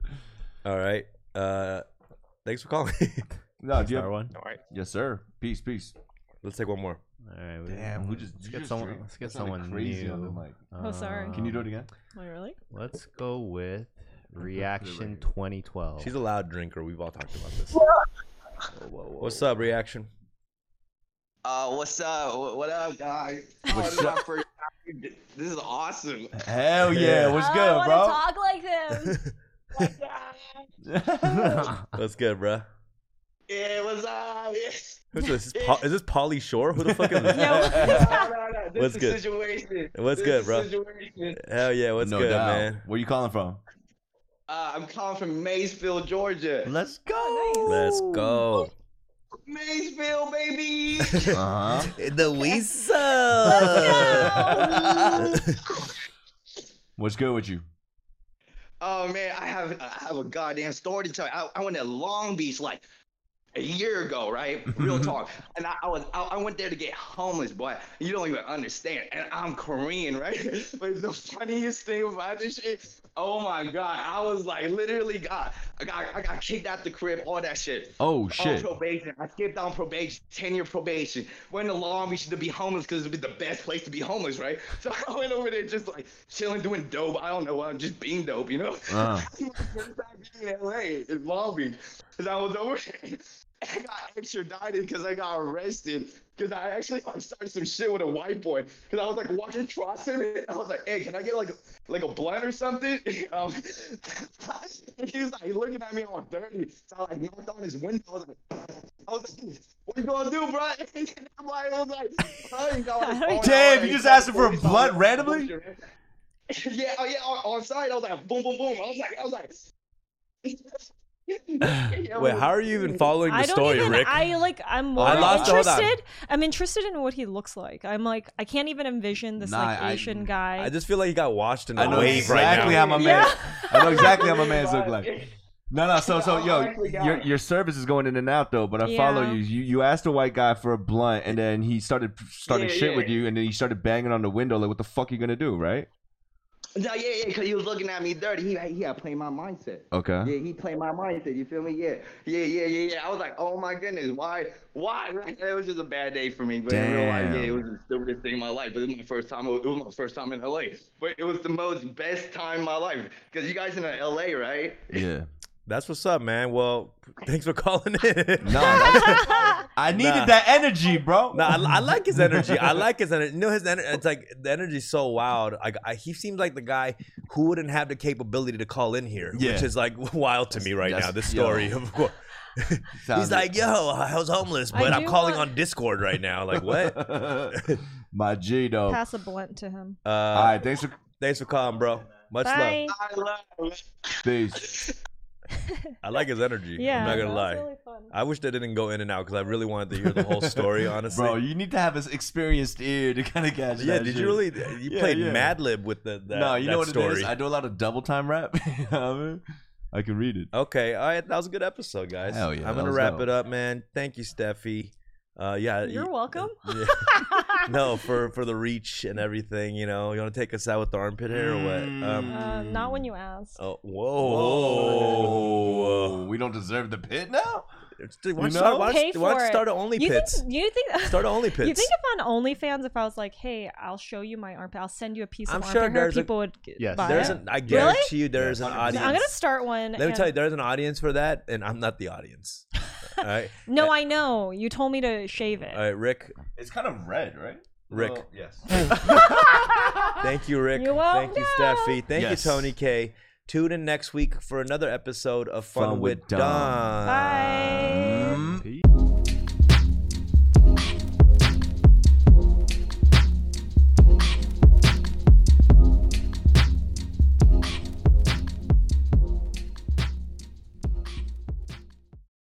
Speaker 1: All right. Uh, thanks for calling.
Speaker 3: No, Oh, do you
Speaker 4: Star
Speaker 3: have...
Speaker 4: one.
Speaker 7: All right.
Speaker 3: Yes, sir. Peace, peace.
Speaker 1: Let's take one more.
Speaker 4: All right. we-
Speaker 3: Damn, we just
Speaker 4: let's
Speaker 3: you
Speaker 4: get
Speaker 3: just
Speaker 4: someone.
Speaker 3: drank-
Speaker 4: Let's get
Speaker 3: that sounded
Speaker 4: someone
Speaker 3: crazy on the
Speaker 4: new.
Speaker 3: mic.
Speaker 2: Oh, sorry.
Speaker 3: Can you do it again?
Speaker 2: Oh, really?
Speaker 4: Let's go with
Speaker 3: it right
Speaker 4: Reaction
Speaker 3: here. Oh.
Speaker 4: 2012.
Speaker 1: She's a loud drinker. We've all talked about this. What's up, reaction?
Speaker 8: Uh, what's up? Wh- What up, guys? Oh,
Speaker 3: What's
Speaker 8: this is my first time. This is awesome.
Speaker 3: Hell yeah!
Speaker 1: Yeah.
Speaker 3: What's
Speaker 2: Oh, I
Speaker 3: good,
Speaker 2: wanna
Speaker 3: bro?
Speaker 2: Talk like him.
Speaker 1: What's good, bruh?
Speaker 8: Yeah, what's up? Yeah.
Speaker 1: Who's this? Is, Paul, is this Polly Shore? Who the fuck is this?
Speaker 2: Yeah,
Speaker 8: no, no, no. This
Speaker 1: What's
Speaker 8: is
Speaker 1: good?
Speaker 8: situation.
Speaker 1: What's
Speaker 8: This
Speaker 1: good,
Speaker 8: is
Speaker 1: bro?
Speaker 8: Situation.
Speaker 1: Hell yeah, what's
Speaker 3: no
Speaker 1: good,
Speaker 3: doubt.
Speaker 1: man?
Speaker 3: Where you calling from?
Speaker 8: Uh, I'm calling from Maysville, Georgia.
Speaker 3: Let's go.
Speaker 2: Oh,
Speaker 1: Let's go.
Speaker 8: Maysville, baby.
Speaker 3: Uh huh.
Speaker 1: The Weasel.
Speaker 3: What's good with you?
Speaker 8: oh man, I have I have a goddamn story to tell. you. I, I went to Long Beach like a year ago, right? Real talk. And I, I was I, I went there to get homeless, boy. You don't even understand. And I'm Korean, right? But the funniest thing about this shit, oh my god, I was like literally God, I got I got kicked out the crib, all that shit.
Speaker 3: Oh
Speaker 8: On
Speaker 3: shit.
Speaker 8: probation. I skipped on probation, 10 year probation. Went to Long Beach to be homeless because it would be the best place to be homeless, right? So I went over there just like chilling, doing dope. I don't know, I'm just being dope, you know?
Speaker 3: Uh.
Speaker 8: My first time being in LA in Long Beach. Because I was over there. I got extradited because I got arrested. Because I actually like, started some shit with a white boy. Because I was like walking across him. And I was like, hey, can I get like like a blunt or something? Um, he was like looking at me all dirty. So I like knocked on his window. I was like, I was like what you gonna do, bro? And I'm like, I was like, oh, you know, like, oh,
Speaker 3: Damn, you
Speaker 8: no, like,
Speaker 3: just asked him for a
Speaker 8: police officer,
Speaker 3: blunt randomly?
Speaker 8: yeah, oh yeah, on, on site. I was like, boom, boom, boom. I was like, I was like.
Speaker 1: Wait, how are you even following the
Speaker 2: I don't
Speaker 1: story,
Speaker 2: even.
Speaker 1: Rick?
Speaker 2: I like. I'm more
Speaker 1: I lost- hold on.
Speaker 2: interested. I'm interested in what he looks like. I'm like. I can't even envision this
Speaker 3: Nah,
Speaker 2: like
Speaker 3: I-
Speaker 2: Asian guy.
Speaker 1: I just feel like he got washed in
Speaker 3: I
Speaker 1: a
Speaker 3: know
Speaker 1: wave
Speaker 3: exactly
Speaker 1: right
Speaker 3: how my man. I know exactly how my man's look like. No, no. So, so, yo,
Speaker 8: Exactly, guy.
Speaker 3: your your service is going in and out though. But I follow
Speaker 2: Yeah.
Speaker 3: you. You you asked a white guy for a blunt, and then he started starting
Speaker 8: Yeah,
Speaker 3: shit
Speaker 8: yeah.
Speaker 3: with you, and then he started banging on the window. Like, what the fuck you gonna do, right?
Speaker 8: No, yeah, yeah, because he was looking at me dirty. He, he had played my mindset.
Speaker 3: Okay.
Speaker 8: Yeah, he played my mindset. You feel me? Yeah, yeah, yeah, yeah, yeah. I was like, oh my goodness, why, why? It was just a bad day for me. But in real life, yeah, it
Speaker 3: Damn.
Speaker 8: was the stupidest thing in my life. But it was my first time. It was my first time in LA. But it was the most best time in my life because you guys in LA, right?
Speaker 3: Yeah.
Speaker 1: That's what's up, man. Well, thanks for calling in.
Speaker 3: No, that's- I needed
Speaker 1: Nah.
Speaker 3: that energy, bro.
Speaker 1: No, I, I like his energy. I like his energy. No, his energy. It's like the energy's so wild. Like I, he seems like the guy who wouldn't have the capability to call in here, which
Speaker 3: Yeah.
Speaker 1: is like wild to me right
Speaker 3: That's-
Speaker 1: now. This
Speaker 3: yo.
Speaker 1: story, of course. He's
Speaker 3: Sounds-
Speaker 1: like, "Yo, I was homeless,
Speaker 2: I
Speaker 1: but I'm
Speaker 2: do
Speaker 1: calling
Speaker 2: want-
Speaker 1: on Discord right now." Like, what?
Speaker 3: My G
Speaker 1: Oh.
Speaker 3: though.
Speaker 2: Pass a blunt to him.
Speaker 1: Uh,
Speaker 3: All right, thanks for
Speaker 1: Thanks for calling, bro. Much
Speaker 2: Bye.
Speaker 1: love.
Speaker 8: I love.
Speaker 3: peace.
Speaker 1: I like his energy.
Speaker 2: Yeah.
Speaker 1: I'm not
Speaker 2: that
Speaker 1: gonna
Speaker 2: was
Speaker 1: lie.
Speaker 2: really fun.
Speaker 1: I wish they didn't go in and out because I really wanted to hear the whole story. Honestly,
Speaker 3: Bro, you need to have an experienced ear to kind of catch
Speaker 1: yeah.
Speaker 3: that
Speaker 1: Did
Speaker 3: shit.
Speaker 1: you really? You
Speaker 3: Yeah,
Speaker 1: played
Speaker 3: yeah.
Speaker 1: Mad Lib with the that,
Speaker 3: no, you
Speaker 1: that
Speaker 3: know what
Speaker 1: story.
Speaker 3: it is. I do a lot of double time rap. You know what I mean? I can read it.
Speaker 1: Okay, all right, that was a good episode, guys.
Speaker 3: Hell yeah,
Speaker 1: I'm
Speaker 3: that
Speaker 1: gonna
Speaker 3: was
Speaker 1: wrap
Speaker 3: dope.
Speaker 1: it up, man. Thank you, Steffi. Uh, yeah,
Speaker 2: You're
Speaker 1: y-
Speaker 2: welcome.
Speaker 1: yeah. no, for for the reach and everything. You know, you want to take us out with the armpit hair or what? Um,
Speaker 2: Uh, not when you ask.
Speaker 1: oh,
Speaker 3: Whoa,
Speaker 1: whoa!
Speaker 3: we don't deserve the pit now.
Speaker 1: Dude, Why don't you
Speaker 3: You know?
Speaker 1: start? Why don't
Speaker 2: Pay
Speaker 1: you- why don't
Speaker 2: for
Speaker 1: you
Speaker 2: it.
Speaker 1: start an only
Speaker 2: You
Speaker 1: pits?
Speaker 2: think? You think?
Speaker 1: Start an only pits.
Speaker 2: You think if on OnlyFans, if I was like, "Hey, I'll show you my armpit. I'll send you a piece
Speaker 1: I'm
Speaker 2: of
Speaker 1: sure
Speaker 2: armpit hair,"
Speaker 1: there's a-
Speaker 2: people would g-
Speaker 4: Yes.
Speaker 2: buy
Speaker 1: there's
Speaker 2: it.
Speaker 1: an, I
Speaker 2: Really?
Speaker 1: guarantee you, there's an
Speaker 3: 100%.
Speaker 1: audience.
Speaker 2: So I'm gonna start one.
Speaker 1: Let me
Speaker 2: and-
Speaker 1: tell you, there's an audience for that, and I'm not the audience. all right,
Speaker 2: No, I know. You told me to shave it.
Speaker 1: all right, Rick.
Speaker 3: It's kind of red, right?
Speaker 1: Rick.
Speaker 3: Well, yes.
Speaker 1: Thank you, Rick.
Speaker 2: You're
Speaker 1: Thank you,
Speaker 2: welcome.
Speaker 1: Steffi. Thank
Speaker 3: Yes.
Speaker 1: you, Tony K. Tune in next week for another episode of Fun,
Speaker 3: Fun
Speaker 1: with
Speaker 3: with
Speaker 1: Don. Mm.
Speaker 3: Dom.
Speaker 2: Bye.
Speaker 1: um,